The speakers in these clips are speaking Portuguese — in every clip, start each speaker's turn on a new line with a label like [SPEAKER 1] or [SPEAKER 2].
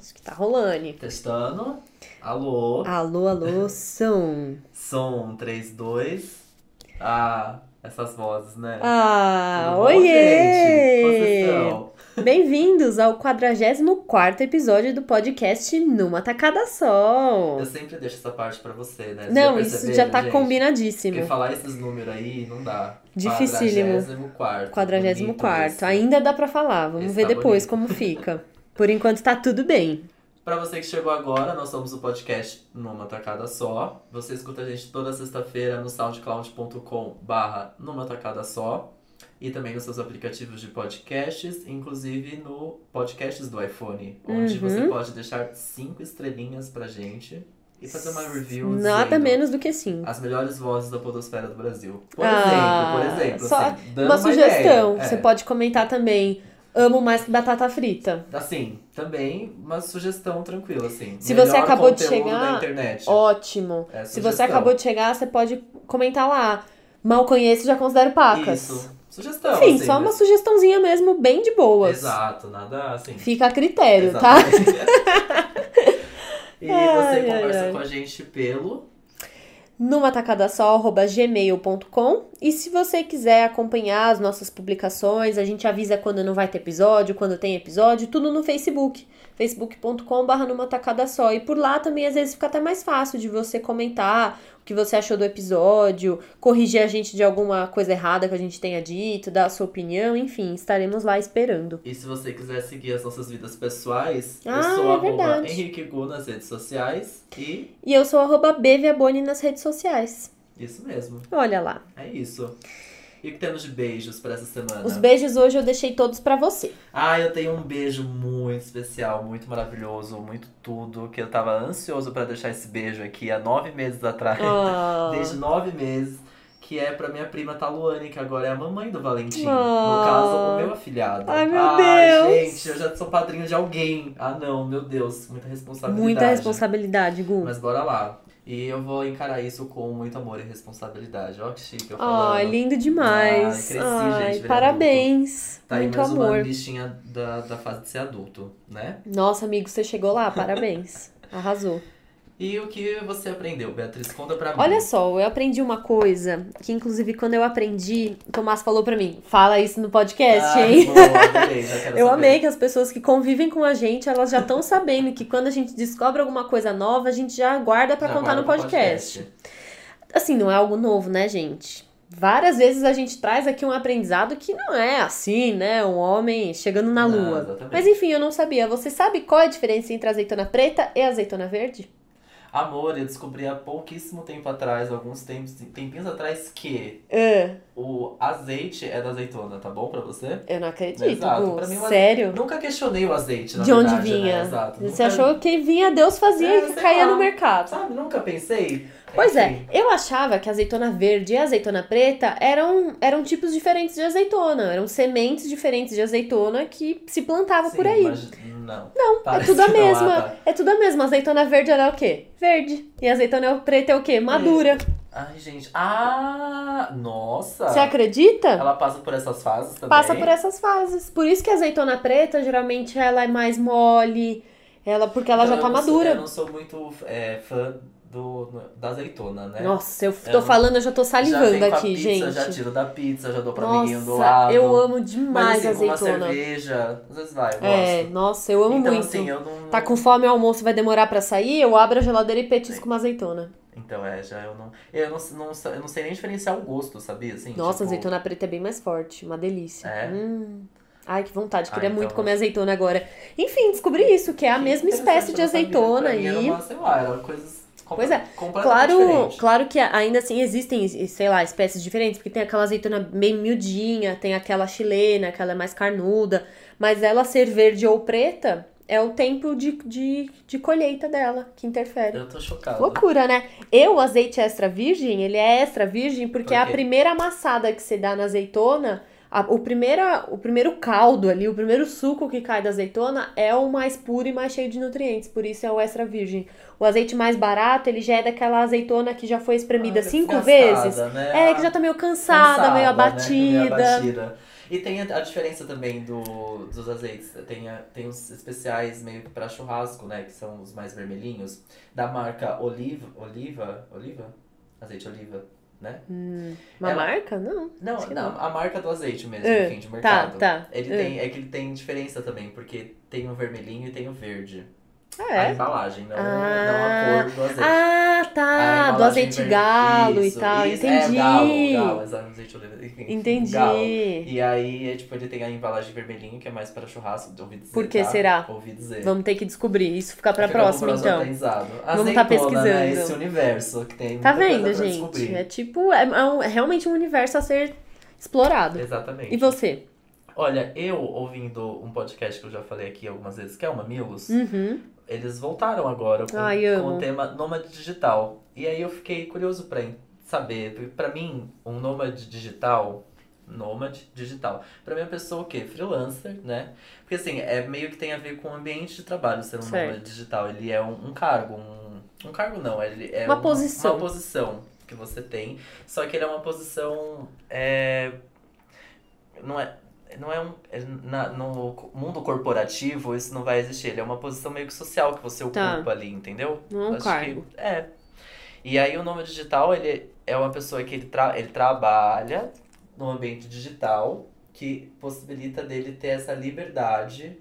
[SPEAKER 1] Isso que tá rolando.
[SPEAKER 2] Testando. Alô.
[SPEAKER 1] Alô, alô, som.
[SPEAKER 2] Som 3, 2. Ah, essas vozes, né?
[SPEAKER 1] Ah,
[SPEAKER 2] Tudo bom, gente? Como vocês
[SPEAKER 1] oiê!
[SPEAKER 2] estão?
[SPEAKER 1] Bem-vindos ao 44 episódio do podcast Numa Tacada Só.
[SPEAKER 2] Eu sempre deixo essa parte pra você, né? Vocês
[SPEAKER 1] Não, isso já
[SPEAKER 2] perceberam,
[SPEAKER 1] tá
[SPEAKER 2] gente? Porque
[SPEAKER 1] combinadíssimo.
[SPEAKER 2] falar esses números aí não dá.
[SPEAKER 1] Dificílimo.
[SPEAKER 2] 44. assim.
[SPEAKER 1] 44. né? Ainda dá pra falar, vamos
[SPEAKER 2] Esse
[SPEAKER 1] ver
[SPEAKER 2] tá
[SPEAKER 1] depois
[SPEAKER 2] bonito.
[SPEAKER 1] como fica. Por enquanto tá tudo bem.
[SPEAKER 2] Pra você que chegou agora, nós somos o podcast Numa Tacada Só. Você escuta a gente toda sexta-feira no soundcloud.com barra Numa Tacada Só. E também nos seus aplicativos de podcasts, inclusive no Podcasts do iPhone. Onde
[SPEAKER 1] Uhum.
[SPEAKER 2] você pode deixar cinco estrelinhas pra gente e fazer uma review
[SPEAKER 1] Nada
[SPEAKER 2] dizendo Ah,
[SPEAKER 1] menos do que assim. sim.
[SPEAKER 2] as melhores vozes da podosfera do Brasil. Por
[SPEAKER 1] Ah,
[SPEAKER 2] exemplo, por exemplo.
[SPEAKER 1] só
[SPEAKER 2] assim, dando
[SPEAKER 1] Uma sugestão,
[SPEAKER 2] ideia.
[SPEAKER 1] você
[SPEAKER 2] É.
[SPEAKER 1] pode comentar também. Amo mais que batata frita.
[SPEAKER 2] Assim, também uma sugestão tranquila, assim.
[SPEAKER 1] Se
[SPEAKER 2] Melhor
[SPEAKER 1] você acabou de
[SPEAKER 2] conteúdo
[SPEAKER 1] chegar,
[SPEAKER 2] Da internet.
[SPEAKER 1] Ótimo.
[SPEAKER 2] É a
[SPEAKER 1] Se
[SPEAKER 2] sugestão.
[SPEAKER 1] você acabou de chegar, você pode comentar lá. Mal conheço, já considero pacas.
[SPEAKER 2] Isso. Sugestão.
[SPEAKER 1] Sim,
[SPEAKER 2] assim,
[SPEAKER 1] só uma
[SPEAKER 2] mas-
[SPEAKER 1] sugestãozinha mesmo, bem de boas.
[SPEAKER 2] Exato, nada assim.
[SPEAKER 1] Fica a critério, tá?
[SPEAKER 2] Exatamente. e
[SPEAKER 1] Ai,
[SPEAKER 2] você
[SPEAKER 1] ai,
[SPEAKER 2] conversa
[SPEAKER 1] ai.
[SPEAKER 2] com a gente pelo.
[SPEAKER 1] Numa tacada só, gmail.com. E se você quiser acompanhar as nossas publicações, a gente avisa quando não vai ter episódio, quando tem episódio, tudo no Facebook. facebook.com.br numa tacada só. E por lá também às vezes fica até mais fácil de você comentar o que você achou do episódio, corrigir a gente de alguma coisa errada que a gente tenha dito, dar a sua opinião, enfim, estaremos lá esperando.
[SPEAKER 2] E se você quiser seguir as nossas vidas pessoais, eu
[SPEAKER 1] Ah,
[SPEAKER 2] sou
[SPEAKER 1] é
[SPEAKER 2] arroba
[SPEAKER 1] verdade.
[SPEAKER 2] Henrique Gu nas redes sociais. E
[SPEAKER 1] E eu sou arroba Beviaboni nas redes sociais.
[SPEAKER 2] isso mesmo.
[SPEAKER 1] Olha lá.
[SPEAKER 2] É isso. E o que temos de beijos pra essa semana?
[SPEAKER 1] Os beijos hoje eu deixei todos pra você.
[SPEAKER 2] Ah, eu tenho um beijo muito especial, muito maravilhoso, muito tudo, que eu tava ansioso pra deixar esse beijo aqui há nove meses atrás.
[SPEAKER 1] Ah.
[SPEAKER 2] Desde nove meses, que é pra minha prima Taluane, que agora é a mamãe do Valentim.
[SPEAKER 1] Ah.
[SPEAKER 2] No caso, o meu afilhado.
[SPEAKER 1] Ai, meu Deus.
[SPEAKER 2] gente, eu já sou padrinho de alguém. Ah, não, meu Deus, muita responsabilidade.
[SPEAKER 1] Muita responsabilidade, Gu.
[SPEAKER 2] Mas bora lá. E eu vou encarar isso com muito amor e responsabilidade. Ó, que chique, eu tá falando.
[SPEAKER 1] Ai, lindo demais.
[SPEAKER 2] Ai, cresci,
[SPEAKER 1] Ai,
[SPEAKER 2] gente, virei
[SPEAKER 1] parabéns.
[SPEAKER 2] Tá aí
[SPEAKER 1] Muito
[SPEAKER 2] mais uma
[SPEAKER 1] amor.
[SPEAKER 2] bichinha da, da fase de ser adulto, né?
[SPEAKER 1] Nossa, amigo, você chegou lá, parabéns. Arrasou.
[SPEAKER 2] E o que você aprendeu, Beatriz? Conta pra mim.
[SPEAKER 1] Olha só, eu aprendi uma coisa que, inclusive, quando eu aprendi, o Tomás falou pra mim: fala isso no podcast,
[SPEAKER 2] Ai,
[SPEAKER 1] hein?
[SPEAKER 2] boa, adorei, já Ah, quero
[SPEAKER 1] Eu
[SPEAKER 2] saber.
[SPEAKER 1] amei que as pessoas que convivem com a gente, elas já estão sabendo que quando a gente descobre alguma coisa nova, a gente já guarda pra
[SPEAKER 2] Já
[SPEAKER 1] contar
[SPEAKER 2] guarda
[SPEAKER 1] no
[SPEAKER 2] pro
[SPEAKER 1] podcast. Assim, não é algo novo, né, gente? Várias vezes a gente traz aqui um aprendizado que não é assim, né? Um homem chegando na
[SPEAKER 2] Não,
[SPEAKER 1] lua.
[SPEAKER 2] Ah, exatamente.
[SPEAKER 1] Mas enfim, eu não sabia. Você sabe qual é a diferença entre azeitona preta e azeitona verde?
[SPEAKER 2] Amor, eu descobri há pouquíssimo tempo atrás, alguns tempos, tempinhos atrás, que o azeite é da azeitona, tá bom pra você?
[SPEAKER 1] eu não acredito.
[SPEAKER 2] Exato,
[SPEAKER 1] Gu.
[SPEAKER 2] pra mim é uma-
[SPEAKER 1] Sério?
[SPEAKER 2] Nunca questionei o azeite, na
[SPEAKER 1] De onde
[SPEAKER 2] verdade, né?
[SPEAKER 1] vinha?
[SPEAKER 2] Exato.
[SPEAKER 1] Você
[SPEAKER 2] Nunca-
[SPEAKER 1] achou que vinha, Deus fazia
[SPEAKER 2] É,
[SPEAKER 1] e
[SPEAKER 2] sei
[SPEAKER 1] caía
[SPEAKER 2] lá.
[SPEAKER 1] no mercado.
[SPEAKER 2] Sabe, nunca pensei.
[SPEAKER 1] Pois
[SPEAKER 2] Enfim.
[SPEAKER 1] é, eu achava que a azeitona verde e a azeitona preta eram, eram tipos diferentes de azeitona, eram sementes diferentes de azeitona que se plantava
[SPEAKER 2] Sim,
[SPEAKER 1] por aí.
[SPEAKER 2] mas não. Não, ah, tá.
[SPEAKER 1] é tudo a mesma. É tudo a mesma. Azeitona verde ela é o quê? Verde. E azeitona preta é o quê? Madura.
[SPEAKER 2] Ai, gente. Ah! Nossa!
[SPEAKER 1] Você acredita?
[SPEAKER 2] Ela passa por essas fases também?
[SPEAKER 1] Passa por essas fases. Por isso que a azeitona preta, geralmente, ela é mais mole. Ela, porque ela já
[SPEAKER 2] Então,
[SPEAKER 1] tá
[SPEAKER 2] eu não sou-
[SPEAKER 1] madura.
[SPEAKER 2] eu não sou muito é, fã do, da azeitona, né?
[SPEAKER 1] Nossa, eu f-
[SPEAKER 2] Eu
[SPEAKER 1] tô
[SPEAKER 2] não-
[SPEAKER 1] falando, eu já tô
[SPEAKER 2] já vem
[SPEAKER 1] salivando
[SPEAKER 2] com a
[SPEAKER 1] aqui,
[SPEAKER 2] pizza,
[SPEAKER 1] gente.
[SPEAKER 2] Já tiro da pizza, já dou pra amiguinho do
[SPEAKER 1] Nossa,
[SPEAKER 2] lado.
[SPEAKER 1] eu amo
[SPEAKER 2] Mas
[SPEAKER 1] demais
[SPEAKER 2] assim,
[SPEAKER 1] a
[SPEAKER 2] com uma
[SPEAKER 1] azeitona.
[SPEAKER 2] cerveja, às vezes vai, eu
[SPEAKER 1] É,
[SPEAKER 2] gosto.
[SPEAKER 1] nossa, eu amo
[SPEAKER 2] então,
[SPEAKER 1] muito.
[SPEAKER 2] assim, eu não...
[SPEAKER 1] Tá com fome, o almoço vai demorar pra sair, eu abro a geladeira e petisco uma azeitona.
[SPEAKER 2] Então, é, já eu não... Eu não, não, sa- eu não sei nem diferenciar o gosto, sabia? Assim,
[SPEAKER 1] Nossa,
[SPEAKER 2] tipo,
[SPEAKER 1] azeitona preta é bem mais forte, uma delícia.
[SPEAKER 2] É?
[SPEAKER 1] Hum. Ai, que vontade,
[SPEAKER 2] Ah,
[SPEAKER 1] queria
[SPEAKER 2] então
[SPEAKER 1] muito
[SPEAKER 2] eu-
[SPEAKER 1] comer azeitona agora. Enfim, descobri isso, que é a
[SPEAKER 2] que
[SPEAKER 1] mesma
[SPEAKER 2] interessante,
[SPEAKER 1] espécie de
[SPEAKER 2] eu não sabia.
[SPEAKER 1] azeitona
[SPEAKER 2] Pra mim era
[SPEAKER 1] e
[SPEAKER 2] uma, sei lá, era coisas compa-
[SPEAKER 1] Pois é,
[SPEAKER 2] completamente
[SPEAKER 1] Claro,
[SPEAKER 2] diferentes.
[SPEAKER 1] claro que ainda assim existem, sei lá, espécies diferentes, porque tem aquela azeitona meio miudinha, tem aquela chilena, aquela mais carnuda, mas ela ser verde ou preta é o tempo de, de, de colheita dela que interfere.
[SPEAKER 2] Eu tô chocado.
[SPEAKER 1] Loucura, né? Eu, o azeite extra virgem, ele é extra virgem porque é a
[SPEAKER 2] Ok.
[SPEAKER 1] primeira amassada que se dá na azeitona, A- o, primeira, o primeiro caldo ali, o primeiro suco que cai da azeitona é o mais puro e mais cheio de nutrientes, por isso é o extra virgem. O azeite mais barato, ele já é daquela azeitona que já foi espremida
[SPEAKER 2] Ah,
[SPEAKER 1] cinco
[SPEAKER 2] desgastada,
[SPEAKER 1] vezes.
[SPEAKER 2] né?
[SPEAKER 1] É, que já tá meio cansada, meio
[SPEAKER 2] Né? Meio
[SPEAKER 1] abatida.
[SPEAKER 2] abatida. E tem a, a diferença também do, dos azeites. Tem, a- tem os especiais meio que pra churrasco, né? Que são os mais vermelhinhos. Da marca Oliva. Oliva? Oliva? Azeite Oliva, né?
[SPEAKER 1] Uma
[SPEAKER 2] Ela-
[SPEAKER 1] marca? Não.
[SPEAKER 2] Não,
[SPEAKER 1] Acho que
[SPEAKER 2] não,
[SPEAKER 1] não.
[SPEAKER 2] a marca do azeite mesmo,
[SPEAKER 1] É,
[SPEAKER 2] enfim, de
[SPEAKER 1] Tá,
[SPEAKER 2] mercado.
[SPEAKER 1] tá.
[SPEAKER 2] Ele
[SPEAKER 1] É.
[SPEAKER 2] tem, é que ele tem diferença também, porque tem o vermelhinho e tem o verde.
[SPEAKER 1] Ah,
[SPEAKER 2] A
[SPEAKER 1] é.
[SPEAKER 2] embalagem, não, não
[SPEAKER 1] Ah.
[SPEAKER 2] a cor do azeite.
[SPEAKER 1] Ah,
[SPEAKER 2] A
[SPEAKER 1] tá. Do
[SPEAKER 2] embalagem
[SPEAKER 1] azeite
[SPEAKER 2] verde.
[SPEAKER 1] galo
[SPEAKER 2] Isso,
[SPEAKER 1] e tal.
[SPEAKER 2] isso,
[SPEAKER 1] Entendi.
[SPEAKER 2] É, galo, galo, exato, azeite de oliva, enfim,
[SPEAKER 1] Entendi.
[SPEAKER 2] galo. E aí, é, tipo, ele tem a embalagem vermelhinha, que é mais pra churrasco, ouvi dizer,
[SPEAKER 1] Por que
[SPEAKER 2] tá?
[SPEAKER 1] será?
[SPEAKER 2] Ouvi dizer.
[SPEAKER 1] Vamos ter que descobrir. Isso fica pra
[SPEAKER 2] Fica pro
[SPEAKER 1] próxima,
[SPEAKER 2] próximo
[SPEAKER 1] então.
[SPEAKER 2] aprendizado.
[SPEAKER 1] Vamos tá
[SPEAKER 2] Azeitona, Né?
[SPEAKER 1] pesquisando.
[SPEAKER 2] Esse universo que tem
[SPEAKER 1] Tá
[SPEAKER 2] muita coisa
[SPEAKER 1] vendo,
[SPEAKER 2] pra
[SPEAKER 1] gente?
[SPEAKER 2] descobrir.
[SPEAKER 1] É tipo, é, é um- é realmente um universo a ser explorado.
[SPEAKER 2] Exatamente.
[SPEAKER 1] É E você?
[SPEAKER 2] Olha, eu ouvindo um podcast que eu já falei aqui algumas vezes, que é o Mamilos,
[SPEAKER 1] Uhum.
[SPEAKER 2] eles voltaram agora com,
[SPEAKER 1] Ai,
[SPEAKER 2] com
[SPEAKER 1] amo.
[SPEAKER 2] o tema Nômade Digital. E aí eu fiquei curioso pra saber, porque pra mim, um nômade digital. Nômade digital. Pra mim, é uma pessoa o quê? Freelancer, né? Porque assim, é meio que tem a ver com o ambiente de trabalho ser um
[SPEAKER 1] Certo.
[SPEAKER 2] nômade digital. Ele é um, um cargo, um. Um cargo não, ele é
[SPEAKER 1] Uma posição.
[SPEAKER 2] Uma posição que você tem. Só que ele é uma posição. É, não é. Não é um. é na- no mundo corporativo, isso não vai existir. Ele é uma posição meio que social que você
[SPEAKER 1] Tá.
[SPEAKER 2] ocupa ali, entendeu?
[SPEAKER 1] Não é um
[SPEAKER 2] Acho
[SPEAKER 1] cargo.
[SPEAKER 2] que- é. E aí o nome digital, ele é uma pessoa que ele, tra ele trabalha num ambiente digital que possibilita dele ter essa liberdade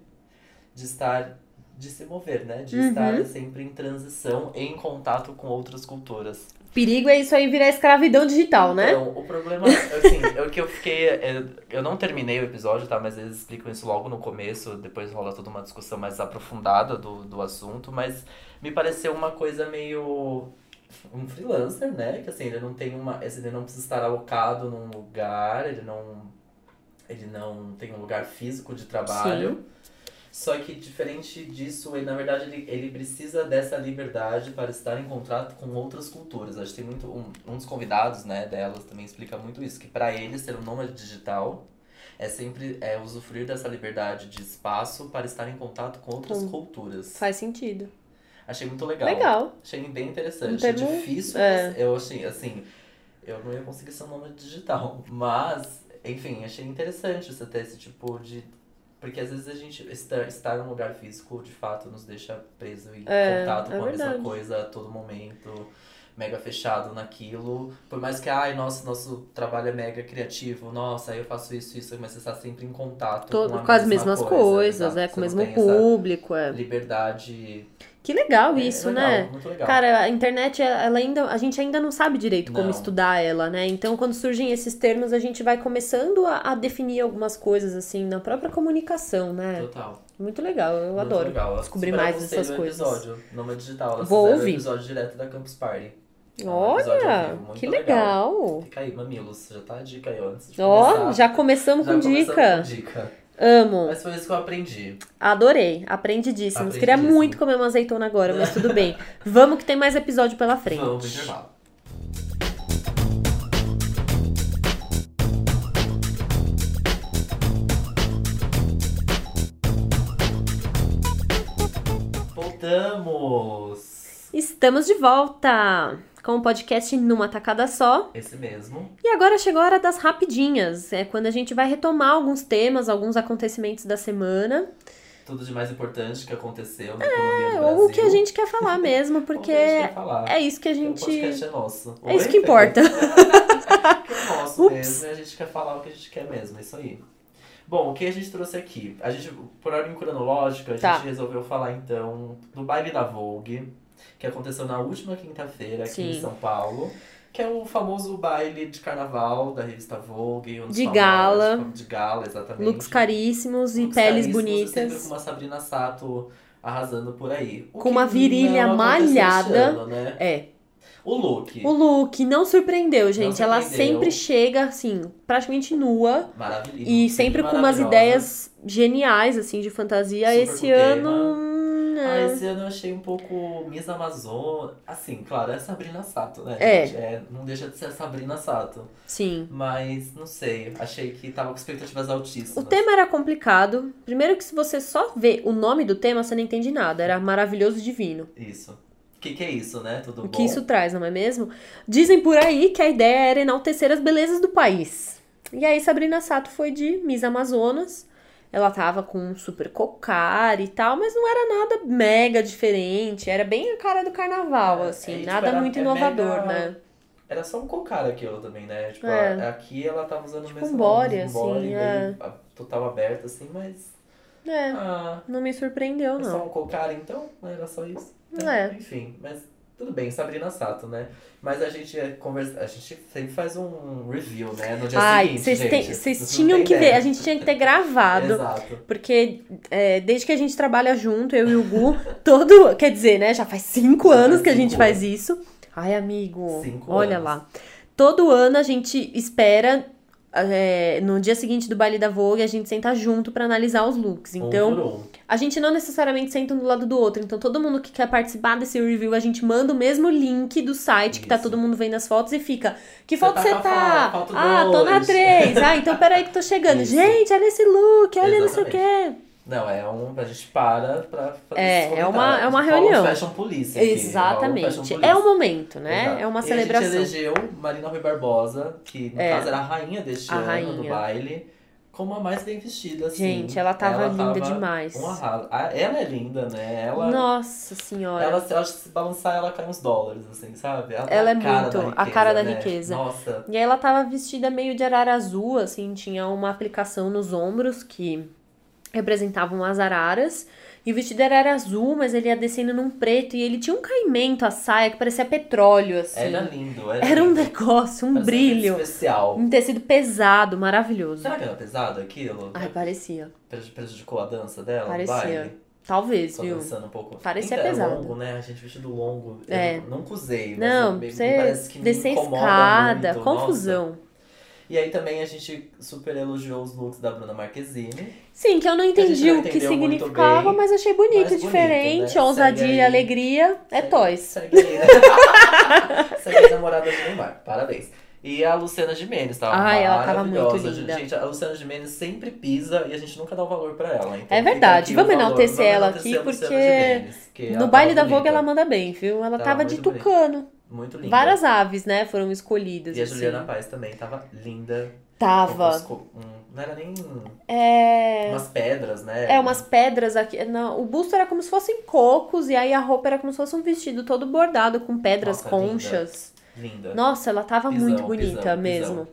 [SPEAKER 2] de estar, de se mover, né? De
[SPEAKER 1] Uhum.
[SPEAKER 2] estar sempre em transição, em contato com outras culturas.
[SPEAKER 1] Perigo é isso aí virar escravidão digital, né?
[SPEAKER 2] Então, o problema, assim, é o que eu fiquei. é, eu não terminei o episódio, tá? Mas eles explicam isso logo no começo, depois rola toda uma discussão mais aprofundada do, do assunto, mas me pareceu uma coisa meio. Um freelancer, né? Que assim, ele não tem uma. assim, Ele não precisa estar alocado num lugar, ele não. Ele não tem um lugar físico de trabalho. Só que diferente disso, ele, na verdade, ele, ele precisa dessa liberdade para estar em contrato com outras culturas. Acho que tem muito. Um, um dos convidados, né, delas também explica muito isso, que para ele ser um nômade digital é sempre é, usufruir dessa liberdade de espaço para estar em contato com outras
[SPEAKER 1] Com-
[SPEAKER 2] culturas.
[SPEAKER 1] Faz sentido.
[SPEAKER 2] Achei muito
[SPEAKER 1] Legal.
[SPEAKER 2] Achei bem interessante.
[SPEAKER 1] Um termo-
[SPEAKER 2] É difícil,
[SPEAKER 1] é.
[SPEAKER 2] mas eu achei, assim, eu não ia conseguir ser um nome digital. Mas, enfim, achei interessante você ter esse tipo de. Porque às vezes a gente estar, estar num lugar físico de fato nos deixa preso em
[SPEAKER 1] É,
[SPEAKER 2] contato
[SPEAKER 1] é
[SPEAKER 2] com a mesma
[SPEAKER 1] verdade.
[SPEAKER 2] coisa a todo momento, mega fechado naquilo. Por mais que, ai, nossa, nosso trabalho é mega criativo, nossa, aí eu faço isso, isso, mas você está sempre em contato
[SPEAKER 1] Todo-
[SPEAKER 2] com, a
[SPEAKER 1] com as
[SPEAKER 2] mesma
[SPEAKER 1] mesmas
[SPEAKER 2] coisa,
[SPEAKER 1] coisas,
[SPEAKER 2] exato.
[SPEAKER 1] é, com o
[SPEAKER 2] Você não
[SPEAKER 1] mesmo
[SPEAKER 2] tem essa
[SPEAKER 1] público. É.
[SPEAKER 2] Liberdade.
[SPEAKER 1] Que legal
[SPEAKER 2] É,
[SPEAKER 1] isso,
[SPEAKER 2] legal,
[SPEAKER 1] né?
[SPEAKER 2] Muito legal.
[SPEAKER 1] Cara, a internet, ela ainda, a gente ainda não sabe direito como
[SPEAKER 2] Não.
[SPEAKER 1] estudar ela, né? Então, quando surgem esses termos, a gente vai começando a, a definir algumas coisas, assim, na própria comunicação, né?
[SPEAKER 2] Total.
[SPEAKER 1] Muito legal, eu
[SPEAKER 2] Muito
[SPEAKER 1] adoro.
[SPEAKER 2] legal.
[SPEAKER 1] descobrir
[SPEAKER 2] Super
[SPEAKER 1] mais
[SPEAKER 2] aconselho
[SPEAKER 1] essas
[SPEAKER 2] o
[SPEAKER 1] coisas.
[SPEAKER 2] episódio, Nômade Digital. Elas
[SPEAKER 1] Vou
[SPEAKER 2] fizeram o
[SPEAKER 1] ouvir.
[SPEAKER 2] episódio direto da Campus Party. É um episódio ao
[SPEAKER 1] Olha,
[SPEAKER 2] vivo, muito
[SPEAKER 1] que legal.
[SPEAKER 2] Fica aí, mamilos. Já tá a dica aí, ó, antes de
[SPEAKER 1] Ó,
[SPEAKER 2] começar.
[SPEAKER 1] já começamos
[SPEAKER 2] Já
[SPEAKER 1] com
[SPEAKER 2] começamos
[SPEAKER 1] dica.
[SPEAKER 2] com dica.
[SPEAKER 1] Amo,
[SPEAKER 2] Mas foi isso que eu aprendi.
[SPEAKER 1] adorei, aprendidíssimos. Queria
[SPEAKER 2] Aprendidíssimo.
[SPEAKER 1] muito comer uma azeitona agora, mas tudo bem. Vamos que tem mais episódio pela frente.
[SPEAKER 2] Vamos pro intervalo. Voltamos!
[SPEAKER 1] Estamos de volta com o podcast Numa Tacada Só.
[SPEAKER 2] Esse mesmo.
[SPEAKER 1] E agora chegou a hora das rapidinhas, é quando a gente vai retomar alguns temas, alguns acontecimentos da semana,
[SPEAKER 2] tudo de mais importante que aconteceu na economia do Brasil.
[SPEAKER 1] É, ou o que a gente quer falar mesmo,
[SPEAKER 2] Ou o
[SPEAKER 1] porque
[SPEAKER 2] que a gente
[SPEAKER 1] é
[SPEAKER 2] quer falar.
[SPEAKER 1] isso que a
[SPEAKER 2] O
[SPEAKER 1] gente.
[SPEAKER 2] podcast é nosso.
[SPEAKER 1] É isso que importa.
[SPEAKER 2] que é nosso
[SPEAKER 1] Ups.
[SPEAKER 2] mesmo, e a gente quer falar o que a gente quer mesmo, é isso aí. Bom, o que a gente trouxe aqui? A gente, por ordem cronológica, a
[SPEAKER 1] Tá.
[SPEAKER 2] gente resolveu falar então do baile da Vogue, que aconteceu na última quinta-feira aqui
[SPEAKER 1] Sim.
[SPEAKER 2] em São Paulo. Que é o famoso baile de carnaval da revista Vogue. um dos
[SPEAKER 1] De
[SPEAKER 2] famosos,
[SPEAKER 1] gala.
[SPEAKER 2] De gala, exatamente.
[SPEAKER 1] Looks caríssimos e
[SPEAKER 2] Looks
[SPEAKER 1] peles
[SPEAKER 2] caríssimos e Sempre com
[SPEAKER 1] bonitas.
[SPEAKER 2] uma Sabrina Sato arrasando por aí. O
[SPEAKER 1] Com
[SPEAKER 2] que
[SPEAKER 1] uma virilha
[SPEAKER 2] não aconteceu esse
[SPEAKER 1] malhada.
[SPEAKER 2] ano, né?
[SPEAKER 1] É.
[SPEAKER 2] O look,
[SPEAKER 1] O look não surpreendeu, gente. Ela
[SPEAKER 2] surpreendeu.
[SPEAKER 1] sempre chega, assim, praticamente nua.
[SPEAKER 2] maravilhoso.
[SPEAKER 1] E sempre com umas
[SPEAKER 2] maravilhosa.
[SPEAKER 1] ideias geniais, assim, de fantasia.
[SPEAKER 2] Super
[SPEAKER 1] Esse
[SPEAKER 2] com
[SPEAKER 1] ano. hum, é.
[SPEAKER 2] tema.
[SPEAKER 1] Sabrina.
[SPEAKER 2] Ah, esse ano eu achei um pouco Miss Amazon. Assim, claro, é Sabrina Sato, né,
[SPEAKER 1] É.
[SPEAKER 2] gente? É, não deixa de ser Sabrina Sato.
[SPEAKER 1] Sim.
[SPEAKER 2] Mas, não sei, achei que tava com expectativas altíssimas.
[SPEAKER 1] O tema era complicado. Primeiro que se você só vê o nome do tema, você não entende nada. Era maravilhoso e divino.
[SPEAKER 2] Isso. O que, que é isso, né? Tudo
[SPEAKER 1] O
[SPEAKER 2] bom?
[SPEAKER 1] que isso traz, não é mesmo? Dizem por aí que a ideia era enaltecer as belezas do país. E aí Sabrina Sato foi de Miss Amazonas. Ela tava com um super cocar e tal, mas não era nada mega diferente. Era bem a cara do carnaval,
[SPEAKER 2] É,
[SPEAKER 1] assim.
[SPEAKER 2] é, tipo,
[SPEAKER 1] nada
[SPEAKER 2] era-
[SPEAKER 1] muito
[SPEAKER 2] é
[SPEAKER 1] inovador,
[SPEAKER 2] mega-
[SPEAKER 1] né?
[SPEAKER 2] Era só um cocar aquilo também, né? Tipo,
[SPEAKER 1] É.
[SPEAKER 2] a- aqui ela tava usando
[SPEAKER 1] Tipo
[SPEAKER 2] mesmo
[SPEAKER 1] um body,
[SPEAKER 2] um
[SPEAKER 1] assim,
[SPEAKER 2] body
[SPEAKER 1] é.
[SPEAKER 2] meio, a- total aberto, assim, mas...
[SPEAKER 1] É,
[SPEAKER 2] Ah,
[SPEAKER 1] não me surpreendeu,
[SPEAKER 2] é só
[SPEAKER 1] não.
[SPEAKER 2] um cocar, então? Não Era só isso?
[SPEAKER 1] É.
[SPEAKER 2] Enfim, mas tudo bem, Sabrina Sato, né? Mas a gente é conversa... A gente sempre faz um review, né? No dia
[SPEAKER 1] Ai,
[SPEAKER 2] seguinte,
[SPEAKER 1] vocês
[SPEAKER 2] gente.
[SPEAKER 1] têm-
[SPEAKER 2] Vocês não
[SPEAKER 1] vocês tinham
[SPEAKER 2] têm
[SPEAKER 1] que ver.
[SPEAKER 2] ideia.
[SPEAKER 1] A gente tinha que ter gravado.
[SPEAKER 2] Exato.
[SPEAKER 1] Porque é, desde que a gente trabalha junto, eu e o Gu, todo. Quer dizer, né? Já faz cinco
[SPEAKER 2] Já faz
[SPEAKER 1] anos que a
[SPEAKER 2] cinco
[SPEAKER 1] gente faz isso. Ai, amigo,
[SPEAKER 2] Cinco
[SPEAKER 1] olha
[SPEAKER 2] anos.
[SPEAKER 1] lá. Todo ano a gente espera. é, no dia seguinte do baile da Vogue, a gente senta junto pra analisar os looks. Então,
[SPEAKER 2] Um por um.
[SPEAKER 1] a gente não necessariamente senta um do lado do outro. Então, todo mundo que quer participar desse review, a gente manda o mesmo link do site que tá
[SPEAKER 2] Isso.
[SPEAKER 1] todo mundo vendo as fotos e fica. Que
[SPEAKER 2] Você
[SPEAKER 1] foto
[SPEAKER 2] tá
[SPEAKER 1] você
[SPEAKER 2] com a
[SPEAKER 1] tá?
[SPEAKER 2] foto, foto
[SPEAKER 1] ah, tô na
[SPEAKER 2] dois."
[SPEAKER 1] 3. Ah, então peraí que tô chegando.
[SPEAKER 2] Isso.
[SPEAKER 1] Gente, olha esse look, olha não sei o quê.
[SPEAKER 2] Não, é um... A gente para pra fazer
[SPEAKER 1] É,
[SPEAKER 2] esse
[SPEAKER 1] é uma-
[SPEAKER 2] comentário.
[SPEAKER 1] é uma
[SPEAKER 2] Rola um
[SPEAKER 1] reunião.
[SPEAKER 2] Fashion Police aqui. Rola um
[SPEAKER 1] Exatamente.
[SPEAKER 2] Fashion
[SPEAKER 1] É
[SPEAKER 2] Police.
[SPEAKER 1] um momento, né?
[SPEAKER 2] Exato.
[SPEAKER 1] É uma
[SPEAKER 2] E
[SPEAKER 1] celebração.
[SPEAKER 2] A gente elegeu Marina Rui Barbosa, que no
[SPEAKER 1] É.
[SPEAKER 2] caso era a rainha deste
[SPEAKER 1] A
[SPEAKER 2] ano do
[SPEAKER 1] rainha.
[SPEAKER 2] baile, como a mais bem vestida, assim.
[SPEAKER 1] Gente, ela tava linda
[SPEAKER 2] tava
[SPEAKER 1] demais.
[SPEAKER 2] Um arraso. Ah, Ela é linda, né? Ela,
[SPEAKER 1] Nossa senhora.
[SPEAKER 2] ela, eu acho que se balançar, ela cai uns dólares, assim, sabe? Ela, tá
[SPEAKER 1] Ela é
[SPEAKER 2] a cara
[SPEAKER 1] muito
[SPEAKER 2] da riqueza,
[SPEAKER 1] a cara da
[SPEAKER 2] né?
[SPEAKER 1] riqueza.
[SPEAKER 2] Nossa,
[SPEAKER 1] E aí ela tava vestida meio de arara azul, assim, tinha uma aplicação nos ombros que representavam as araras. E o vestido era azul, mas ele ia descendo num preto e ele tinha um caimento, a saia, que parecia petróleo, assim.
[SPEAKER 2] era é lindo. Era,
[SPEAKER 1] Era um
[SPEAKER 2] lindo.
[SPEAKER 1] negócio, um
[SPEAKER 2] Parecia
[SPEAKER 1] brilho.
[SPEAKER 2] especial.
[SPEAKER 1] Um tecido pesado, maravilhoso.
[SPEAKER 2] Será que era pesado aquilo?
[SPEAKER 1] Ai, parecia.
[SPEAKER 2] Preju- Prejudicou a dança dela? no
[SPEAKER 1] Parecia,
[SPEAKER 2] baile?
[SPEAKER 1] Talvez,
[SPEAKER 2] Só
[SPEAKER 1] viu?
[SPEAKER 2] dançando um pouco.
[SPEAKER 1] Parecia
[SPEAKER 2] Ainda é
[SPEAKER 1] pesado.
[SPEAKER 2] longo, né? A gente vestido longo. Eu
[SPEAKER 1] É.
[SPEAKER 2] não cusei. mas
[SPEAKER 1] Não,
[SPEAKER 2] eu- me- me
[SPEAKER 1] você
[SPEAKER 2] parece que me
[SPEAKER 1] descer a
[SPEAKER 2] incomoda
[SPEAKER 1] escada,
[SPEAKER 2] muito,
[SPEAKER 1] confusão.
[SPEAKER 2] nossa. E aí também a gente super elogiou os looks da Bruna Marquezine.
[SPEAKER 1] Sim, que eu não entendi
[SPEAKER 2] não
[SPEAKER 1] o que
[SPEAKER 2] entendeu muito
[SPEAKER 1] significava,
[SPEAKER 2] bem,
[SPEAKER 1] mas achei bonito,
[SPEAKER 2] mas bonito,
[SPEAKER 1] diferente,
[SPEAKER 2] né?
[SPEAKER 1] ousadia
[SPEAKER 2] Segue
[SPEAKER 1] e
[SPEAKER 2] aí.
[SPEAKER 1] alegria. É
[SPEAKER 2] Segue-
[SPEAKER 1] toys.
[SPEAKER 2] Segue aí, né? Segue aí, namorada de Neymar. Parabéns. E a Luciana Gimenez tava
[SPEAKER 1] Ai, ela tava
[SPEAKER 2] maravilhosa.
[SPEAKER 1] muito linda.
[SPEAKER 2] Gente, a Luciana Gimenez sempre pisa e a gente nunca dá o valor pra ela. Então
[SPEAKER 1] É
[SPEAKER 2] fica
[SPEAKER 1] verdade.
[SPEAKER 2] aqui o
[SPEAKER 1] Vamos
[SPEAKER 2] valor.
[SPEAKER 1] enaltecer
[SPEAKER 2] Vamos
[SPEAKER 1] ela
[SPEAKER 2] enaltecer
[SPEAKER 1] aqui,
[SPEAKER 2] a Luciana
[SPEAKER 1] porque
[SPEAKER 2] Gimenez, que ela
[SPEAKER 1] No baile da
[SPEAKER 2] tava
[SPEAKER 1] Vogue
[SPEAKER 2] bonita.
[SPEAKER 1] ela manda bem, viu? Ela
[SPEAKER 2] Tava
[SPEAKER 1] tava de
[SPEAKER 2] muito bonita.
[SPEAKER 1] tucano.
[SPEAKER 2] Muito linda.
[SPEAKER 1] Várias aves, né, foram escolhidas.
[SPEAKER 2] E a
[SPEAKER 1] assim.
[SPEAKER 2] Juliana Paz também tava linda.
[SPEAKER 1] Tava.
[SPEAKER 2] Com- com- com- Não era nem
[SPEAKER 1] É...
[SPEAKER 2] umas pedras, né?
[SPEAKER 1] É, umas pedras aqui. Não, o busto era como se fossem cocos, e aí a roupa era como se fosse um vestido todo bordado com pedras,
[SPEAKER 2] Nossa,
[SPEAKER 1] conchas.
[SPEAKER 2] Linda.
[SPEAKER 1] Nossa, ela tava
[SPEAKER 2] Pisão,
[SPEAKER 1] muito bonita
[SPEAKER 2] pisão,
[SPEAKER 1] mesmo.
[SPEAKER 2] pisão.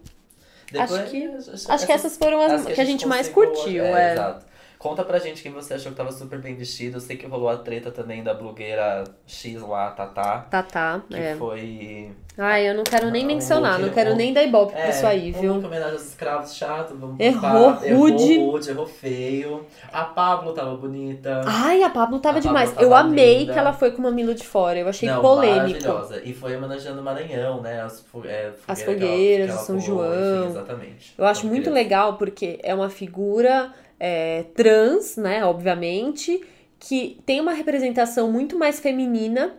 [SPEAKER 2] Depois-
[SPEAKER 1] acho que-
[SPEAKER 2] acho,
[SPEAKER 1] Acho que essas foram as,
[SPEAKER 2] as
[SPEAKER 1] que a gente mais
[SPEAKER 2] conseguiu-
[SPEAKER 1] curtiu, é.
[SPEAKER 2] Exato. Conta pra gente quem você achou que tava super bem vestido. Eu sei que rolou a treta também da blogueira X lá, Tatá.
[SPEAKER 1] Tá, tá.
[SPEAKER 2] Que
[SPEAKER 1] é.
[SPEAKER 2] foi.
[SPEAKER 1] Ai, eu não quero nem
[SPEAKER 2] Não,
[SPEAKER 1] mencionar, não
[SPEAKER 2] aquele
[SPEAKER 1] quero
[SPEAKER 2] ponto-
[SPEAKER 1] nem dar ibope pra
[SPEAKER 2] É,
[SPEAKER 1] isso aí,
[SPEAKER 2] um
[SPEAKER 1] viu?
[SPEAKER 2] look em homenagem aos escravos chato. Vamos
[SPEAKER 1] Errou,
[SPEAKER 2] contar.
[SPEAKER 1] rude.
[SPEAKER 2] Errou rude, errou feio. A Pablo tava bonita.
[SPEAKER 1] Ai, a Pablo tava
[SPEAKER 2] A Pablo
[SPEAKER 1] demais.
[SPEAKER 2] tava
[SPEAKER 1] eu amei
[SPEAKER 2] linda.
[SPEAKER 1] que ela foi com o mamilo de fora. Eu achei
[SPEAKER 2] Não,
[SPEAKER 1] polêmico.
[SPEAKER 2] maravilhosa. E foi homenageando o Maranhão, né? As, fo- é,
[SPEAKER 1] As
[SPEAKER 2] fogueira que ela-
[SPEAKER 1] fogueiras,
[SPEAKER 2] que ela
[SPEAKER 1] São
[SPEAKER 2] voou,
[SPEAKER 1] João.
[SPEAKER 2] Enfim, exatamente.
[SPEAKER 1] Eu acho
[SPEAKER 2] Então,
[SPEAKER 1] muito
[SPEAKER 2] queria-
[SPEAKER 1] legal porque é uma figura é, trans, né? Obviamente, que tem uma representação muito mais feminina.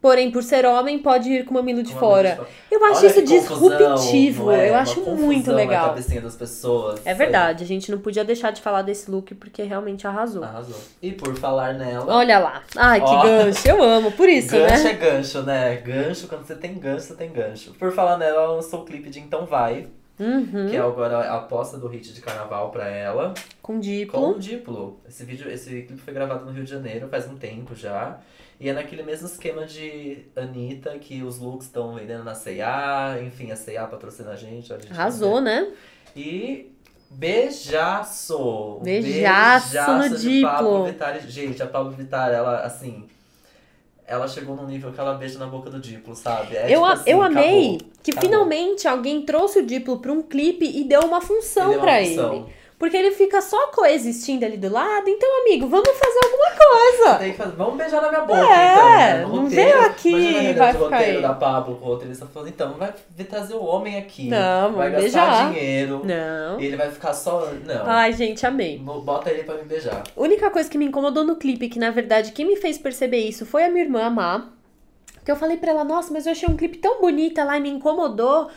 [SPEAKER 1] Porém, por ser homem, pode ir com o mamilo de
[SPEAKER 2] Uma
[SPEAKER 1] fora.
[SPEAKER 2] mente-
[SPEAKER 1] Eu acho
[SPEAKER 2] Olha
[SPEAKER 1] isso
[SPEAKER 2] que confusão,
[SPEAKER 1] disruptivo.
[SPEAKER 2] não é?
[SPEAKER 1] eu
[SPEAKER 2] Uma
[SPEAKER 1] acho
[SPEAKER 2] confusão
[SPEAKER 1] muito
[SPEAKER 2] Na
[SPEAKER 1] legal.
[SPEAKER 2] cabecinha das pessoas.
[SPEAKER 1] É verdade, a gente não podia deixar de falar desse look porque realmente arrasou.
[SPEAKER 2] Arrasou. E por falar nela.
[SPEAKER 1] Olha lá. Ai, que
[SPEAKER 2] Ó.
[SPEAKER 1] gancho. Eu amo, por isso,
[SPEAKER 2] gancho
[SPEAKER 1] né?
[SPEAKER 2] é gancho, né? Gancho, quando você tem gancho, você tem gancho. Por falar nela, ela lançou o clipe de Então Vai,
[SPEAKER 1] Uhum.
[SPEAKER 2] que é agora a aposta do hit de carnaval pra ela.
[SPEAKER 1] Com
[SPEAKER 2] Com
[SPEAKER 1] diplo.
[SPEAKER 2] o Diplo. Esse vídeo, esse clipe foi gravado no Rio de Janeiro faz um tempo já. E é naquele mesmo esquema de Anitta, que os looks estão vendendo na C&A, enfim, a C&A patrocina a gente. A gente
[SPEAKER 1] Arrasou, né?
[SPEAKER 2] E beijaço.
[SPEAKER 1] Beijaço no
[SPEAKER 2] de Pablo
[SPEAKER 1] Diplo.
[SPEAKER 2] Vittar. Gente, a Pablo Vittar, ela assim. Ela chegou num nível que ela beija na boca do Diplo, sabe? É
[SPEAKER 1] eu,
[SPEAKER 2] tipo
[SPEAKER 1] a-
[SPEAKER 2] assim,
[SPEAKER 1] eu amei
[SPEAKER 2] acabou.
[SPEAKER 1] que
[SPEAKER 2] acabou.
[SPEAKER 1] finalmente alguém trouxe o diplo pra um clipe e deu uma
[SPEAKER 2] Ele
[SPEAKER 1] função
[SPEAKER 2] deu uma
[SPEAKER 1] pra
[SPEAKER 2] opção.
[SPEAKER 1] ele. Porque ele fica só coexistindo ali do lado. Então, amigo, vamos fazer alguma coisa.
[SPEAKER 2] Tem que fazer, vamos beijar na minha boca,
[SPEAKER 1] É,
[SPEAKER 2] então. Né? No
[SPEAKER 1] não
[SPEAKER 2] roteiro,
[SPEAKER 1] veio aqui,
[SPEAKER 2] imagina a reunião
[SPEAKER 1] vai
[SPEAKER 2] de
[SPEAKER 1] ficar
[SPEAKER 2] roteiro
[SPEAKER 1] aí.
[SPEAKER 2] da Pablo com o roteirista falando, então, vai vir trazer o homem aqui.
[SPEAKER 1] Não,
[SPEAKER 2] vai
[SPEAKER 1] vamos
[SPEAKER 2] gastar
[SPEAKER 1] beijar.
[SPEAKER 2] dinheiro.
[SPEAKER 1] Não.
[SPEAKER 2] E ele vai ficar só. Não.
[SPEAKER 1] Ai, gente, amei.
[SPEAKER 2] Bo- Bota ele pra me beijar.
[SPEAKER 1] única coisa que me incomodou no clipe, que na verdade quem me fez perceber isso foi a minha irmã, a Má. Que eu falei pra ela, nossa, mas eu achei um clipe tão bonito lá e me incomodou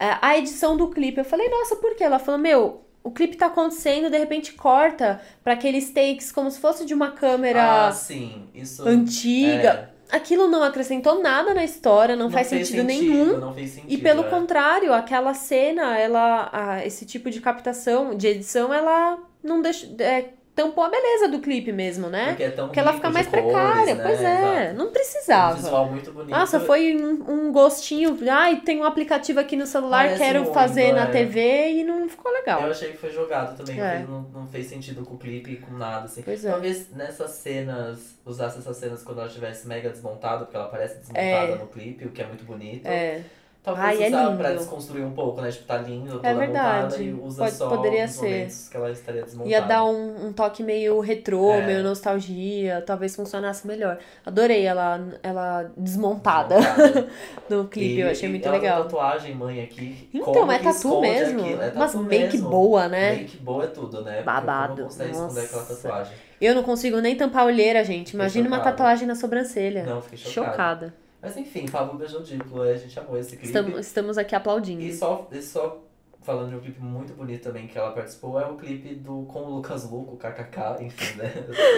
[SPEAKER 1] é, a edição do clipe. Eu falei, nossa, por quê? Ela falou, meu, o clipe tá acontecendo, de repente corta pra aqueles takes como se fosse de uma câmera
[SPEAKER 2] Ah, sim. Isso.
[SPEAKER 1] antiga.
[SPEAKER 2] é,
[SPEAKER 1] Aquilo não acrescentou nada na história, não, faz
[SPEAKER 2] fez
[SPEAKER 1] sentido nenhum.
[SPEAKER 2] Não fez sentido.
[SPEAKER 1] E pelo
[SPEAKER 2] é.
[SPEAKER 1] contrário, aquela cena, ela, a- esse tipo de captação, de edição, ela não deixa, é, tampou a beleza do clipe mesmo, né?
[SPEAKER 2] Porque é tão
[SPEAKER 1] Porque ela
[SPEAKER 2] rico
[SPEAKER 1] fica
[SPEAKER 2] de
[SPEAKER 1] mais
[SPEAKER 2] cores,
[SPEAKER 1] precária,
[SPEAKER 2] né?
[SPEAKER 1] pois é,
[SPEAKER 2] Exato.
[SPEAKER 1] não
[SPEAKER 2] Um
[SPEAKER 1] precisava.
[SPEAKER 2] visual muito bonito.
[SPEAKER 1] Nossa, foi um, um gostinho, ai, tem um aplicativo aqui no celular,
[SPEAKER 2] Parece
[SPEAKER 1] quero
[SPEAKER 2] muito,
[SPEAKER 1] fazer na
[SPEAKER 2] é.
[SPEAKER 1] TV e não ficou legal.
[SPEAKER 2] Eu achei que foi jogado também,
[SPEAKER 1] É.
[SPEAKER 2] porque não, não fez sentido com o clipe, com nada, assim.
[SPEAKER 1] Pois é.
[SPEAKER 2] Talvez nessas cenas, usasse essas cenas quando ela estivesse mega desmontada, porque ela parece desmontada
[SPEAKER 1] É.
[SPEAKER 2] no clipe, o que é muito bonito.
[SPEAKER 1] É,
[SPEAKER 2] Talvez
[SPEAKER 1] Ai, é
[SPEAKER 2] usar pra
[SPEAKER 1] lindo. É
[SPEAKER 2] desconstruir um pouco, né? Tipo, tá lindo, toda montada,
[SPEAKER 1] verdade.
[SPEAKER 2] e usa
[SPEAKER 1] Pode-
[SPEAKER 2] só
[SPEAKER 1] poderia
[SPEAKER 2] os
[SPEAKER 1] ser.
[SPEAKER 2] momentos que ela estaria desmontada.
[SPEAKER 1] ia dar um, um toque meio retrô,
[SPEAKER 2] É.
[SPEAKER 1] meio nostalgia, talvez funcionasse melhor. Adorei ela, ela desmontada
[SPEAKER 2] Montada.
[SPEAKER 1] no clipe,
[SPEAKER 2] E-
[SPEAKER 1] eu achei
[SPEAKER 2] e
[SPEAKER 1] muito
[SPEAKER 2] ela tem
[SPEAKER 1] legal.
[SPEAKER 2] tá tatuagem, mãe, aqui.
[SPEAKER 1] Então,
[SPEAKER 2] Como
[SPEAKER 1] é
[SPEAKER 2] que
[SPEAKER 1] tatu
[SPEAKER 2] esconde
[SPEAKER 1] mesmo.
[SPEAKER 2] aquilo? É tatu
[SPEAKER 1] Mas make
[SPEAKER 2] mesmo.
[SPEAKER 1] boa, né?
[SPEAKER 2] Make boa é tudo, né? Porque
[SPEAKER 1] Babado.
[SPEAKER 2] Como consegue esconder aquela
[SPEAKER 1] Nossa.
[SPEAKER 2] tatuagem?
[SPEAKER 1] Eu não consigo nem tampar a olheira, gente. Imagina uma
[SPEAKER 2] chocado.
[SPEAKER 1] tatuagem na sobrancelha.
[SPEAKER 2] Não, fiquei chocado.
[SPEAKER 1] Chocada.
[SPEAKER 2] Mas enfim, Pablo beijou duplo, é, a gente amou esse clipe.
[SPEAKER 1] Estamos, estamos aqui aplaudindo.
[SPEAKER 2] E só, e só falando de um clipe muito bonito também que ela participou, é o clipe do com o Lucas Luco, kkk, enfim, né?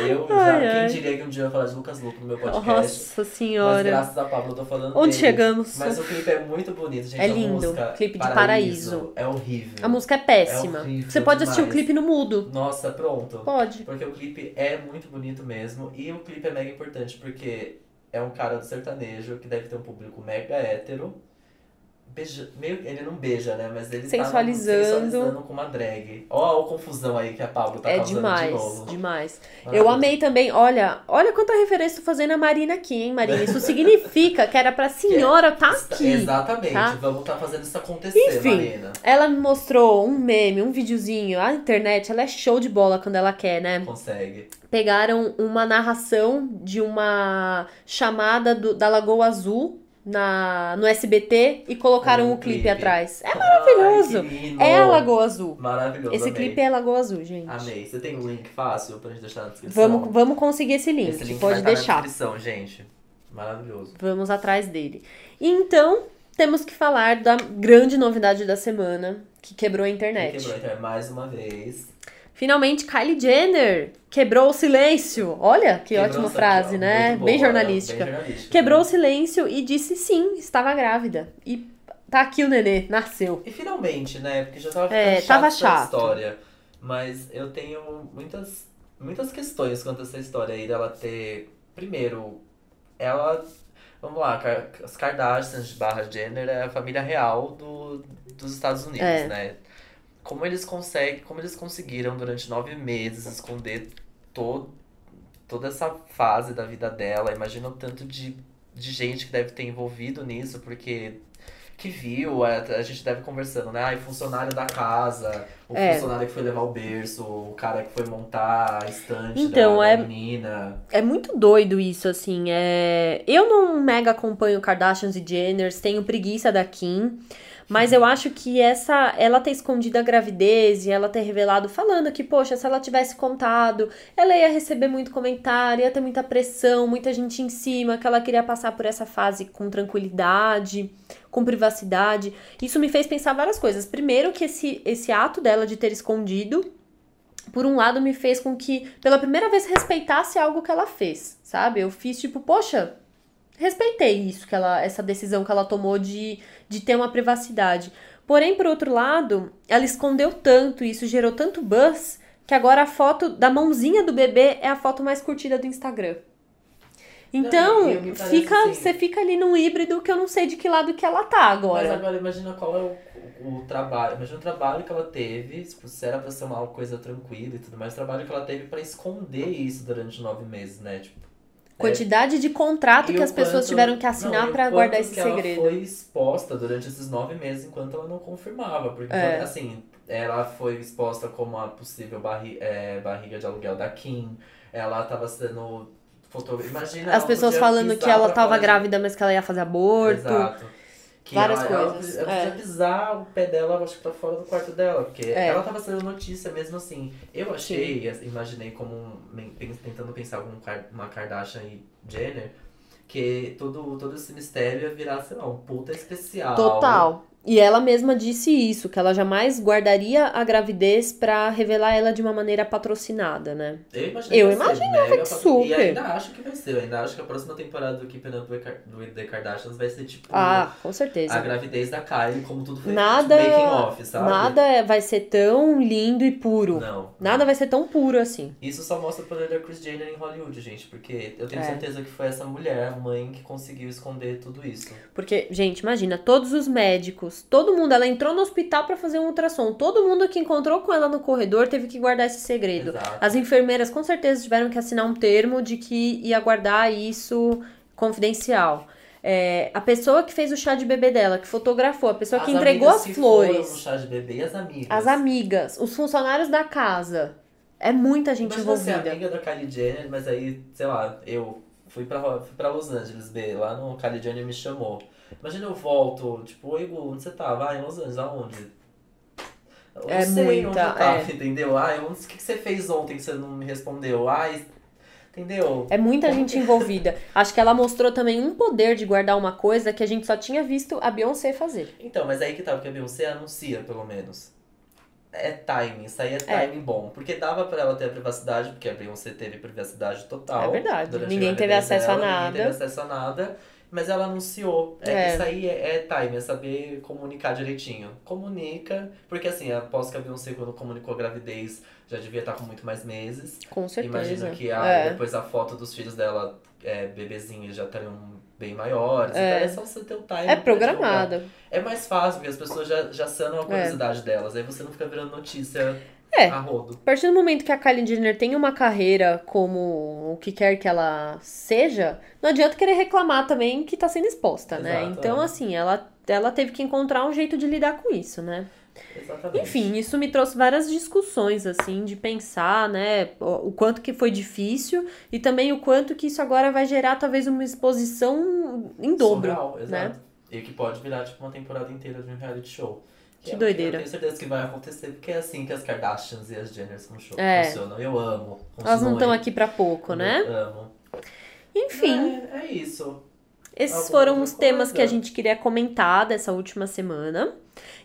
[SPEAKER 2] Eu já,
[SPEAKER 1] Ai,
[SPEAKER 2] quem
[SPEAKER 1] ai.
[SPEAKER 2] diria que um dia eu ia falar de Lucas Luco no meu podcast.
[SPEAKER 1] Nossa
[SPEAKER 2] mas
[SPEAKER 1] senhora.
[SPEAKER 2] graças a Pablo eu tô falando
[SPEAKER 1] Onde
[SPEAKER 2] dele.
[SPEAKER 1] chegamos?
[SPEAKER 2] Mas o clipe é muito bonito, gente.
[SPEAKER 1] É
[SPEAKER 2] a
[SPEAKER 1] lindo.
[SPEAKER 2] música,
[SPEAKER 1] Clipe de
[SPEAKER 2] É horrível.
[SPEAKER 1] A música é péssima.
[SPEAKER 2] É horrível
[SPEAKER 1] Você pode assistir o
[SPEAKER 2] demais.
[SPEAKER 1] clipe no mudo.
[SPEAKER 2] Nossa, pronto.
[SPEAKER 1] Pode.
[SPEAKER 2] Porque o clipe é muito bonito mesmo. E o clipe é mega importante porque é um cara do sertanejo que deve ter um público mega hétero. Beija, meio, ele não beija, né? Mas ele
[SPEAKER 1] Sensualizando.
[SPEAKER 2] tá sensualizando com uma drag. Ó, a confusão aí que a Pablo tá
[SPEAKER 1] é
[SPEAKER 2] causando de
[SPEAKER 1] demais,
[SPEAKER 2] novo. Tá Ah,
[SPEAKER 1] demais. Eu
[SPEAKER 2] Maravilhoso.
[SPEAKER 1] amei também. Olha, olha quanta referência tô fazendo a Marina aqui, hein, Marina? Isso significa que era pra
[SPEAKER 2] é
[SPEAKER 1] senhora tá
[SPEAKER 2] Está-
[SPEAKER 1] aqui.
[SPEAKER 2] Exatamente,
[SPEAKER 1] tá?
[SPEAKER 2] vamos estar fazendo isso acontecer,
[SPEAKER 1] Enfim.
[SPEAKER 2] Marina.
[SPEAKER 1] Ela me mostrou um meme, um videozinho. A internet, ela é show de bola quando ela quer, né?
[SPEAKER 2] Consegue.
[SPEAKER 1] pegaram uma narração de uma chamada do- da Lagoa Azul na, no SBT e colocaram
[SPEAKER 2] Um
[SPEAKER 1] o clipe
[SPEAKER 2] clipe.
[SPEAKER 1] atrás. É, maravilhoso.
[SPEAKER 2] Maravilhoso!
[SPEAKER 1] é a Lagoa Azul.
[SPEAKER 2] Maravilhoso,
[SPEAKER 1] Esse
[SPEAKER 2] amei.
[SPEAKER 1] clipe é a Lagoa Azul, gente.
[SPEAKER 2] Amei. Você tem um link fácil pra gente deixar na descrição?
[SPEAKER 1] Vamos, vamos conseguir esse link,
[SPEAKER 2] Esse link
[SPEAKER 1] pode
[SPEAKER 2] vai tá na
[SPEAKER 1] deixar.
[SPEAKER 2] descrição, gente. Maravilhoso.
[SPEAKER 1] Vamos atrás dele. E Então, temos que falar da grande novidade da semana que quebrou a
[SPEAKER 2] Ele
[SPEAKER 1] internet.
[SPEAKER 2] Quebrou a internet mais uma vez.
[SPEAKER 1] Finalmente, Kylie Jenner quebrou o silêncio. Olha que
[SPEAKER 2] Quebrou
[SPEAKER 1] ótima
[SPEAKER 2] essa-
[SPEAKER 1] frase,
[SPEAKER 2] muito
[SPEAKER 1] né?
[SPEAKER 2] boa,
[SPEAKER 1] bem
[SPEAKER 2] né?
[SPEAKER 1] jornalística.
[SPEAKER 2] Bem jornalística.
[SPEAKER 1] Quebrou o silêncio e disse sim, estava grávida. E tá aqui o nenê, nasceu.
[SPEAKER 2] E finalmente, né? Porque já tava
[SPEAKER 1] É,
[SPEAKER 2] ficando
[SPEAKER 1] tava
[SPEAKER 2] essa
[SPEAKER 1] chato.
[SPEAKER 2] história. Mas eu tenho muitas, muitas questões quanto a essa história aí dela ter. Primeiro, ela. Vamos lá, Kar- as Kardashians barra Jenner é a família real do, dos Estados Unidos,
[SPEAKER 1] É.
[SPEAKER 2] né? Como eles conseguem. Como eles conseguiram durante nove meses esconder todo, toda essa fase da vida dela. Imagina o tanto de, de gente que deve ter envolvido nisso, porque que viu, a, a gente deve conversando, né? Ai, funcionário da casa, o
[SPEAKER 1] É.
[SPEAKER 2] funcionário que foi levar o berço, o cara que foi montar a estante
[SPEAKER 1] Então,
[SPEAKER 2] da, da
[SPEAKER 1] é-
[SPEAKER 2] menina.
[SPEAKER 1] É muito doido isso, assim. É... Eu não mega acompanho Kardashians e Jenners, tenho preguiça da Kim. Mas eu acho que essa, ela ter escondido a gravidez e ela ter revelado, falando que, poxa, se ela tivesse contado, ela ia receber muito comentário, ia ter muita pressão, muita gente em cima, que ela queria passar por essa fase com tranquilidade, com privacidade. Isso me fez pensar várias coisas. Primeiro, que esse, esse ato dela de ter escondido por um lado, me fez com que, pela primeira vez, respeitasse algo que ela fez, sabe? Eu fiz tipo, poxa, respeitei isso, que ela, essa decisão que ela tomou de, de ter uma privacidade. Porém, por outro lado, ela escondeu tanto e isso gerou tanto buzz que agora a foto da mãozinha do bebê é a foto mais curtida do Instagram. Então,
[SPEAKER 2] e o que parece,
[SPEAKER 1] fica,
[SPEAKER 2] assim-
[SPEAKER 1] você fica ali num híbrido que eu não sei de que lado que ela tá agora.
[SPEAKER 2] Mas agora imagina qual é o, o, o trabalho. Imagina o trabalho que ela teve, tipo, se era pra ser uma coisa tranquila e tudo mais, o trabalho que ela teve pra esconder isso durante nove meses, né? Tipo,
[SPEAKER 1] Quantidade de contrato
[SPEAKER 2] E
[SPEAKER 1] que
[SPEAKER 2] o
[SPEAKER 1] as pessoas
[SPEAKER 2] quanto-
[SPEAKER 1] tiveram que
[SPEAKER 2] não,
[SPEAKER 1] assinar
[SPEAKER 2] e o
[SPEAKER 1] pra
[SPEAKER 2] quanto
[SPEAKER 1] guardar esse
[SPEAKER 2] que ela
[SPEAKER 1] segredo.
[SPEAKER 2] foi exposta durante esses nove meses enquanto ela não confirmava. Porque,
[SPEAKER 1] É.
[SPEAKER 2] assim, Ela foi exposta como a possível barri é, barriga de aluguel da Kim. Ela tava sendo fotografada. Imagina.
[SPEAKER 1] As
[SPEAKER 2] ela
[SPEAKER 1] pessoas
[SPEAKER 2] podia
[SPEAKER 1] falando que
[SPEAKER 2] pisar
[SPEAKER 1] ela
[SPEAKER 2] pra
[SPEAKER 1] tava
[SPEAKER 2] fora de-
[SPEAKER 1] grávida, mas que ela ia fazer aborto.
[SPEAKER 2] Exato. Que
[SPEAKER 1] Várias
[SPEAKER 2] ela, ela
[SPEAKER 1] coisas,
[SPEAKER 2] podia- Ela,
[SPEAKER 1] é.
[SPEAKER 2] podia pisar o pé dela, eu acho que tá fora do quarto dela. Porque
[SPEAKER 1] É.
[SPEAKER 2] ela tava sendo notícia mesmo assim. Eu achei, assim, imaginei como um- pen- tentando pensar como um Kar- uma Kardashian e Jenner, que todo, todo esse mistério ia virar, sei lá, um puta especial.
[SPEAKER 1] Total. E ela mesma disse isso, que ela jamais guardaria a gravidez pra revelar ela de uma maneira patrocinada, né?
[SPEAKER 2] Eu imaginei
[SPEAKER 1] Eu
[SPEAKER 2] que vai ser mega
[SPEAKER 1] que
[SPEAKER 2] papo-
[SPEAKER 1] super.
[SPEAKER 2] E ainda acho que vai ser. Eu ainda acho que a próxima temporada do Keeping Up with Kar- with the Kardashians vai ser tipo
[SPEAKER 1] Ah, com
[SPEAKER 2] a
[SPEAKER 1] certeza.
[SPEAKER 2] gravidez da Kylie, como tudo foi
[SPEAKER 1] Nada-
[SPEAKER 2] tipo, making off, sabe?
[SPEAKER 1] Nada é- vai ser tão lindo e puro.
[SPEAKER 2] Não.
[SPEAKER 1] Nada vai ser tão puro assim.
[SPEAKER 2] Isso só mostra o poder da Kris Jenner em Hollywood, gente, porque eu tenho
[SPEAKER 1] É.
[SPEAKER 2] certeza que foi essa mulher, a mãe, que conseguiu esconder tudo isso.
[SPEAKER 1] Porque, gente, imagina, todos os médicos, todo mundo, ela entrou no hospital pra fazer um ultrassom, todo mundo que encontrou com ela no corredor teve que guardar esse segredo.
[SPEAKER 2] Exato.
[SPEAKER 1] As enfermeiras com certeza tiveram que assinar um termo de que ia guardar isso confidencial. É, a pessoa que fez o chá de bebê dela, que fotografou, a pessoa que
[SPEAKER 2] As
[SPEAKER 1] entregou
[SPEAKER 2] amigas
[SPEAKER 1] as
[SPEAKER 2] que Foram no
[SPEAKER 1] flores,
[SPEAKER 2] chá de bebê e as amigas.
[SPEAKER 1] as amigas, os funcionários da casa. É muita gente
[SPEAKER 2] Imagina você é
[SPEAKER 1] envolvida.
[SPEAKER 2] amiga da Kylie Jenner, mas aí, sei lá, eu fui pra, fui pra Los Angeles, B, lá no Kylie Jenner me chamou. Imagina eu volto, tipo, oi Gu, onde você tava? Ah, em Los Angeles, aonde? Eu não
[SPEAKER 1] É
[SPEAKER 2] sei onde
[SPEAKER 1] muita,
[SPEAKER 2] eu tava,
[SPEAKER 1] é.
[SPEAKER 2] entendeu? Ah, eu- o que, que você fez ontem que você não me respondeu? Ah, e- entendeu?
[SPEAKER 1] É muita gente envolvida. Acho que ela mostrou também um poder de guardar uma coisa que a gente só tinha visto a Beyoncé fazer.
[SPEAKER 2] Então, mas aí que tá, porque a Beyoncé anuncia, pelo menos. É timing, isso aí é timing bom. Porque dava pra ela ter a privacidade, porque a Beyoncé teve privacidade
[SPEAKER 1] É
[SPEAKER 2] total.
[SPEAKER 1] verdade,
[SPEAKER 2] durante a
[SPEAKER 1] ninguém teve
[SPEAKER 2] gravidez
[SPEAKER 1] acesso a
[SPEAKER 2] dela, Ninguém teve
[SPEAKER 1] nada.
[SPEAKER 2] acesso a nada, mas ela anunciou. É,
[SPEAKER 1] É.
[SPEAKER 2] Isso aí é, é timing, é saber comunicar direitinho. Comunica, porque assim, após que a Beyoncé, quando comunicou a gravidez, já devia estar com muito mais meses.
[SPEAKER 1] Com certeza.
[SPEAKER 2] Imagino que a-
[SPEAKER 1] É.
[SPEAKER 2] depois a foto dos filhos dela, é, bebezinhos, já estariam bem maiores.
[SPEAKER 1] É.
[SPEAKER 2] Então é só você ter o timing.
[SPEAKER 1] É
[SPEAKER 2] pra divulgar.
[SPEAKER 1] programada.
[SPEAKER 2] É mais fácil, porque as pessoas já, já sanam a curiosidade delas. Aí você não fica virando notícia
[SPEAKER 1] É.
[SPEAKER 2] a rodo.
[SPEAKER 1] A partir do momento que a Kylie Jenner tem uma carreira como o que quer que ela seja, não adianta querer reclamar também que tá sendo exposta, né?
[SPEAKER 2] Exato,
[SPEAKER 1] Então,
[SPEAKER 2] é.
[SPEAKER 1] assim, ela, ela teve que encontrar um jeito de lidar com isso, né?
[SPEAKER 2] Exatamente.
[SPEAKER 1] Enfim, isso me trouxe várias discussões, assim, de pensar, né, o o quanto que foi difícil e também o quanto que isso agora vai gerar talvez uma exposição em dobro. né?
[SPEAKER 2] Surreal, exato. E que pode virar, tipo, uma temporada inteira de um reality show.
[SPEAKER 1] Que
[SPEAKER 2] é o
[SPEAKER 1] doideira.
[SPEAKER 2] Eu tenho certeza que vai acontecer, porque é assim que as Kardashians e as Jenners fun-
[SPEAKER 1] É.
[SPEAKER 2] funcionam. Eu amo.
[SPEAKER 1] Elas não estão
[SPEAKER 2] Continuem.
[SPEAKER 1] aqui pra pouco, né?
[SPEAKER 2] Eu amo.
[SPEAKER 1] Enfim,
[SPEAKER 2] é. É, é isso.
[SPEAKER 1] esses
[SPEAKER 2] alguma
[SPEAKER 1] foram
[SPEAKER 2] outra
[SPEAKER 1] os temas
[SPEAKER 2] coisa?
[SPEAKER 1] que a gente queria comentar dessa última semana.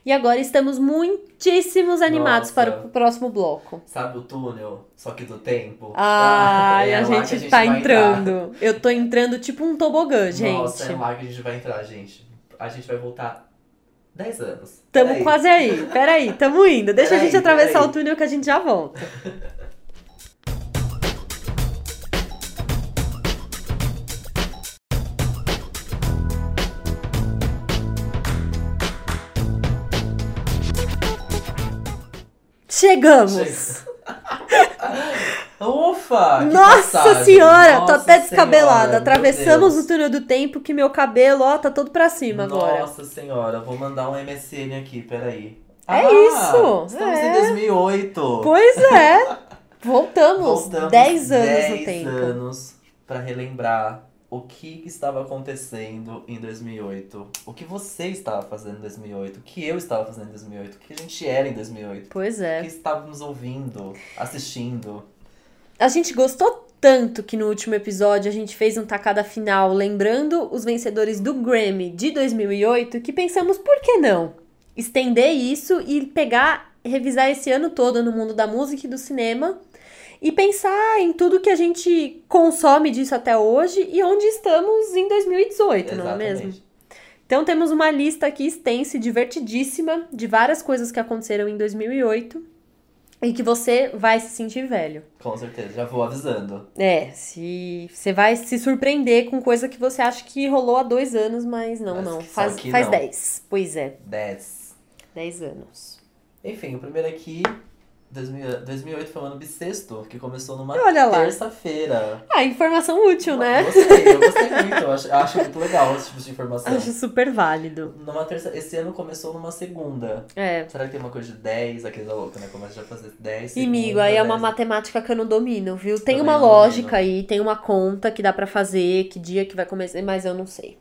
[SPEAKER 1] E agora estamos muitíssimos animados
[SPEAKER 2] Nossa.
[SPEAKER 1] para o próximo bloco.
[SPEAKER 2] Sabe o túnel? Só que do tempo.
[SPEAKER 1] Ai,
[SPEAKER 2] é
[SPEAKER 1] a,
[SPEAKER 2] lá que
[SPEAKER 1] gente tá
[SPEAKER 2] vai
[SPEAKER 1] entrando. Eu tô entrando tipo um tobogã, gente.
[SPEAKER 2] Nossa, é lá que a gente vai entrar, gente. A gente vai voltar 10 anos.
[SPEAKER 1] Tamo
[SPEAKER 2] Peraí.
[SPEAKER 1] quase aí. Peraí, tamo indo. Deixa a
[SPEAKER 2] Peraí,
[SPEAKER 1] gente atravessar
[SPEAKER 2] peraí.
[SPEAKER 1] o túnel que a gente já volta. Chegamos!
[SPEAKER 2] Ufa! que
[SPEAKER 1] Nossa
[SPEAKER 2] passagem.
[SPEAKER 1] senhora, tô
[SPEAKER 2] Nossa
[SPEAKER 1] até descabelada.
[SPEAKER 2] senhora,
[SPEAKER 1] Atravessamos
[SPEAKER 2] meu
[SPEAKER 1] o túnel do tempo que meu cabelo, ó, tá todo pra cima
[SPEAKER 2] Deus.
[SPEAKER 1] agora.
[SPEAKER 2] Nossa senhora, vou mandar um MSN aqui, peraí. Ah,
[SPEAKER 1] É isso,
[SPEAKER 2] Estamos
[SPEAKER 1] é.
[SPEAKER 2] em 2008.
[SPEAKER 1] Pois é! Voltamos
[SPEAKER 2] Voltamos
[SPEAKER 1] 10 anos no
[SPEAKER 2] 10
[SPEAKER 1] tempo.
[SPEAKER 2] anos pra relembrar o que que estava acontecendo em 2008. O que você estava fazendo em 2008. O que eu estava fazendo em 2008. O que a gente era em 2008.
[SPEAKER 1] Pois
[SPEAKER 2] O que
[SPEAKER 1] é.
[SPEAKER 2] estávamos ouvindo, assistindo.
[SPEAKER 1] A gente gostou tanto que no último episódio a gente fez um tacada final lembrando os vencedores do Grammy de 2008 que pensamos por que não estender isso e pegar, revisar esse ano todo no mundo da música e do cinema e pensar em tudo que a gente consome disso até hoje e onde estamos em 2018, não é mesmo? Então temos uma lista aqui extensa e divertidíssima de várias coisas que aconteceram em 2008 e que você vai se sentir velho.
[SPEAKER 2] Com certeza, já vou avisando.
[SPEAKER 1] É, se você vai se surpreender com coisa que você acha que rolou há dois anos, mas não,
[SPEAKER 2] Mas
[SPEAKER 1] não.
[SPEAKER 2] que
[SPEAKER 1] Faz,
[SPEAKER 2] sabe que
[SPEAKER 1] faz
[SPEAKER 2] não.
[SPEAKER 1] 10. Pois é,
[SPEAKER 2] 10.
[SPEAKER 1] 10 anos.
[SPEAKER 2] Enfim, o primeiro aqui 2000 2008 foi um ano bissexto, que começou numa
[SPEAKER 1] Olha lá.
[SPEAKER 2] terça-feira.
[SPEAKER 1] Ah, informação útil, né?
[SPEAKER 2] Gostei, eu gostei muito. Eu acho, eu acho muito legal esse tipo de informação.
[SPEAKER 1] Acho super válido.
[SPEAKER 2] Numa terça, esse ano começou numa segunda.
[SPEAKER 1] É.
[SPEAKER 2] Será que tem uma coisa de 10? Aquele da louca, né? Começa já a fazer 10
[SPEAKER 1] Inimigo,
[SPEAKER 2] segunda,
[SPEAKER 1] aí é uma
[SPEAKER 2] 10.
[SPEAKER 1] matemática que eu não domino, viu? Tem
[SPEAKER 2] Também
[SPEAKER 1] uma
[SPEAKER 2] não domino.
[SPEAKER 1] lógica aí, tem uma conta que dá pra fazer, que dia que vai começar, mas eu não sei.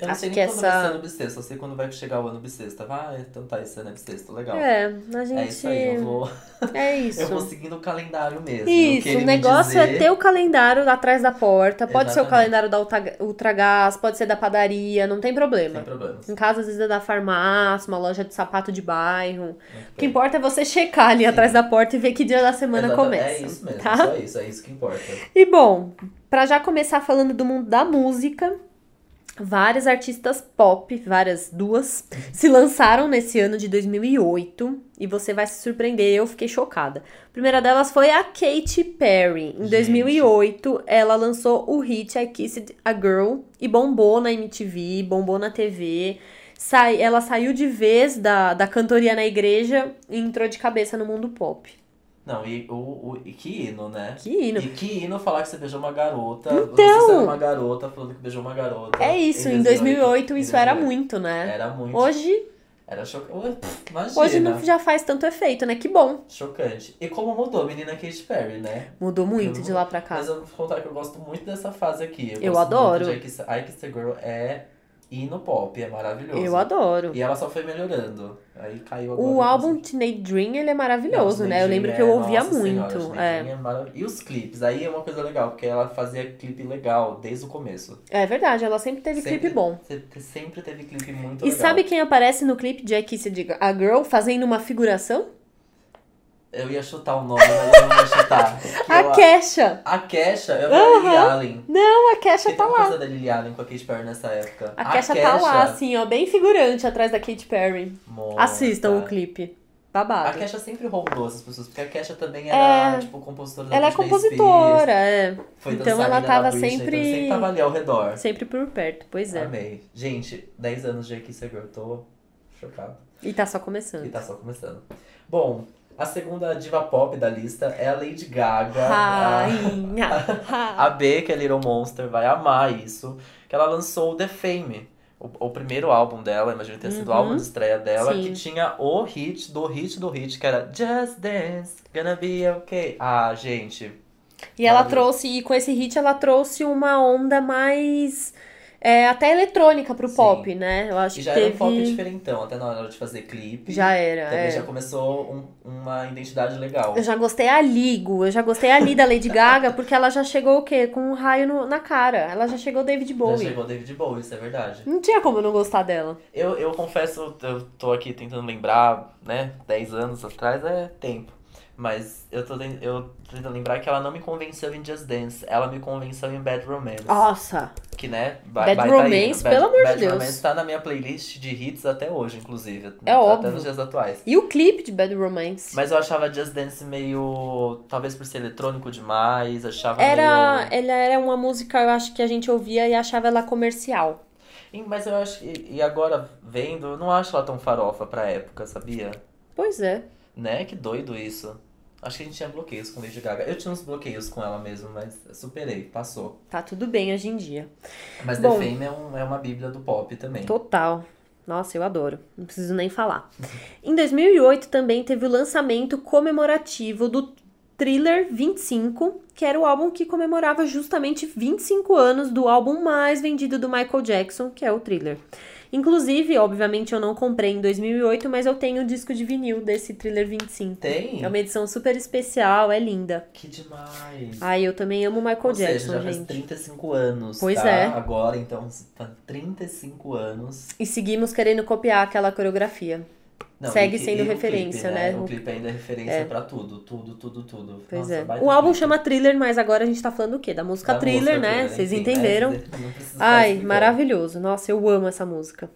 [SPEAKER 2] Eu não
[SPEAKER 1] acho
[SPEAKER 2] sei nem
[SPEAKER 1] que
[SPEAKER 2] quando
[SPEAKER 1] essa-
[SPEAKER 2] vai ser ano bissexto, só sei quando vai chegar o ano bissexto. Ah, então tá, esse ano é bissexto, legal.
[SPEAKER 1] É, a gente.
[SPEAKER 2] É isso aí, eu vou,
[SPEAKER 1] É isso.
[SPEAKER 2] eu vou seguindo o calendário mesmo.
[SPEAKER 1] Isso,
[SPEAKER 2] queria
[SPEAKER 1] o
[SPEAKER 2] me
[SPEAKER 1] negócio é
[SPEAKER 2] dizer-
[SPEAKER 1] ter o calendário atrás da porta. Pode ser o
[SPEAKER 2] Exatamente.
[SPEAKER 1] calendário da Ultra- Ultragás, pode ser da padaria, não tem problema.
[SPEAKER 2] Sem problemas.
[SPEAKER 1] Em casa, às vezes, é da farmácia, uma loja de sapato de bairro. O que
[SPEAKER 2] Perfeito.
[SPEAKER 1] importa é você checar ali
[SPEAKER 2] Sim.
[SPEAKER 1] atrás da porta e ver que dia da semana
[SPEAKER 2] Exata-
[SPEAKER 1] começa.
[SPEAKER 2] É isso mesmo,
[SPEAKER 1] tá?
[SPEAKER 2] só isso, é isso que importa.
[SPEAKER 1] E bom, pra já começar falando do mundo da música, várias artistas pop, várias duas, se lançaram nesse ano de 2008 e você vai se surpreender, eu fiquei chocada. A primeira delas foi a Katy Perry. Em
[SPEAKER 2] Gente.
[SPEAKER 1] 2008, ela lançou o hit I Kissed a Girl e bombou na MTV, bombou na TV. Sai, ela saiu de vez da, da cantoria na igreja e entrou de cabeça no mundo pop.
[SPEAKER 2] Não, e, o, o, e que hino, né?
[SPEAKER 1] Que hino!
[SPEAKER 2] E que hino falar que você beijou uma garota.
[SPEAKER 1] Então!
[SPEAKER 2] Você sendo uma garota falando que beijou uma garota.
[SPEAKER 1] É isso, em 2008 isso era muito, né?
[SPEAKER 2] Era muito.
[SPEAKER 1] Hoje,
[SPEAKER 2] Era chocante. Imagina.
[SPEAKER 1] hoje não já faz tanto efeito, né? Que bom.
[SPEAKER 2] Chocante. E como mudou, menina Katy Perry, né?
[SPEAKER 1] Mudou muito
[SPEAKER 2] Eu-
[SPEAKER 1] de lá pra cá.
[SPEAKER 2] Mas eu vou contar que eu gosto muito dessa fase aqui.
[SPEAKER 1] Eu
[SPEAKER 2] gosto
[SPEAKER 1] adoro.
[SPEAKER 2] Muito de I Kiss- I Kiss the Girl é hino pop, é maravilhoso.
[SPEAKER 1] Eu adoro.
[SPEAKER 2] E é ela só foi melhorando. Aí caiu agora.
[SPEAKER 1] O
[SPEAKER 2] eu
[SPEAKER 1] álbum Teenage Dream, ele é maravilhoso, né? Eu lembro que eu ouvia muito. É,
[SPEAKER 2] é. marav- E os clipes, aí é uma coisa legal, porque ela fazia clipe legal desde o começo.
[SPEAKER 1] é verdade, ela sempre teve
[SPEAKER 2] Sempre.
[SPEAKER 1] clipe bom.
[SPEAKER 2] Sempre, sempre teve clipe muito
[SPEAKER 1] E
[SPEAKER 2] legal.
[SPEAKER 1] sabe quem aparece no clipe de I Kissed a Girl fazendo uma figuração?
[SPEAKER 2] Eu ia chutar o nome, mas eu não ia chutar. porque eu-
[SPEAKER 1] A Kesha!
[SPEAKER 2] a Kesha é a Lily Allen.
[SPEAKER 1] Não, a Kesha
[SPEAKER 2] Tem
[SPEAKER 1] tá
[SPEAKER 2] uma
[SPEAKER 1] lá.
[SPEAKER 2] coisa da Lily Allen com a Katy Perry nessa época.
[SPEAKER 1] A Kesha tá lá, assim, ó, bem figurante atrás da Katy Perry.
[SPEAKER 2] Mona.
[SPEAKER 1] Assistam o clipe.
[SPEAKER 2] A
[SPEAKER 1] Babado.
[SPEAKER 2] Kesha sempre roubou essas pessoas, porque a Kesha também era,
[SPEAKER 1] É.
[SPEAKER 2] tipo, compositora da
[SPEAKER 1] Ela é
[SPEAKER 2] Britney
[SPEAKER 1] compositora, é.
[SPEAKER 2] Spears, foi
[SPEAKER 1] Então
[SPEAKER 2] dançarina
[SPEAKER 1] ela
[SPEAKER 2] da
[SPEAKER 1] tava
[SPEAKER 2] Britney,
[SPEAKER 1] sempre-
[SPEAKER 2] Então sempre tava ali ao redor.
[SPEAKER 1] Sempre por perto, pois é.
[SPEAKER 2] Amei. Gente, 10 anos de aqui, Girl, tô chocado.
[SPEAKER 1] E tá só
[SPEAKER 2] E
[SPEAKER 1] começando.
[SPEAKER 2] tá só começando. Bom, a segunda diva pop da lista é a Lady Gaga.
[SPEAKER 1] Rainha!
[SPEAKER 2] A, a B, que é Little Monster, vai amar isso. Que ela lançou o The Fame. O, o primeiro álbum dela, imagino que tenha sido o
[SPEAKER 1] Uhum.
[SPEAKER 2] álbum de estreia dela,
[SPEAKER 1] Sim.
[SPEAKER 2] que tinha o hit do hit do hit, que era Just Dance, Gonna Be Okay. Ah, gente,
[SPEAKER 1] E ela
[SPEAKER 2] Maravilhoso.
[SPEAKER 1] trouxe, e com esse hit ela trouxe uma onda mais. é, até eletrônica pro
[SPEAKER 2] Sim.
[SPEAKER 1] pop, né? Eu acho
[SPEAKER 2] e
[SPEAKER 1] que
[SPEAKER 2] já
[SPEAKER 1] teve.
[SPEAKER 2] era um pop diferentão, até na hora de fazer clipe.
[SPEAKER 1] Já era.
[SPEAKER 2] Também
[SPEAKER 1] é.
[SPEAKER 2] já começou um- uma identidade legal.
[SPEAKER 1] Eu já gostei a Ligo, eu já gostei ali da Lady Gaga, porque ela já chegou o quê? Com um raio no- na cara. Ela já chegou David
[SPEAKER 2] Já
[SPEAKER 1] Bowie.
[SPEAKER 2] chegou David Bowie, isso é verdade.
[SPEAKER 1] Não tinha como eu não gostar dela.
[SPEAKER 2] Eu, eu confesso, eu tô aqui tentando lembrar, né? 10 anos atrás é tempo. Mas eu tô, ten- eu tô tentando lembrar que ela não me convenceu em Just Dance, ela me convenceu em Bad Romance.
[SPEAKER 1] Nossa!
[SPEAKER 2] Que, né? ba-
[SPEAKER 1] Ah. Bad
[SPEAKER 2] baita hino.
[SPEAKER 1] Romance,
[SPEAKER 2] Bad-
[SPEAKER 1] pelo amor de
[SPEAKER 2] Bad
[SPEAKER 1] Deus.
[SPEAKER 2] Romance tá na minha playlist de hits até hoje, inclusive.
[SPEAKER 1] É
[SPEAKER 2] até
[SPEAKER 1] óbvio.
[SPEAKER 2] nos dias atuais.
[SPEAKER 1] E o clipe de Bad Romance?
[SPEAKER 2] Mas eu achava Just Dance meio. Talvez por ser eletrônico demais, achava meio.
[SPEAKER 1] Era, ela era uma música, eu acho que a gente ouvia e achava ela comercial.
[SPEAKER 2] E- Mas eu acho que. E agora, vendo, eu não acho ela tão farofa pra época, sabia?
[SPEAKER 1] Pois é.
[SPEAKER 2] Né? Que doido isso. Acho que a gente tinha bloqueios com Lady Gaga. Eu tinha uns bloqueios com ela mesmo, mas superei, passou.
[SPEAKER 1] Tá tudo bem hoje em dia.
[SPEAKER 2] Mas
[SPEAKER 1] Bom.
[SPEAKER 2] The Fame é, um- é uma bíblia do pop também.
[SPEAKER 1] Total. Nossa, eu adoro. Não preciso nem falar. Em 2008 também teve o lançamento comemorativo do Thriller 25, que era o álbum que comemorava justamente 25 anos do álbum mais vendido do Michael Jackson, que é o Thriller. Inclusive, obviamente eu não comprei em 2008, mas eu tenho o disco de vinil desse Thriller 25.
[SPEAKER 2] Tem?
[SPEAKER 1] É uma edição super especial, é linda.
[SPEAKER 2] Que demais.
[SPEAKER 1] Ai, Ah, eu também amo Michael
[SPEAKER 2] Ou seja,
[SPEAKER 1] Jackson,
[SPEAKER 2] já faz
[SPEAKER 1] gente.
[SPEAKER 2] 35 anos,
[SPEAKER 1] Pois
[SPEAKER 2] tá?
[SPEAKER 1] é.
[SPEAKER 2] Agora, então, tá 35 anos.
[SPEAKER 1] E seguimos querendo copiar aquela coreografia.
[SPEAKER 2] Não,
[SPEAKER 1] Segue
[SPEAKER 2] e-
[SPEAKER 1] sendo
[SPEAKER 2] e o
[SPEAKER 1] referência,
[SPEAKER 2] clipe,
[SPEAKER 1] né?
[SPEAKER 2] O clipe ainda é referência pra tudo, tudo, tudo, tudo.
[SPEAKER 1] Pois
[SPEAKER 2] Nossa,
[SPEAKER 1] é.
[SPEAKER 2] baita
[SPEAKER 1] O álbum
[SPEAKER 2] clipe.
[SPEAKER 1] chama Thriller, mas agora a gente tá falando o quê? Da música
[SPEAKER 2] Da
[SPEAKER 1] Thriller,
[SPEAKER 2] música
[SPEAKER 1] né?
[SPEAKER 2] Thriller,
[SPEAKER 1] Vocês
[SPEAKER 2] enfim, né?
[SPEAKER 1] entenderam?
[SPEAKER 2] Não preciso ficar
[SPEAKER 1] Ai,
[SPEAKER 2] explicando.
[SPEAKER 1] maravilhoso. Nossa, eu amo essa música.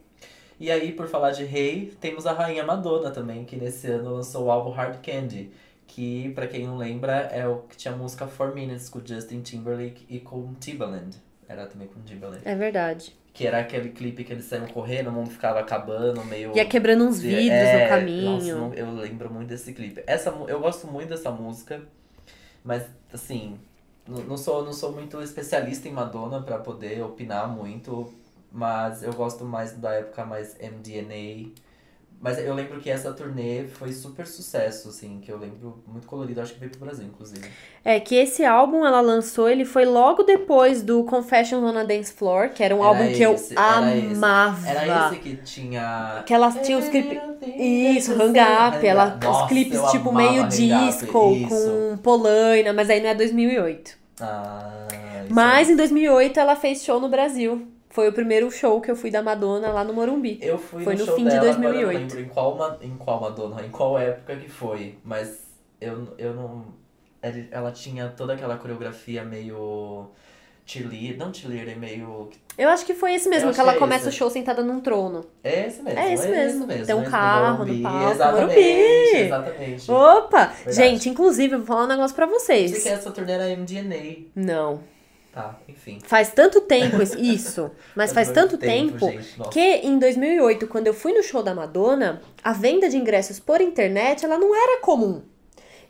[SPEAKER 2] E aí, por falar de rei, temos a rainha Madonna também, que nesse ano lançou o álbum Hard Candy, que, pra quem não lembra, é o que tinha a música Four Minutes com Justin Timberlake e com Timbaland. Era também com Timberlake.
[SPEAKER 1] É verdade.
[SPEAKER 2] Que era aquele clipe que eles saíam correndo, o mundo ficava acabando, meio.
[SPEAKER 1] Ia quebrando uns vidros
[SPEAKER 2] É,
[SPEAKER 1] no
[SPEAKER 2] nossa,
[SPEAKER 1] caminho.
[SPEAKER 2] não- eu lembro muito desse clipe. Essa, mu- eu gosto muito dessa música, mas assim, n- não sou, não sou muito especialista em Madonna pra poder opinar muito, mas eu gosto mais da época mais MDNA. Mas eu lembro que essa turnê foi super sucesso, assim, que eu lembro muito colorido, acho que veio pro Brasil, inclusive.
[SPEAKER 1] É que esse álbum ela lançou, ele foi logo depois do Confessions on a Dance Floor, que era um
[SPEAKER 2] Era
[SPEAKER 1] álbum que eu
[SPEAKER 2] esse, era esse.
[SPEAKER 1] amava.
[SPEAKER 2] Era esse É, que tinha.
[SPEAKER 1] Que ela tinha os clipes. Isso, Hang Up, ela,
[SPEAKER 2] Nossa,
[SPEAKER 1] os clipes
[SPEAKER 2] eu
[SPEAKER 1] tipo
[SPEAKER 2] amava
[SPEAKER 1] meio
[SPEAKER 2] Hang Up,
[SPEAKER 1] disco,
[SPEAKER 2] isso.
[SPEAKER 1] com Polaina, mas aí não é 2008.
[SPEAKER 2] Ah, isso
[SPEAKER 1] Mas em 2008 ela fez show no Brasil. Foi o primeiro show que eu fui da Madonna lá no Morumbi.
[SPEAKER 2] Eu fui
[SPEAKER 1] Foi
[SPEAKER 2] no,
[SPEAKER 1] no
[SPEAKER 2] show
[SPEAKER 1] fim de
[SPEAKER 2] dela,
[SPEAKER 1] 2008.
[SPEAKER 2] agora eu não lembro em qual, ma- em qual Madonna, em qual época que foi, mas eu, eu não... ele- Ela tinha toda aquela coreografia meio cheerleader, não cheerleader, é meio...
[SPEAKER 1] Eu acho que foi esse
[SPEAKER 2] Eu
[SPEAKER 1] mesmo,
[SPEAKER 2] acho
[SPEAKER 1] que ela
[SPEAKER 2] que é
[SPEAKER 1] começa
[SPEAKER 2] esse.
[SPEAKER 1] o show sentada num trono.
[SPEAKER 2] É esse mesmo,
[SPEAKER 1] É esse mesmo. Tem um
[SPEAKER 2] é esse,
[SPEAKER 1] carro no
[SPEAKER 2] Morumbi,
[SPEAKER 1] palco,
[SPEAKER 2] Exatamente,
[SPEAKER 1] Morumbi.
[SPEAKER 2] exatamente.
[SPEAKER 1] Opa!
[SPEAKER 2] Verdade.
[SPEAKER 1] Gente, inclusive, eu vou falar um negócio pra
[SPEAKER 2] Pensei
[SPEAKER 1] vocês.
[SPEAKER 2] que essa turnê era MDNA,
[SPEAKER 1] Não.
[SPEAKER 2] tá, enfim.
[SPEAKER 1] Faz tanto tempo isso- isso, mas faz
[SPEAKER 2] muito
[SPEAKER 1] tanto tempo
[SPEAKER 2] gente, nossa.
[SPEAKER 1] que em 2008, quando eu fui no show da Madonna, a venda de ingressos por internet, ela não era comum.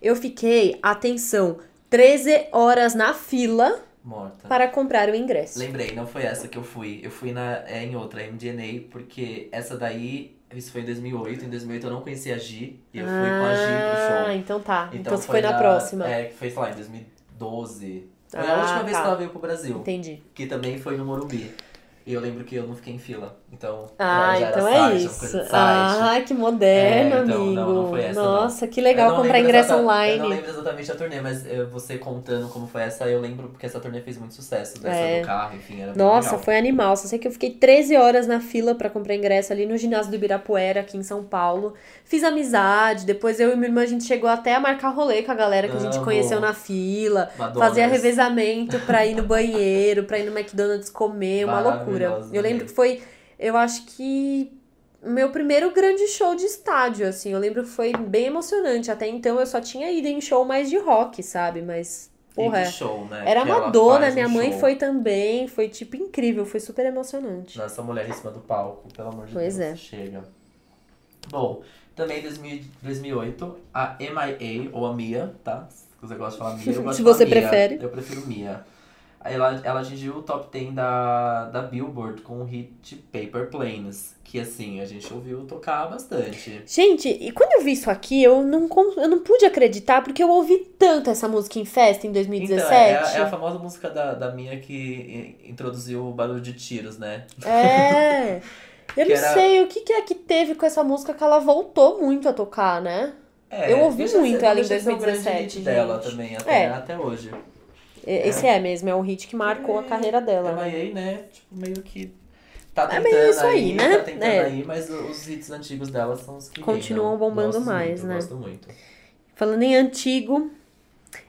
[SPEAKER 1] Eu fiquei, atenção, 13 horas na fila
[SPEAKER 2] Morta.
[SPEAKER 1] para comprar o ingresso.
[SPEAKER 2] Lembrei, não foi essa que eu fui. Eu fui na, é, em outra, MDNA, porque essa daí, isso foi em 2008. Em 2008 eu não conhecia a Gi, e eu fui com a Gi pro
[SPEAKER 1] Ah,
[SPEAKER 2] show.
[SPEAKER 1] então tá. Então, você foi, na
[SPEAKER 2] na-
[SPEAKER 1] próxima.
[SPEAKER 2] É, que foi, sei lá, em 2012. Foi a
[SPEAKER 1] Ah,
[SPEAKER 2] última vez
[SPEAKER 1] tá.
[SPEAKER 2] que ela veio pro Brasil,
[SPEAKER 1] Entendi.
[SPEAKER 2] que também foi no Morumbi. E eu lembro que eu não fiquei em fila, então
[SPEAKER 1] Ah,
[SPEAKER 2] já, já
[SPEAKER 1] então
[SPEAKER 2] era
[SPEAKER 1] é
[SPEAKER 2] site, uma
[SPEAKER 1] isso.
[SPEAKER 2] coisa de site.
[SPEAKER 1] Ah, que moderno,
[SPEAKER 2] É, então,
[SPEAKER 1] amigo.
[SPEAKER 2] não, não foi essa, não.
[SPEAKER 1] Nossa, que
[SPEAKER 2] Eu
[SPEAKER 1] legal
[SPEAKER 2] não
[SPEAKER 1] comprar
[SPEAKER 2] lembro
[SPEAKER 1] ingresso
[SPEAKER 2] exata-
[SPEAKER 1] online.
[SPEAKER 2] Eu não lembro exatamente a turnê, mas eh, você contando como foi essa, eu lembro porque essa turnê fez muito sucesso. Dessa
[SPEAKER 1] É.
[SPEAKER 2] do carro, enfim, era bem
[SPEAKER 1] Nossa,
[SPEAKER 2] legal.
[SPEAKER 1] foi animal. Só sei que eu fiquei 13 horas na fila pra comprar ingresso ali no ginásio do Ibirapuera, aqui em São Paulo. Fiz amizade, depois eu e minha irmã a gente chegou até a marcar rolê com a galera que a gente
[SPEAKER 2] Amo.
[SPEAKER 1] conheceu na fila.
[SPEAKER 2] Madonnas.
[SPEAKER 1] Fazia revezamento pra ir no banheiro, pra ir no McDonald's comer, uma loucura.
[SPEAKER 2] Maravilhosa,
[SPEAKER 1] Eu lembro
[SPEAKER 2] né?
[SPEAKER 1] que foi, eu acho que o meu primeiro grande show de estádio, assim. Eu lembro que foi bem emocionante. Até então eu só tinha ido em show mais de rock, sabe? Mas, porra,
[SPEAKER 2] E que show, né?
[SPEAKER 1] era
[SPEAKER 2] que ela
[SPEAKER 1] Madonna,
[SPEAKER 2] faz no
[SPEAKER 1] minha mãe
[SPEAKER 2] show.
[SPEAKER 1] foi também, foi tipo incrível, foi super emocionante.
[SPEAKER 2] Nossa mulher em cima do palco, pelo amor de
[SPEAKER 1] Pois
[SPEAKER 2] Deus.
[SPEAKER 1] é.
[SPEAKER 2] Chega. Bom, também em 2000 2008, a MIA, ou a Mia, tá? Se você gosta de falar Mia, eu gosto
[SPEAKER 1] Se
[SPEAKER 2] de falar
[SPEAKER 1] você
[SPEAKER 2] Mia.
[SPEAKER 1] prefere.
[SPEAKER 2] Eu prefiro Mia. Ela, ela atingiu o top 10 da, da Billboard com o hit Paper Planes, que assim, a gente ouviu tocar bastante.
[SPEAKER 1] Gente, e quando eu vi isso aqui, eu não, con- eu não pude acreditar, porque eu ouvi tanto essa música em festa em
[SPEAKER 2] Então, é, a-
[SPEAKER 1] 2017.
[SPEAKER 2] é a famosa música da, da Mia que i- introduziu o barulho de tiros, né?
[SPEAKER 1] É. Eu
[SPEAKER 2] Que
[SPEAKER 1] não
[SPEAKER 2] era-
[SPEAKER 1] sei o que, que é que teve com essa música que ela voltou muito a tocar, né?
[SPEAKER 2] É,
[SPEAKER 1] Eu ouvi
[SPEAKER 2] deixa
[SPEAKER 1] muito
[SPEAKER 2] ser-
[SPEAKER 1] ela em
[SPEAKER 2] deixa ser o grande
[SPEAKER 1] 2017,
[SPEAKER 2] hit dela
[SPEAKER 1] gente.
[SPEAKER 2] também, até,
[SPEAKER 1] É.
[SPEAKER 2] até hoje.
[SPEAKER 1] E- Esse é mesmo, é um hit que marcou a carreira dela. né?
[SPEAKER 2] Ela aí, né? Tipo, meio que. Tá
[SPEAKER 1] É
[SPEAKER 2] tentando
[SPEAKER 1] meio isso aí, né?
[SPEAKER 2] Tá tentando
[SPEAKER 1] É.
[SPEAKER 2] aí, mas os hits antigos dela são os que.
[SPEAKER 1] Continuam
[SPEAKER 2] reinam.
[SPEAKER 1] bombando
[SPEAKER 2] Gosto
[SPEAKER 1] mais,
[SPEAKER 2] muito,
[SPEAKER 1] né?
[SPEAKER 2] Gosto muito.
[SPEAKER 1] Falando em antigo,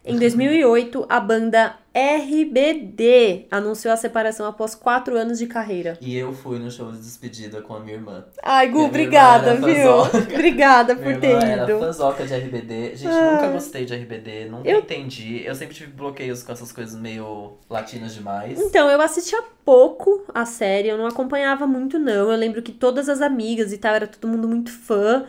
[SPEAKER 1] em 2008, a banda RBD anunciou a separação após quatro anos de carreira.
[SPEAKER 2] E eu fui no show de despedida com a minha irmã.
[SPEAKER 1] Ai,
[SPEAKER 2] Minha
[SPEAKER 1] Gu,
[SPEAKER 2] irmã
[SPEAKER 1] obrigada,
[SPEAKER 2] era
[SPEAKER 1] viu?
[SPEAKER 2] fanzoca.
[SPEAKER 1] Obrigada
[SPEAKER 2] Minha
[SPEAKER 1] por
[SPEAKER 2] irmã
[SPEAKER 1] ter
[SPEAKER 2] era
[SPEAKER 1] ido.
[SPEAKER 2] fanzoca de RBD. Gente, nunca gostei de RBD, nunca
[SPEAKER 1] Ah. Eu-
[SPEAKER 2] entendi. Eu sempre tive bloqueios com essas coisas meio latinas demais.
[SPEAKER 1] Então, eu assistia pouco a série, eu não acompanhava muito, não. Eu lembro que todas as amigas e tal, era todo mundo muito fã.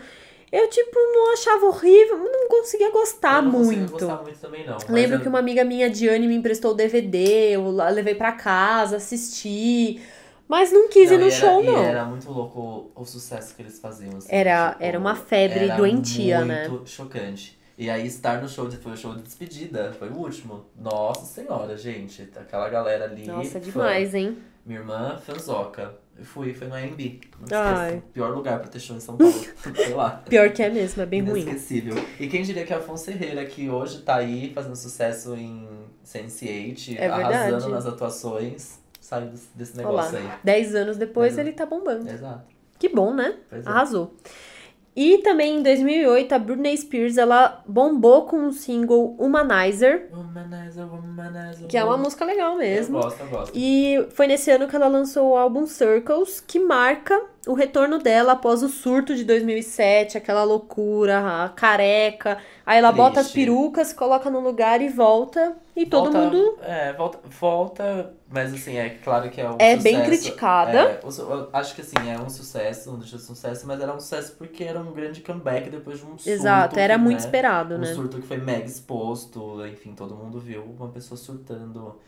[SPEAKER 1] Eu, tipo, não achava horrível, não conseguia gostar
[SPEAKER 2] eu não consigo
[SPEAKER 1] tá muito.
[SPEAKER 2] gostar muito também, não. mas
[SPEAKER 1] Lembro
[SPEAKER 2] eu-
[SPEAKER 1] que uma amiga minha, Diane, me emprestou o DVD, eu lá- levei pra casa, assisti, mas não quis ir
[SPEAKER 2] Não,
[SPEAKER 1] no
[SPEAKER 2] e era-
[SPEAKER 1] show,
[SPEAKER 2] e
[SPEAKER 1] não.
[SPEAKER 2] Era muito louco o- o sucesso que eles faziam. assim,
[SPEAKER 1] Era-
[SPEAKER 2] tipo,
[SPEAKER 1] era uma febre
[SPEAKER 2] era
[SPEAKER 1] doentia, né?
[SPEAKER 2] Muito chocante. E aí estar no show de, foi o show de despedida, foi o último. Nossa senhora, gente. Aquela galera ali.
[SPEAKER 1] Nossa,
[SPEAKER 2] fã.
[SPEAKER 1] demais, hein?
[SPEAKER 2] Minha irmã, fanzoca. Eu fui, foi no AMB. Não
[SPEAKER 1] Ai.
[SPEAKER 2] esqueço. Pior lugar pra ter show em São Paulo. Sei lá.
[SPEAKER 1] Pior que é mesmo, é bem ruim.
[SPEAKER 2] Inesquecível. E quem diria que a Afonso Ferreira, que hoje tá aí fazendo sucesso em Sense8,
[SPEAKER 1] É
[SPEAKER 2] arrasando
[SPEAKER 1] verdade.
[SPEAKER 2] nas atuações, saiu desse, desse
[SPEAKER 1] Olha lá,
[SPEAKER 2] negócio
[SPEAKER 1] dez anos depois
[SPEAKER 2] Mas-
[SPEAKER 1] ele tá bombando.
[SPEAKER 2] aí. Exato.
[SPEAKER 1] Que bom, né?
[SPEAKER 2] Pois é.
[SPEAKER 1] Arrasou. E também em 2008, a Britney Spears, ela bombou com o single Humanizer,
[SPEAKER 2] Womanizer, womanizer,
[SPEAKER 1] que é uma
[SPEAKER 2] woman-
[SPEAKER 1] música
[SPEAKER 2] É,
[SPEAKER 1] legal mesmo.
[SPEAKER 2] Eu gosto, eu gosto.
[SPEAKER 1] E foi nesse ano que ela lançou o álbum Circles, que marca o retorno dela após o surto de 2007, aquela loucura, a careca. Aí ela bota as
[SPEAKER 2] Triste.
[SPEAKER 1] perucas, coloca no lugar e volta. E todo
[SPEAKER 2] Volta-
[SPEAKER 1] mundo
[SPEAKER 2] É, volta, volta, mas assim, é claro que é um
[SPEAKER 1] é
[SPEAKER 2] sucesso.
[SPEAKER 1] bem criticada.
[SPEAKER 2] É, o su- eu acho que assim, é um sucesso, não deixa de ser um sucesso, mas era um sucesso porque era um grande comeback depois de um surto.
[SPEAKER 1] Exato, era
[SPEAKER 2] né?
[SPEAKER 1] muito esperado, né?
[SPEAKER 2] Um surto que foi mega exposto, enfim, todo mundo viu uma pessoa surtando.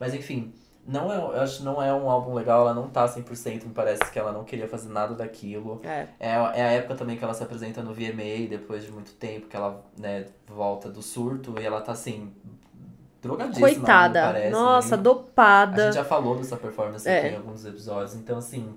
[SPEAKER 2] Mas enfim, não é, eu acho que não é um álbum legal, ela não tá 100%, me parece que ela não queria fazer nada daquilo.
[SPEAKER 1] É.
[SPEAKER 2] É, é a época também que ela se apresenta no VMA, depois de muito tempo que ela, né, volta do surto e ela tá assim, drogadíssima, me
[SPEAKER 1] Coitada.
[SPEAKER 2] parece,
[SPEAKER 1] Nossa,
[SPEAKER 2] né? A
[SPEAKER 1] dopada.
[SPEAKER 2] gente já falou dessa performance
[SPEAKER 1] É.
[SPEAKER 2] aqui em alguns episódios, então assim.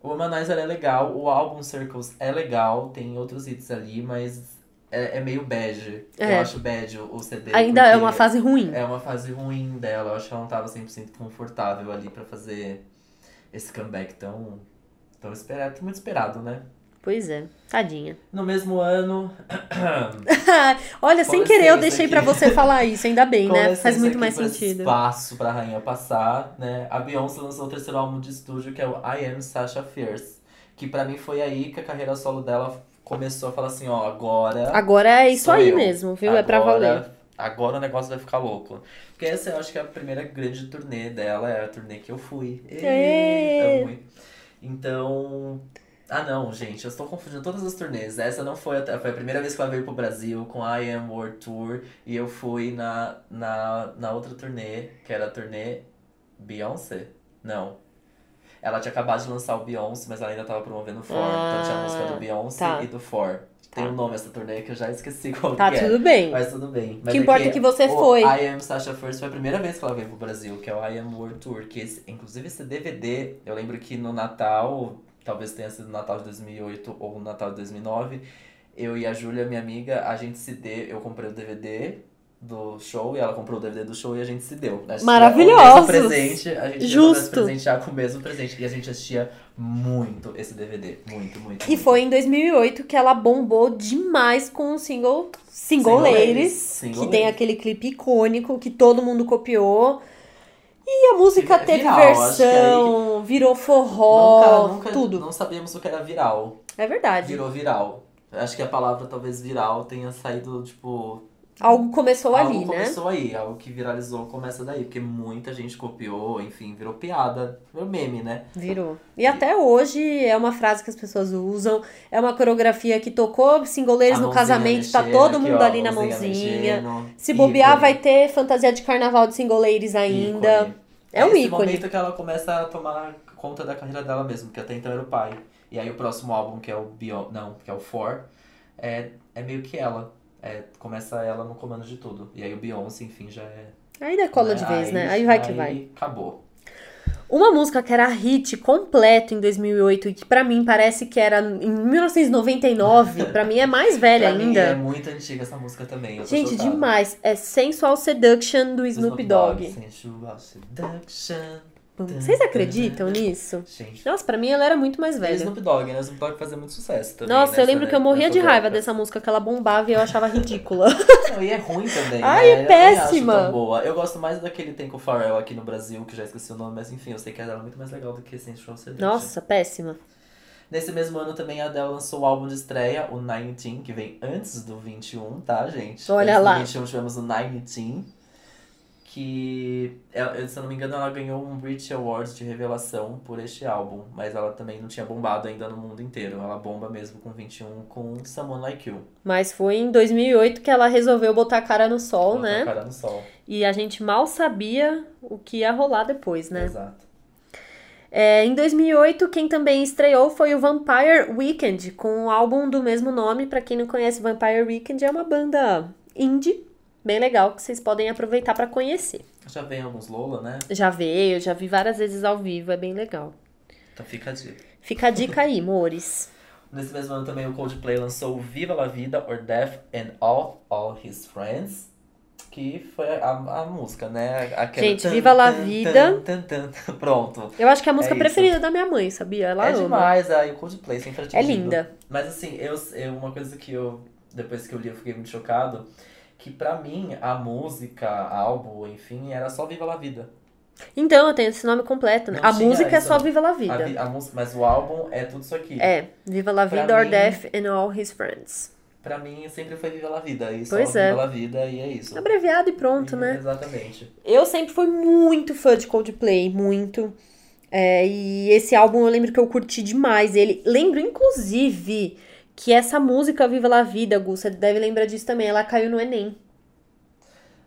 [SPEAKER 2] O Humanizer é legal, o álbum Circles é legal, tem outros hits ali, mas é, é meio bege.
[SPEAKER 1] É.
[SPEAKER 2] Eu acho bege o o CD.
[SPEAKER 1] Ainda é
[SPEAKER 2] porque
[SPEAKER 1] uma fase ruim.
[SPEAKER 2] É uma fase ruim dela, eu acho que ela não tava 100% confortável ali pra fazer esse comeback tão, tão esperado, tão muito esperado, né?
[SPEAKER 1] Pois é, tadinha.
[SPEAKER 2] No mesmo ano.
[SPEAKER 1] Olha,
[SPEAKER 2] Com
[SPEAKER 1] sem querer eu
[SPEAKER 2] licença
[SPEAKER 1] deixei
[SPEAKER 2] aqui.
[SPEAKER 1] pra você falar isso, ainda bem,
[SPEAKER 2] com
[SPEAKER 1] né?
[SPEAKER 2] licença
[SPEAKER 1] Faz muito
[SPEAKER 2] aqui
[SPEAKER 1] mais
[SPEAKER 2] pra
[SPEAKER 1] sentido.
[SPEAKER 2] espaço pra rainha passar, né? A Beyoncé lançou o terceiro álbum de estúdio, que é o I Am Sasha Fierce. Que pra mim foi aí que a carreira solo dela começou a falar assim, ó, agora...
[SPEAKER 1] Agora é isso
[SPEAKER 2] Sou
[SPEAKER 1] aí
[SPEAKER 2] eu.
[SPEAKER 1] mesmo, viu? é pra
[SPEAKER 2] agora-
[SPEAKER 1] valer.
[SPEAKER 2] Agora o negócio vai ficar louco. Porque essa eu acho que é a primeira grande turnê dela, é a turnê que eu fui.
[SPEAKER 1] Ê!
[SPEAKER 2] Ê, amo. Então... Ah não, gente, eu estou confundindo todas as turnês. Essa não foi até. Foi a primeira vez que ela veio pro Brasil com a I Am World Tour. E eu fui na, na, na outra turnê, que era a turnê Beyoncé? Não. Ela tinha acabado de lançar o Beyoncé, mas ela ainda tava promovendo o For. então tinha a música
[SPEAKER 1] Ah,
[SPEAKER 2] do Beyoncé
[SPEAKER 1] tá.
[SPEAKER 2] e do For. Tem
[SPEAKER 1] Tá.
[SPEAKER 2] um nome essa turnê que eu já esqueci qual
[SPEAKER 1] Tá
[SPEAKER 2] que é.
[SPEAKER 1] tudo bem.
[SPEAKER 2] Mas tudo bem.
[SPEAKER 1] O
[SPEAKER 2] Mas
[SPEAKER 1] que importa é que você
[SPEAKER 2] o
[SPEAKER 1] foi.
[SPEAKER 2] I Am Sasha First foi a primeira vez que ela veio pro Brasil, que é o I Am World Tour. Que esse- inclusive esse DVD, eu lembro que no Natal, talvez tenha sido no Natal de 2008 ou no Natal de 2009, eu e a Júlia, minha amiga, a gente se deu. Eu comprei o DVD do show e ela comprou o DVD do show e a gente se deu. A gente
[SPEAKER 1] Maravilhosos!
[SPEAKER 2] deu O mesmo presente, a gente
[SPEAKER 1] Justo!
[SPEAKER 2] Justo. se presentear com o mesmo presente. E a gente assistia muito esse DVD. Muito, muito.
[SPEAKER 1] E
[SPEAKER 2] muito.
[SPEAKER 1] foi em 2008 que ela bombou demais com o single Single, Ladies,
[SPEAKER 2] Single
[SPEAKER 1] que tem
[SPEAKER 2] Ladies.
[SPEAKER 1] aquele clipe icônico que todo mundo copiou. E a música
[SPEAKER 2] Vira-
[SPEAKER 1] teve
[SPEAKER 2] viral, É acho que
[SPEAKER 1] versão, virou
[SPEAKER 2] Nunca,
[SPEAKER 1] forró,
[SPEAKER 2] nunca,
[SPEAKER 1] tudo.
[SPEAKER 2] Não sabíamos o que era viral.
[SPEAKER 1] É verdade.
[SPEAKER 2] Virou viral. Acho que a palavra talvez viral tenha saído, tipo.
[SPEAKER 1] Algo começou
[SPEAKER 2] algo
[SPEAKER 1] ali, né?
[SPEAKER 2] começou aí, algo que viralizou começa daí, porque muita gente copiou, enfim, virou piada, virou meme, né?
[SPEAKER 1] Virou. E até hoje é uma frase que as pessoas usam, é uma coreografia que tocou
[SPEAKER 2] A
[SPEAKER 1] singoleiros no
[SPEAKER 2] mãozinha
[SPEAKER 1] casamento, tá
[SPEAKER 2] mexendo
[SPEAKER 1] todo
[SPEAKER 2] aqui,
[SPEAKER 1] mundo
[SPEAKER 2] ó,
[SPEAKER 1] ali na mãozinha.
[SPEAKER 2] mexendo.
[SPEAKER 1] Se bobear,
[SPEAKER 2] Ícone,
[SPEAKER 1] vai ter fantasia de carnaval de singoleiros ainda.
[SPEAKER 2] ícone.
[SPEAKER 1] É um
[SPEAKER 2] Esse
[SPEAKER 1] ícone.
[SPEAKER 2] momento que ela começa a tomar conta da carreira dela mesmo, porque até então era o pai. E aí o próximo álbum, que é o Beyond, não, que é o Four, é, é meio que ela. É, começa ela no comando de tudo. E aí o Beyoncé, enfim, já é.
[SPEAKER 1] Aí decola de vez, né? Aí vai que vai.
[SPEAKER 2] Acabou.
[SPEAKER 1] Uma música que era hit completo em 2008 e que pra mim parece que era em 1999, pra mim é mais velha
[SPEAKER 2] Pra mim,
[SPEAKER 1] ainda.
[SPEAKER 2] é muito antiga essa música também. eu tô
[SPEAKER 1] Gente,
[SPEAKER 2] chocado.
[SPEAKER 1] demais. É Sensual Seduction do
[SPEAKER 2] Do
[SPEAKER 1] Snoop Dogg.
[SPEAKER 2] Sensual Seduction.
[SPEAKER 1] Vocês acreditam nisso?
[SPEAKER 2] Gente.
[SPEAKER 1] Nossa, pra mim ela era muito mais
[SPEAKER 2] E
[SPEAKER 1] velha.
[SPEAKER 2] Snoop Dogg, né? Snoop Dogg fazia muito sucesso também.
[SPEAKER 1] Nossa, eu
[SPEAKER 2] nessa,
[SPEAKER 1] lembro
[SPEAKER 2] né?
[SPEAKER 1] que eu morria
[SPEAKER 2] Nessa
[SPEAKER 1] de raiva
[SPEAKER 2] época.
[SPEAKER 1] dessa música que ela bombava e eu achava ridícula.
[SPEAKER 2] Não, e é ruim também.
[SPEAKER 1] Ai, é
[SPEAKER 2] né? Eu nem acho
[SPEAKER 1] péssima.
[SPEAKER 2] tão boa. Eu gosto mais daquele Tem com o Pharrell aqui no Brasil, que já esqueci o nome, mas enfim, eu sei que ela era muito mais legal do que Sensual Seduction.
[SPEAKER 1] Nossa, péssima.
[SPEAKER 2] Nesse mesmo ano também a Adele lançou o álbum de estreia, o 19, que vem antes do 21, tá, gente?
[SPEAKER 1] Então Olha
[SPEAKER 2] antes
[SPEAKER 1] lá.
[SPEAKER 2] do 21 tivemos o 19, que, ela- se eu não me engano, ela ganhou um Brit Awards de revelação por este álbum. Mas ela também não tinha bombado ainda no mundo inteiro. Ela bomba mesmo com 21, com Someone Like You.
[SPEAKER 1] Mas foi em 2008 que ela resolveu botar a cara no sol,
[SPEAKER 2] Botou a
[SPEAKER 1] né?
[SPEAKER 2] Cara no sol,
[SPEAKER 1] E a gente mal sabia o que ia rolar depois, né?
[SPEAKER 2] exato.
[SPEAKER 1] É, em 2008, quem também estreou foi o Vampire Weekend, com o álbum do mesmo nome. Pra quem não conhece, Vampire Weekend é uma banda indie, bem legal, que vocês podem aproveitar pra conhecer.
[SPEAKER 2] Já vem alguns Lola, né?
[SPEAKER 1] Já veio, já vi várias vezes ao vivo, é bem legal.
[SPEAKER 2] Então fica a dica.
[SPEAKER 1] Fica a dica aí, mores.
[SPEAKER 2] Nesse mesmo ano também o Coldplay lançou o Viva La Vida or Death and All All His Friends, que foi a, a música, né? Aquela
[SPEAKER 1] Gente, Viva La Vida.
[SPEAKER 2] tan, tan, tan. Pronto.
[SPEAKER 1] Eu acho que é a música
[SPEAKER 2] isso.
[SPEAKER 1] preferida da minha mãe, sabia? Ela
[SPEAKER 2] é
[SPEAKER 1] ama.
[SPEAKER 2] demais, aí o Coldplay sempre
[SPEAKER 1] É
[SPEAKER 2] atingindo.
[SPEAKER 1] linda.
[SPEAKER 2] Mas assim, eu, eu- uma coisa que eu, depois que eu li, eu fiquei muito chocado, que pra mim a música, álbum, enfim, era só Viva La Vida.
[SPEAKER 1] Então, eu tenho esse nome completo, né?
[SPEAKER 2] Não
[SPEAKER 1] a
[SPEAKER 2] tinha
[SPEAKER 1] música é
[SPEAKER 2] isso,
[SPEAKER 1] só
[SPEAKER 2] né?
[SPEAKER 1] Viva La
[SPEAKER 2] A
[SPEAKER 1] Vida.
[SPEAKER 2] vi- a música- mas o álbum é tudo isso aqui.
[SPEAKER 1] É, Viva La
[SPEAKER 2] Pra
[SPEAKER 1] Vida or
[SPEAKER 2] mim-
[SPEAKER 1] Death and All His Friends.
[SPEAKER 2] Pra mim sempre foi Viva La Vida. E
[SPEAKER 1] Pois
[SPEAKER 2] só
[SPEAKER 1] é.
[SPEAKER 2] Viva La Vida e é isso.
[SPEAKER 1] Abreviado e pronto,
[SPEAKER 2] E-
[SPEAKER 1] né?
[SPEAKER 2] Exatamente.
[SPEAKER 1] Eu sempre fui muito fã de Coldplay, muito. É, e esse álbum eu lembro que eu curti demais ele. Lembro, inclusive, que essa música Viva La Vida, Gu, você deve lembrar disso também, ela caiu no Enem.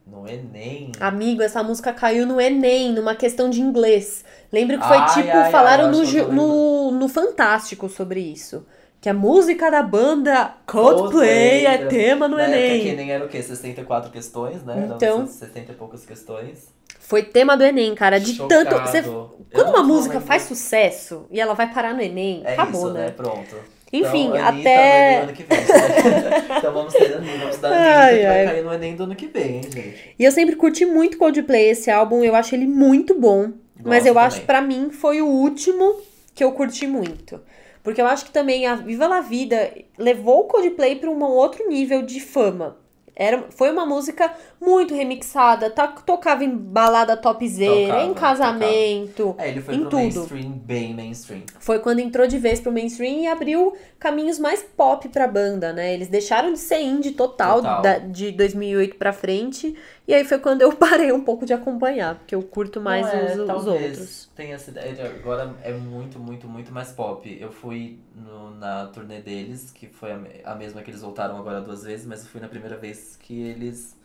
[SPEAKER 2] No Enem.
[SPEAKER 1] Amigo, essa música caiu no Enem, numa questão de inglês. Lembro que foi
[SPEAKER 2] Ai,
[SPEAKER 1] tipo,
[SPEAKER 2] ai, ai,
[SPEAKER 1] falaram
[SPEAKER 2] eu acho
[SPEAKER 1] no,
[SPEAKER 2] que eu
[SPEAKER 1] ju-
[SPEAKER 2] tô
[SPEAKER 1] no, no Fantástico sobre isso. Que a música da banda Coldplay
[SPEAKER 2] Coldplay,
[SPEAKER 1] é
[SPEAKER 2] né?
[SPEAKER 1] tema no
[SPEAKER 2] Na época que
[SPEAKER 1] Enem.
[SPEAKER 2] Enem era o quê? 64 questões, né? Eram
[SPEAKER 1] Então.
[SPEAKER 2] 60 e poucas questões.
[SPEAKER 1] Foi tema do Enem, cara. De tanto. você- Quando uma música faz sucesso e ela vai parar no Enem,
[SPEAKER 2] É
[SPEAKER 1] acabou,
[SPEAKER 2] isso,
[SPEAKER 1] né?
[SPEAKER 2] né? Pronto.
[SPEAKER 1] Enfim,
[SPEAKER 2] então, Anitta vai no
[SPEAKER 1] até.
[SPEAKER 2] ano que vem, né? então vamos ter Anitta, vamos dar Anitta,
[SPEAKER 1] Ai,
[SPEAKER 2] que
[SPEAKER 1] ai.
[SPEAKER 2] vai cair no Enem do ano que vem, hein, gente?
[SPEAKER 1] E eu sempre curti muito Coldplay, esse álbum, eu acho ele muito bom. mas
[SPEAKER 2] Gosto
[SPEAKER 1] eu acho,
[SPEAKER 2] também.
[SPEAKER 1] que pra mim, foi o último que eu curti muito. Porque eu acho que também a Viva La Vida levou o Coldplay pra um outro nível de fama. Era, foi uma música muito remixada, tá- tocava em balada topzera,
[SPEAKER 2] Tocava,
[SPEAKER 1] em casamento.
[SPEAKER 2] É, ele foi
[SPEAKER 1] em
[SPEAKER 2] pro
[SPEAKER 1] tudo.
[SPEAKER 2] mainstream, bem mainstream.
[SPEAKER 1] foi quando entrou de vez pro mainstream e abriu caminhos mais pop pra banda, né? Eles deixaram de ser indie total,
[SPEAKER 2] Total.
[SPEAKER 1] da- de 2008 pra frente. E aí foi quando eu parei um pouco de acompanhar, porque eu curto mais
[SPEAKER 2] Não, é,
[SPEAKER 1] os, os
[SPEAKER 2] talvez
[SPEAKER 1] outros.
[SPEAKER 2] Tenha sido, é, agora é muito, muito, muito mais pop. Eu fui no- na turnê deles, que foi a, me- a mesma que eles voltaram agora duas vezes, mas eu fui na primeira vez que eles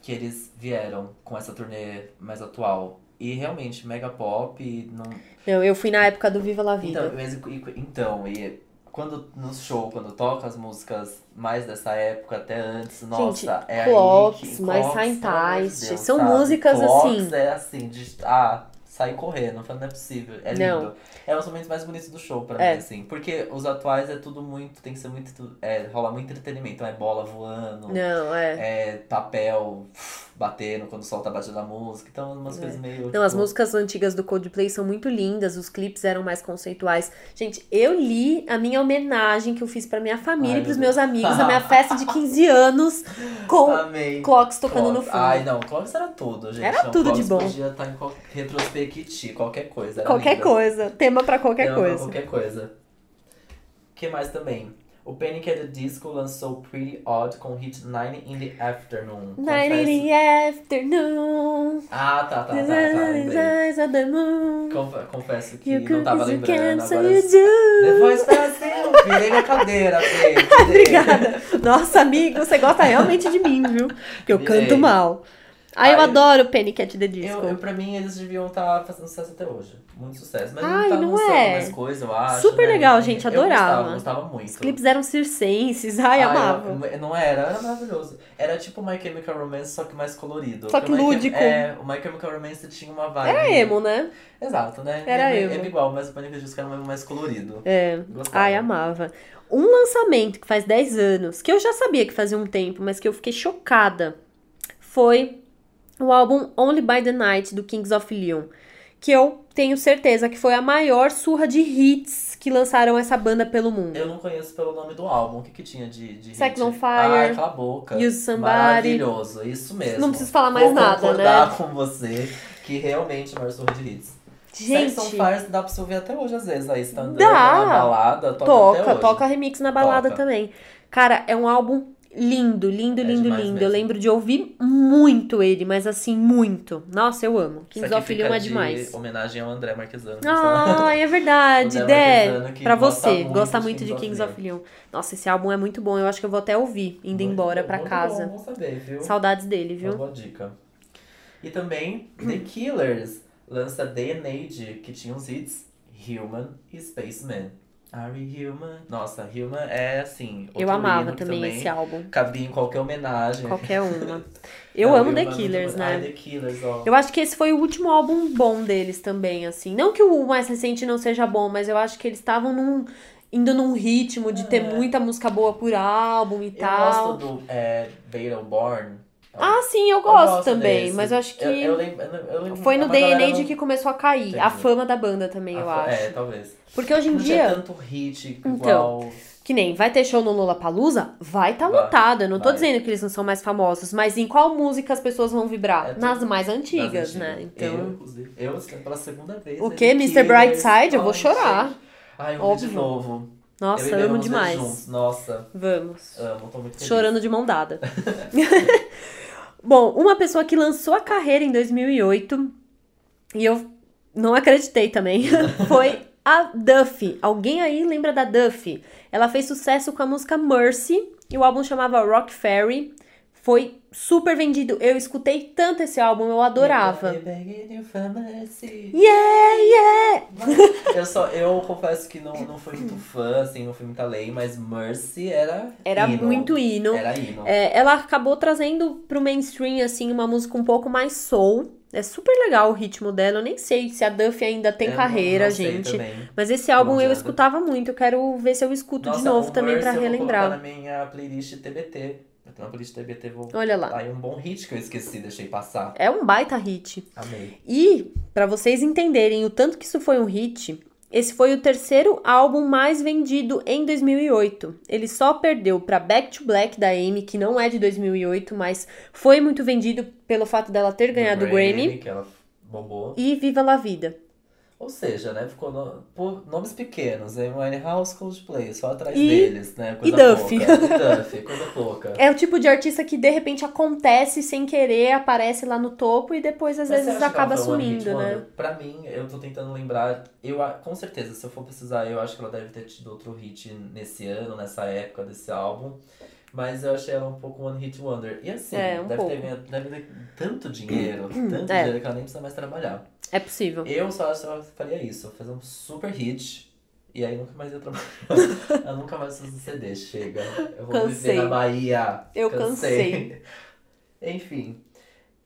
[SPEAKER 2] que eles vieram com essa turnê mais atual. E realmente, mega pop, não,
[SPEAKER 1] Não, eu fui na época do Viva La
[SPEAKER 2] então,
[SPEAKER 1] Vida.
[SPEAKER 2] mas e- e- então, e quando no show, quando toca as músicas mais dessa época até antes, nossa, é aí
[SPEAKER 1] Clopes,
[SPEAKER 2] que,
[SPEAKER 1] mais
[SPEAKER 2] Clopes,
[SPEAKER 1] Saint
[SPEAKER 2] pelo amor de
[SPEAKER 1] Ice,
[SPEAKER 2] Deus,
[SPEAKER 1] são
[SPEAKER 2] sabe?
[SPEAKER 1] músicas
[SPEAKER 2] Clopes
[SPEAKER 1] assim.
[SPEAKER 2] é assim, de ah, sair correndo, falando não é possível, é
[SPEAKER 1] Não.
[SPEAKER 2] lindo. É um dos momentos mais bonitos do show pra
[SPEAKER 1] É.
[SPEAKER 2] mim assim, porque os atuais é tudo muito, tem que ser muito, é, rola muito entretenimento, então é bola voando,
[SPEAKER 1] Não, é.
[SPEAKER 2] é papel batendo quando o sol tá batendo a música, então umas
[SPEAKER 1] É.
[SPEAKER 2] coisas meio
[SPEAKER 1] Não, as
[SPEAKER 2] tipo,
[SPEAKER 1] músicas antigas do Coldplay são muito lindas, os clipes eram mais conceituais. Gente, eu li a minha homenagem que eu fiz pra minha família
[SPEAKER 2] Ai,
[SPEAKER 1] e pros
[SPEAKER 2] meu Deus.
[SPEAKER 1] meus amigos, na minha festa de 15 anos, com
[SPEAKER 2] Amei.
[SPEAKER 1] clocks tocando no
[SPEAKER 2] Clóvis.
[SPEAKER 1] fundo.
[SPEAKER 2] Ai, não, Clóvis era tudo, gente.
[SPEAKER 1] Era
[SPEAKER 2] Não,
[SPEAKER 1] tudo de
[SPEAKER 2] Clóvis
[SPEAKER 1] bom.
[SPEAKER 2] podia estar em qual- retrospecti, qualquer coisa. era
[SPEAKER 1] Qualquer
[SPEAKER 2] lindo.
[SPEAKER 1] coisa. Tema pra qualquer
[SPEAKER 2] Era pra
[SPEAKER 1] coisa.
[SPEAKER 2] Qualquer coisa. O que mais também? O Panic! at the Disco lançou Pretty Odd com o hit Nine in the Afternoon.
[SPEAKER 1] Night in
[SPEAKER 2] Confesso-
[SPEAKER 1] the afternoon.
[SPEAKER 2] Ah, tá, tá, tá,
[SPEAKER 1] the
[SPEAKER 2] tá,
[SPEAKER 1] sun is
[SPEAKER 2] lembrei.
[SPEAKER 1] eyes of the moon.
[SPEAKER 2] Conf- Confesso que
[SPEAKER 1] You
[SPEAKER 2] não tava
[SPEAKER 1] could, you can,
[SPEAKER 2] lembrando,
[SPEAKER 1] so
[SPEAKER 2] agora...
[SPEAKER 1] you do.
[SPEAKER 2] Depois Brasil! Virei na cadeira, Fê. virei.
[SPEAKER 1] Obrigada. Nossa, amigo, você gosta realmente de mim, viu? Porque eu
[SPEAKER 2] Virei.
[SPEAKER 1] canto mal. Ai, eu
[SPEAKER 2] Ai,
[SPEAKER 1] adoro Panic! at the Disco.
[SPEAKER 2] Eu, eu, pra mim, eles deviam estar fazendo sucesso até hoje. Muito sucesso. Mas
[SPEAKER 1] Ai,
[SPEAKER 2] não tá
[SPEAKER 1] não
[SPEAKER 2] lançando
[SPEAKER 1] é.
[SPEAKER 2] mais coisa, eu acho.
[SPEAKER 1] Super
[SPEAKER 2] né?
[SPEAKER 1] legal, gente,
[SPEAKER 2] Eu
[SPEAKER 1] adorava.
[SPEAKER 2] Gostava, gostava muito. Ah,
[SPEAKER 1] Os clipes eram circenses. Ai,
[SPEAKER 2] eu-
[SPEAKER 1] amava.
[SPEAKER 2] eu- não era, era maravilhoso. Era tipo My Chemical Romance, só que mais colorido.
[SPEAKER 1] Só que
[SPEAKER 2] Porque o My Chem-
[SPEAKER 1] lúdico.
[SPEAKER 2] É, o My Chemical Romance tinha uma vibe.
[SPEAKER 1] Era emo, né?
[SPEAKER 2] Exato, né?
[SPEAKER 1] Era
[SPEAKER 2] é,
[SPEAKER 1] emo.
[SPEAKER 2] É igual, mas o Panic! Disco era um emo mais colorido.
[SPEAKER 1] É.
[SPEAKER 2] Gostava.
[SPEAKER 1] Ai, amava. Um lançamento que faz 10 anos, que eu já sabia que fazia um tempo, mas que eu fiquei chocada, foi o álbum Only by the Night do Kings of Leon, que eu tenho certeza que foi a maior surra de hits que lançaram essa banda pelo mundo.
[SPEAKER 2] Eu não conheço pelo nome do álbum. O que que tinha de, de
[SPEAKER 1] Sex
[SPEAKER 2] hit?
[SPEAKER 1] on Fire,
[SPEAKER 2] Ai, cala a boca.
[SPEAKER 1] Use Somebody.
[SPEAKER 2] Maravilhoso, isso mesmo.
[SPEAKER 1] Não preciso falar mais
[SPEAKER 2] Vou
[SPEAKER 1] nada, né?
[SPEAKER 2] concordar com você que realmente é o maior surra de hits. Sex on
[SPEAKER 1] Gente,
[SPEAKER 2] Fire dá pra você ouvir até hoje, às vezes. Aí você tá andando
[SPEAKER 1] Dá.
[SPEAKER 2] na balada, toca, até
[SPEAKER 1] toca,
[SPEAKER 2] hoje.
[SPEAKER 1] toca remix na balada
[SPEAKER 2] Toca.
[SPEAKER 1] também. Cara, é um álbum lindo, lindo,
[SPEAKER 2] É
[SPEAKER 1] lindo,
[SPEAKER 2] demais
[SPEAKER 1] lindo. Eu
[SPEAKER 2] mesmo.
[SPEAKER 1] lembro de ouvir muito ele, mas assim, muito. Nossa, eu amo.
[SPEAKER 2] Isso
[SPEAKER 1] Kings
[SPEAKER 2] aqui
[SPEAKER 1] of Leon
[SPEAKER 2] fica
[SPEAKER 1] é demais.
[SPEAKER 2] de homenagem ao André Marquesano.
[SPEAKER 1] Ah, é verdade,
[SPEAKER 2] O Dé
[SPEAKER 1] Dé.
[SPEAKER 2] Marquesano que
[SPEAKER 1] Pra
[SPEAKER 2] gosta
[SPEAKER 1] você,
[SPEAKER 2] muito
[SPEAKER 1] gosta
[SPEAKER 2] de
[SPEAKER 1] muito de Kings
[SPEAKER 2] Kings
[SPEAKER 1] of
[SPEAKER 2] of
[SPEAKER 1] Leon. Nossa, esse álbum é muito bom. Eu acho que eu vou até ouvir, indo embora pra
[SPEAKER 2] Muito
[SPEAKER 1] casa.
[SPEAKER 2] Bom, bom saber, viu?
[SPEAKER 1] Saudades dele,
[SPEAKER 2] Uma
[SPEAKER 1] viu?
[SPEAKER 2] boa dica. E também The Killers lança Day and Age, que tinha os hits Human e Spaceman. Are we human? Nossa, Human é assim. outro
[SPEAKER 1] Eu amava
[SPEAKER 2] hino que
[SPEAKER 1] também esse álbum.
[SPEAKER 2] Cabia em qualquer homenagem.
[SPEAKER 1] Qualquer uma. Eu
[SPEAKER 2] Não,
[SPEAKER 1] amo
[SPEAKER 2] Human é
[SPEAKER 1] The
[SPEAKER 2] muito
[SPEAKER 1] Killers,
[SPEAKER 2] bom. Ai,
[SPEAKER 1] né?
[SPEAKER 2] The Killers, ó.
[SPEAKER 1] Eu acho que esse foi o último álbum bom deles também, assim. Não que o mais recente não seja bom, mas eu acho que eles estavam num. Indo num ritmo de ter
[SPEAKER 2] É.
[SPEAKER 1] muita música boa por álbum e
[SPEAKER 2] Eu
[SPEAKER 1] tal.
[SPEAKER 2] gosto do é, Battleborn.
[SPEAKER 1] Ah, sim, eu gosto, também,
[SPEAKER 2] desse.
[SPEAKER 1] mas eu acho que
[SPEAKER 2] Eu, eu lembro, eu lembro- eu lembro-
[SPEAKER 1] foi no
[SPEAKER 2] uma
[SPEAKER 1] Day and
[SPEAKER 2] galera
[SPEAKER 1] Age que começou a cair. A
[SPEAKER 2] Entendi.
[SPEAKER 1] fama da banda também,
[SPEAKER 2] não-
[SPEAKER 1] eu
[SPEAKER 2] a-
[SPEAKER 1] acho.
[SPEAKER 2] É, talvez.
[SPEAKER 1] Porque hoje em
[SPEAKER 2] não
[SPEAKER 1] dia. Então,
[SPEAKER 2] tinha tanto hit igual.
[SPEAKER 1] Que nem vai ter show no Lollapalooza, vai estar
[SPEAKER 2] Vai,
[SPEAKER 1] lotado. Eu não tô
[SPEAKER 2] vai.
[SPEAKER 1] dizendo que eles não são mais famosos, mas em qual música as pessoas vão vibrar?
[SPEAKER 2] É, tô-
[SPEAKER 1] Nas mais antigas,
[SPEAKER 2] Das
[SPEAKER 1] né?
[SPEAKER 2] Eu,
[SPEAKER 1] Então,
[SPEAKER 2] inclusive. Eu, assim, pela segunda vez.
[SPEAKER 1] O
[SPEAKER 2] né?
[SPEAKER 1] quê? Mr.
[SPEAKER 2] Killers.
[SPEAKER 1] Brightside? Eu vou
[SPEAKER 2] Ai,
[SPEAKER 1] chorar.
[SPEAKER 2] gente. Ai, eu vi de
[SPEAKER 1] Óbvio.
[SPEAKER 2] novo.
[SPEAKER 1] nossa,
[SPEAKER 2] eu e
[SPEAKER 1] eu
[SPEAKER 2] Bia
[SPEAKER 1] amo
[SPEAKER 2] vamos ver
[SPEAKER 1] demais.
[SPEAKER 2] juntos. Nossa,
[SPEAKER 1] Vamos.
[SPEAKER 2] amo, tô muito feliz.
[SPEAKER 1] Chorando de mão dada. Bom, uma pessoa que lançou a carreira em 2008 e eu não acreditei também foi a Duffy. Alguém aí lembra da Duffy? Ela fez sucesso com a música Mercy e o álbum chamava Rock Fairy. Foi super vendido. Eu escutei tanto esse álbum, eu adorava.
[SPEAKER 2] I'm begging you for mercy.
[SPEAKER 1] Yeah, yeah!
[SPEAKER 2] Eu só, eu confesso que não, não fui muito fã, assim, não fui muito além, mas Mercy era.
[SPEAKER 1] Era
[SPEAKER 2] hino.
[SPEAKER 1] muito hino.
[SPEAKER 2] Era hino.
[SPEAKER 1] É, ela acabou trazendo pro mainstream, assim, uma música um pouco mais soul. É super legal o ritmo dela. Eu nem sei se a Duffy ainda tem
[SPEAKER 2] Eu não-
[SPEAKER 1] carreira,
[SPEAKER 2] não sei
[SPEAKER 1] gente.
[SPEAKER 2] também.
[SPEAKER 1] Mas esse álbum eu
[SPEAKER 2] Manjada.
[SPEAKER 1] escutava muito. Eu quero ver se eu escuto
[SPEAKER 2] Nossa,
[SPEAKER 1] de novo
[SPEAKER 2] o
[SPEAKER 1] também pra
[SPEAKER 2] Mercy Eu
[SPEAKER 1] relembrar.
[SPEAKER 2] vou colocar na minha playlist TBT. Eu tenho uma playlist TBT, vou.
[SPEAKER 1] Olha lá.
[SPEAKER 2] Aí um bom hit que eu esqueci, deixei passar.
[SPEAKER 1] É um baita hit.
[SPEAKER 2] Amei.
[SPEAKER 1] E, pra vocês entenderem o tanto que isso foi um hit, esse foi o terceiro álbum mais vendido em 2008. Ele só perdeu pra Back to Black da Amy, que não é de 2008, mas foi muito vendido pelo fato dela ter ganhado o Grammy.
[SPEAKER 2] Que ela bombou.
[SPEAKER 1] E Viva La Vida.
[SPEAKER 2] Ou seja, né? Ficou no- pô, nomes pequenos, hein? Winehouse, Coldplay, só atrás
[SPEAKER 1] E-
[SPEAKER 2] deles, né? Coisa
[SPEAKER 1] Duffy.
[SPEAKER 2] pouca. E Duffy, coisa pouca.
[SPEAKER 1] É o tipo de artista que de repente acontece sem querer, aparece lá no topo e depois às
[SPEAKER 2] Mas você
[SPEAKER 1] vezes
[SPEAKER 2] acha que ela
[SPEAKER 1] acaba
[SPEAKER 2] foi um hit,
[SPEAKER 1] sumindo, né?
[SPEAKER 2] mano? Pra mim, eu tô tentando lembrar. Eu, a- com certeza, se eu for precisar, eu acho que ela deve ter tido outro hit nesse ano, nessa época desse álbum. Mas eu achei ela um pouco One Hit Wonder. E assim,
[SPEAKER 1] É, um
[SPEAKER 2] deve, ter
[SPEAKER 1] pouco.
[SPEAKER 2] ganhado- deve ter tanto dinheiro, tanto
[SPEAKER 1] É.
[SPEAKER 2] dinheiro que ela nem precisa mais trabalhar.
[SPEAKER 1] É possível.
[SPEAKER 2] Eu só, só faria isso, fazer um super hit. E aí nunca mais ia trabalhar. eu nunca mais uso CD, chega. Eu vou
[SPEAKER 1] Cansei.
[SPEAKER 2] viver na Bahia.
[SPEAKER 1] Eu cansei.
[SPEAKER 2] Enfim.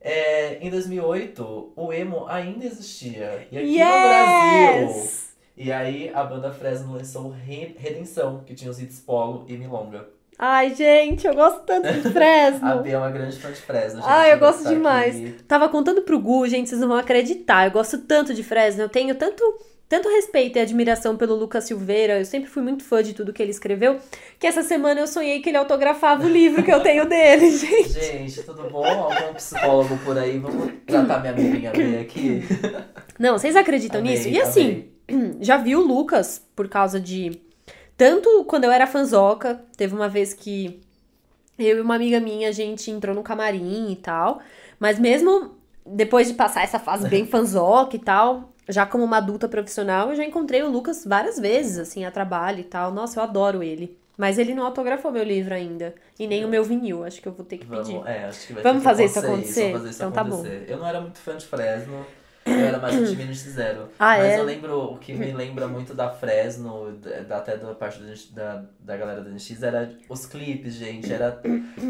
[SPEAKER 2] é, em 2008, o emo ainda existia. E aqui no Brasil.
[SPEAKER 1] yes!
[SPEAKER 2] E aí a banda Fresno lançou Re- Redenção, que tinha os hits Polo e Milonga.
[SPEAKER 1] Ai, gente, eu gosto tanto de
[SPEAKER 2] A
[SPEAKER 1] Fresno.
[SPEAKER 2] Bia é uma grande fã de Fresno.
[SPEAKER 1] Uhum. Ah,
[SPEAKER 2] gente,
[SPEAKER 1] eu gosto
[SPEAKER 2] tá aqui.
[SPEAKER 1] demais. Tava contando pro Gu, gente, vocês não vão acreditar. Eu gosto tanto de Fresno. Eu tenho tanto, tanto respeito e admiração pelo Lucas Silveira. Eu sempre fui muito fã de tudo que ele escreveu. Que essa semana eu sonhei que ele autografava o livro que eu tenho dele, gente.
[SPEAKER 2] Gente, tudo bom? Algum psicólogo por aí? Vamos tratar minha amiguinha Bia aqui?
[SPEAKER 1] Não, vocês acreditam
[SPEAKER 2] Amei,
[SPEAKER 1] nisso? E assim,
[SPEAKER 2] amei.
[SPEAKER 1] já vi o Lucas por causa de. Tanto quando eu era fanzoca, teve uma vez que eu e uma amiga minha, a gente entrou no camarim e tal. Mas mesmo depois de passar essa fase bem fanzoca e tal, já como uma adulta profissional, eu já encontrei o Lucas várias vezes, assim, a trabalho e tal. Nossa, eu adoro ele. Mas ele não autografou meu livro ainda. E nem o meu vinil, acho que eu vou ter que pedir.
[SPEAKER 2] Vamos, é, acho que vai
[SPEAKER 1] Vamos
[SPEAKER 2] ter que
[SPEAKER 1] fazer isso
[SPEAKER 2] acontecer
[SPEAKER 1] acontecer?
[SPEAKER 2] Vamos fazer isso
[SPEAKER 1] Então tá bom.
[SPEAKER 2] acontecer. Eu não era muito fã de Fresno, eu era mais do time NX0.
[SPEAKER 1] Ah,
[SPEAKER 2] mas
[SPEAKER 1] é?
[SPEAKER 2] eu lembro, o que me lembra muito da Fresno, da- da- até da parte do NX da, da galera do NX, era os clipes, gente, era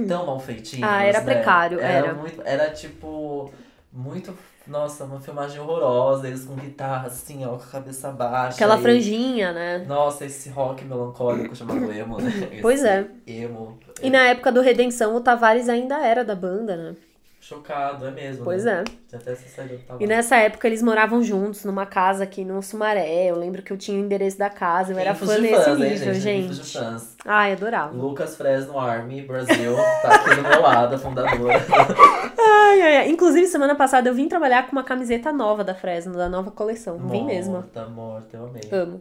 [SPEAKER 2] tão mal feitinho.
[SPEAKER 1] Ah, era precário,
[SPEAKER 2] era.
[SPEAKER 1] era.
[SPEAKER 2] muito- era tipo, muito, nossa, uma filmagem horrorosa, eles com guitarra assim, ó, com a cabeça baixa.
[SPEAKER 1] Aquela
[SPEAKER 2] e-
[SPEAKER 1] franjinha, né?
[SPEAKER 2] Nossa, esse rock melancólico chamado emo, né?
[SPEAKER 1] Pois
[SPEAKER 2] Esse
[SPEAKER 1] é.
[SPEAKER 2] Emo.
[SPEAKER 1] E na época do Redenção, o Tavares ainda era da banda, né?
[SPEAKER 2] Uhum. Chocado, é mesmo.
[SPEAKER 1] Pois
[SPEAKER 2] né?
[SPEAKER 1] é.
[SPEAKER 2] Tinha até se saído do
[SPEAKER 1] E né,
[SPEAKER 2] tamanho.
[SPEAKER 1] nessa época eles moravam juntos numa casa aqui no Sumaré. Eu lembro que eu tinha o endereço da casa, eu era
[SPEAKER 2] Infos
[SPEAKER 1] fã
[SPEAKER 2] de
[SPEAKER 1] nesse
[SPEAKER 2] fãs, né,
[SPEAKER 1] nível,
[SPEAKER 2] Infos de
[SPEAKER 1] gente.
[SPEAKER 2] fãs.
[SPEAKER 1] Ai, adorava.
[SPEAKER 2] Lucas Fresno Army, Brasil, tá aqui do meu lado, a fundadora.
[SPEAKER 1] Ai, ai, ai. Inclusive, semana passada eu vim trabalhar com uma camiseta nova da Fresno, da nova coleção. Vim mesmo.
[SPEAKER 2] Morta, morta, eu amei.
[SPEAKER 1] Amo.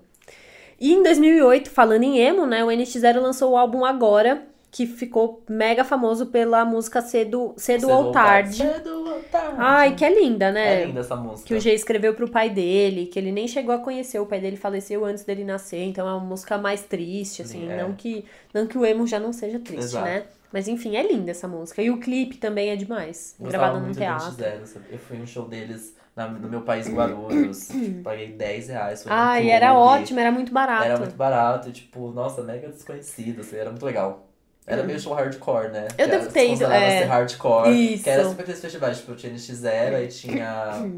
[SPEAKER 1] E em 2008, falando em emo, né, o NX0 lançou o álbum Agora, que ficou mega famoso pela música Cedo, Cedo
[SPEAKER 2] Cedo
[SPEAKER 1] ou Tarde.
[SPEAKER 2] Cedo ou tarde.
[SPEAKER 1] Ai, que é linda, né?
[SPEAKER 2] É linda essa música.
[SPEAKER 1] que o G escreveu pro pai dele, que ele nem chegou a conhecer, o pai dele faleceu antes dele nascer, então é uma música mais triste, assim,
[SPEAKER 2] Sim, é.
[SPEAKER 1] não que não que o emo já não seja triste,
[SPEAKER 2] Exato.
[SPEAKER 1] né? Mas enfim, é linda essa música. E o clipe também é demais,
[SPEAKER 2] Gostava
[SPEAKER 1] gravado num
[SPEAKER 2] muito do
[SPEAKER 1] teatro.
[SPEAKER 2] NX0, sabe? Eu fui em um show deles na- no meu país, Guarulhos. Tipo, Paguei 10 reais. Foi num
[SPEAKER 1] Ah, e era
[SPEAKER 2] clube.
[SPEAKER 1] ótimo, era muito barato.
[SPEAKER 2] né? Era muito barato, tipo, nossa, mega desconhecido, assim, era muito legal. Era meio show hardcore, né?
[SPEAKER 1] Hum. Eu
[SPEAKER 2] que
[SPEAKER 1] devo
[SPEAKER 2] era-
[SPEAKER 1] ter ido,
[SPEAKER 2] considerava
[SPEAKER 1] é.
[SPEAKER 2] ser hardcore.
[SPEAKER 1] Isso.
[SPEAKER 2] Que era super aqueles festivais, tipo, tinha NX0, aí tinha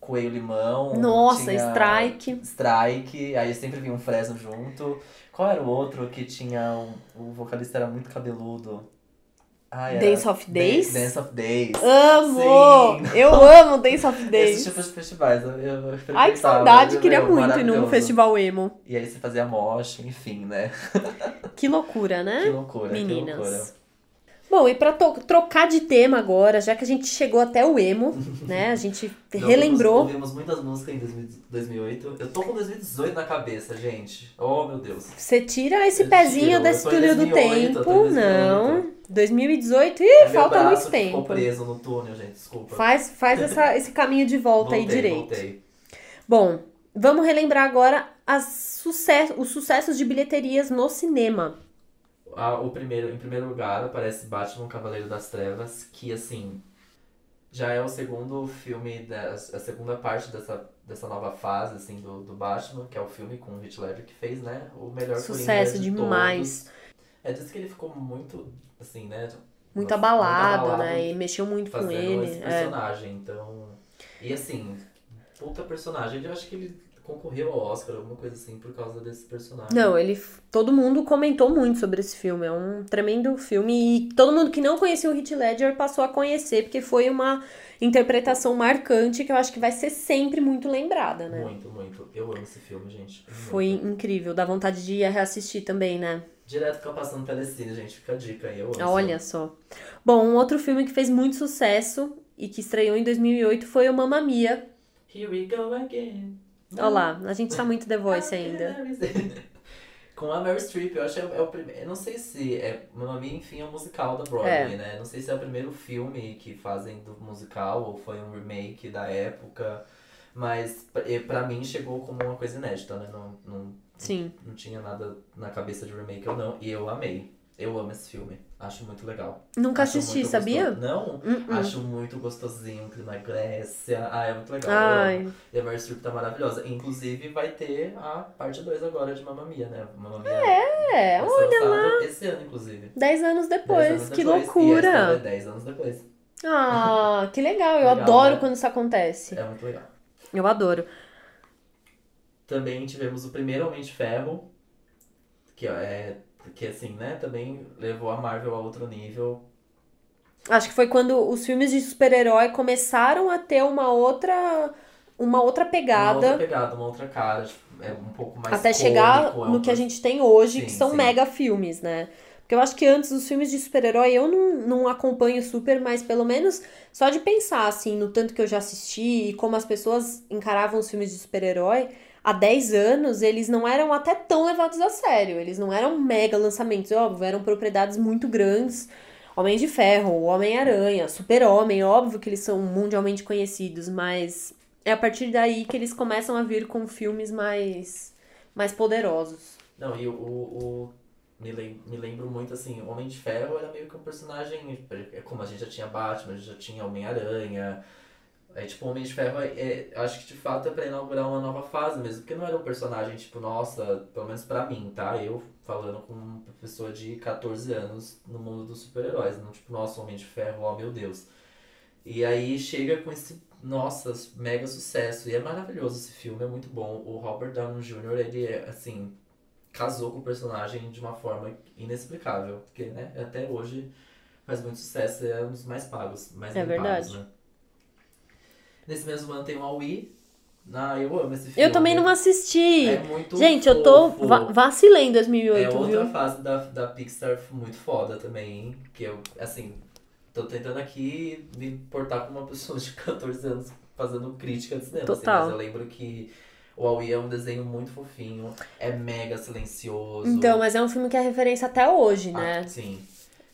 [SPEAKER 2] Coelho Limão.
[SPEAKER 1] Nossa,
[SPEAKER 2] tinha
[SPEAKER 1] Strike.
[SPEAKER 2] Strike, aí sempre vinha um Fresno junto. Qual era o outro que tinha. Um, o vocalista era muito cabeludo. Ah, era
[SPEAKER 1] Dance of Days?
[SPEAKER 2] Dan- Dance of Days.
[SPEAKER 1] Amo!
[SPEAKER 2] Sim.
[SPEAKER 1] Eu amo Dance of
[SPEAKER 2] Esses
[SPEAKER 1] Days.
[SPEAKER 2] tipos tipo de festivais. Eu, eu
[SPEAKER 1] Ai, que
[SPEAKER 2] frequentava,
[SPEAKER 1] saudade.
[SPEAKER 2] eu-
[SPEAKER 1] Queria
[SPEAKER 2] eu-
[SPEAKER 1] muito ir num
[SPEAKER 2] né? maravilhoso.
[SPEAKER 1] festival emo.
[SPEAKER 2] E aí você fazia mosh, enfim, né?
[SPEAKER 1] Que loucura, né?
[SPEAKER 2] Que loucura, que loucura.
[SPEAKER 1] Meninas. Bom, e pra to- trocar de tema agora, já que a gente chegou até o emo, né? A gente relembrou.
[SPEAKER 2] Então, Ouvimos, ouvimos muitas músicas em 2000 2008. Eu tô com 2018 na cabeça, gente. Oh, meu Deus.
[SPEAKER 1] Você tira esse
[SPEAKER 2] Eu
[SPEAKER 1] pezinho
[SPEAKER 2] tiro,
[SPEAKER 1] desse
[SPEAKER 2] eu tô em
[SPEAKER 1] túnel do
[SPEAKER 2] 2008, eu tô em
[SPEAKER 1] tempo.
[SPEAKER 2] 2008.
[SPEAKER 1] Não. 2018, ih,
[SPEAKER 2] É meu
[SPEAKER 1] falta
[SPEAKER 2] braço
[SPEAKER 1] muito
[SPEAKER 2] que ficou
[SPEAKER 1] tempo.
[SPEAKER 2] preso no túnel, gente. Desculpa.
[SPEAKER 1] Faz, faz essa- esse caminho de volta aí
[SPEAKER 2] Voltei,
[SPEAKER 1] direito.
[SPEAKER 2] voltei.
[SPEAKER 1] Bom, vamos relembrar agora as suce- os sucessos de bilheterias no cinema.
[SPEAKER 2] Ah, o primeiro, em primeiro lugar, aparece Batman Cavaleiro das Trevas, que assim já é o segundo filme da, a segunda parte dessa, dessa nova fase assim do, do Batman, que é o filme com o Heath Ledger que fez, né? O melhor Coringa
[SPEAKER 1] Sucesso
[SPEAKER 2] de
[SPEAKER 1] demais.
[SPEAKER 2] todos. É disso que ele ficou muito assim, né?
[SPEAKER 1] Muito
[SPEAKER 2] Nossa,
[SPEAKER 1] abalado,
[SPEAKER 2] muito
[SPEAKER 1] né? E mexeu muito com
[SPEAKER 2] fazendo esse
[SPEAKER 1] ele. É.
[SPEAKER 2] personagem, então. E assim, puta personagem, eu acho que ele concorreu ao Oscar, alguma coisa assim, por causa desse personagem.
[SPEAKER 1] Não, ele. Todo mundo comentou muito sobre esse filme. É um tremendo filme. E todo mundo que não conhecia o Heath Ledger passou a conhecer, porque foi uma interpretação marcante que eu acho que vai ser sempre muito lembrada, né?
[SPEAKER 2] Muito, muito. Eu amo esse filme, gente.
[SPEAKER 1] Foi
[SPEAKER 2] Muito.
[SPEAKER 1] incrível. Dá vontade de ir reassistir também, né?
[SPEAKER 2] Direto fica passando telecine, gente. Fica a dica aí. Eu amo.
[SPEAKER 1] Olha só. Bom, um outro filme que fez muito sucesso e que estreou em 2008 foi o Mamma Mia.
[SPEAKER 2] Here we go again.
[SPEAKER 1] Olha lá, a gente tá muito The Voice ainda.
[SPEAKER 2] Com a Mary Streep, eu acho que é o primeiro. Eu não sei se é. Mamma Mia, enfim, é um musical da Broadway,
[SPEAKER 1] É.
[SPEAKER 2] né? Não sei se é o primeiro filme que fazem do musical ou foi um remake da época. Mas pra- eh, pra mim chegou como uma coisa inédita, né? Não, não,
[SPEAKER 1] Sim.
[SPEAKER 2] não tinha nada na cabeça de remake ou não. E eu amei. Eu amo esse filme. Acho muito legal.
[SPEAKER 1] Nunca
[SPEAKER 2] Acho
[SPEAKER 1] assisti,
[SPEAKER 2] muito
[SPEAKER 1] sabia?
[SPEAKER 2] gostoso. Não?
[SPEAKER 1] Uh-uh.
[SPEAKER 2] Acho muito gostosinho o clima da Grécia. Ah, é muito legal. Eu amo.
[SPEAKER 1] Ai,
[SPEAKER 2] E a Meryl Streep tá maravilhosa. Inclusive, vai ter a parte 2 agora de Mamma Mia, né? Mamma Mia.
[SPEAKER 1] é,
[SPEAKER 2] vai ser lançada Esse ano, inclusive.
[SPEAKER 1] dez anos depois,
[SPEAKER 2] Dez anos
[SPEAKER 1] que
[SPEAKER 2] depois. E essa é
[SPEAKER 1] loucura!
[SPEAKER 2] 10 anos depois.
[SPEAKER 1] Ah, que legal, eu
[SPEAKER 2] Legal,
[SPEAKER 1] adoro
[SPEAKER 2] né?
[SPEAKER 1] quando isso acontece.
[SPEAKER 2] É muito legal.
[SPEAKER 1] Eu adoro.
[SPEAKER 2] Também tivemos o primeiro Homem de Ferro. Que ó, é... Que assim, né? Também levou a Marvel a outro nível.
[SPEAKER 1] Acho que foi quando os filmes de super-herói começaram a ter uma outra, uma outra
[SPEAKER 2] Uma outra
[SPEAKER 1] pegada.
[SPEAKER 2] pegada, uma outra cara. tipo, É um pouco mais
[SPEAKER 1] até chegar
[SPEAKER 2] cômico, é um
[SPEAKER 1] no que a
[SPEAKER 2] pouco-
[SPEAKER 1] gente tem hoje, que
[SPEAKER 2] Sim,
[SPEAKER 1] são
[SPEAKER 2] sim.
[SPEAKER 1] mega filmes, né? Porque eu acho que antes os filmes de super-herói eu não, não acompanho super, mas pelo menos só de pensar assim no tanto que eu já assisti e como as pessoas encaravam os filmes de super-herói, há 10 anos eles não eram até tão levados a sério, eles não eram mega lançamentos, é óbvio, eram propriedades muito grandes. Homem de Ferro, Homem-Aranha, Super-Homem, óbvio que eles são mundialmente conhecidos, mas é a partir daí que eles começam a vir com filmes mais mais poderosos.
[SPEAKER 2] Não, e o. o- o- me, lem- me lembro muito assim: o Homem de Ferro era meio que um personagem. é Como a gente já tinha Batman, a gente já tinha Homem-Aranha. Aí, tipo, o Homem de Ferro, é, é- acho que de fato é pra inaugurar uma nova fase mesmo. Porque não era um personagem, tipo, nossa, pelo menos pra mim, tá? Eu falando com uma pessoa de 14 anos no mundo dos super-heróis. Não, tipo, nossa, Homem de Ferro, ó, meu Deus. E aí chega com esse, nossa, mega sucesso. E é maravilhoso esse filme, é muito bom. O Robert Downey Jr., ele é, assim, casou com o personagem de uma forma inexplicável. Porque, né, até hoje faz muito sucesso, é um dos mais pagos, mais
[SPEAKER 1] É
[SPEAKER 2] bem pagos,
[SPEAKER 1] verdade.
[SPEAKER 2] né? Nesse mesmo ano tem o Aui. Ah, eu amo esse filme.
[SPEAKER 1] Eu também não assisti.
[SPEAKER 2] É muito
[SPEAKER 1] Gente, eu tô
[SPEAKER 2] fofo.
[SPEAKER 1] va vacilei em 2008,
[SPEAKER 2] É outra
[SPEAKER 1] viu?
[SPEAKER 2] fase da, da Pixar muito foda também, hein? Que eu, assim, tô tentando aqui me portar com uma pessoa de 14 anos fazendo crítica de cinema. assim,
[SPEAKER 1] Total.
[SPEAKER 2] mas eu lembro que o Aui é um desenho muito fofinho, é mega silencioso.
[SPEAKER 1] Então, mas é um filme que é referência até hoje,
[SPEAKER 2] Ah,
[SPEAKER 1] né?
[SPEAKER 2] Sim.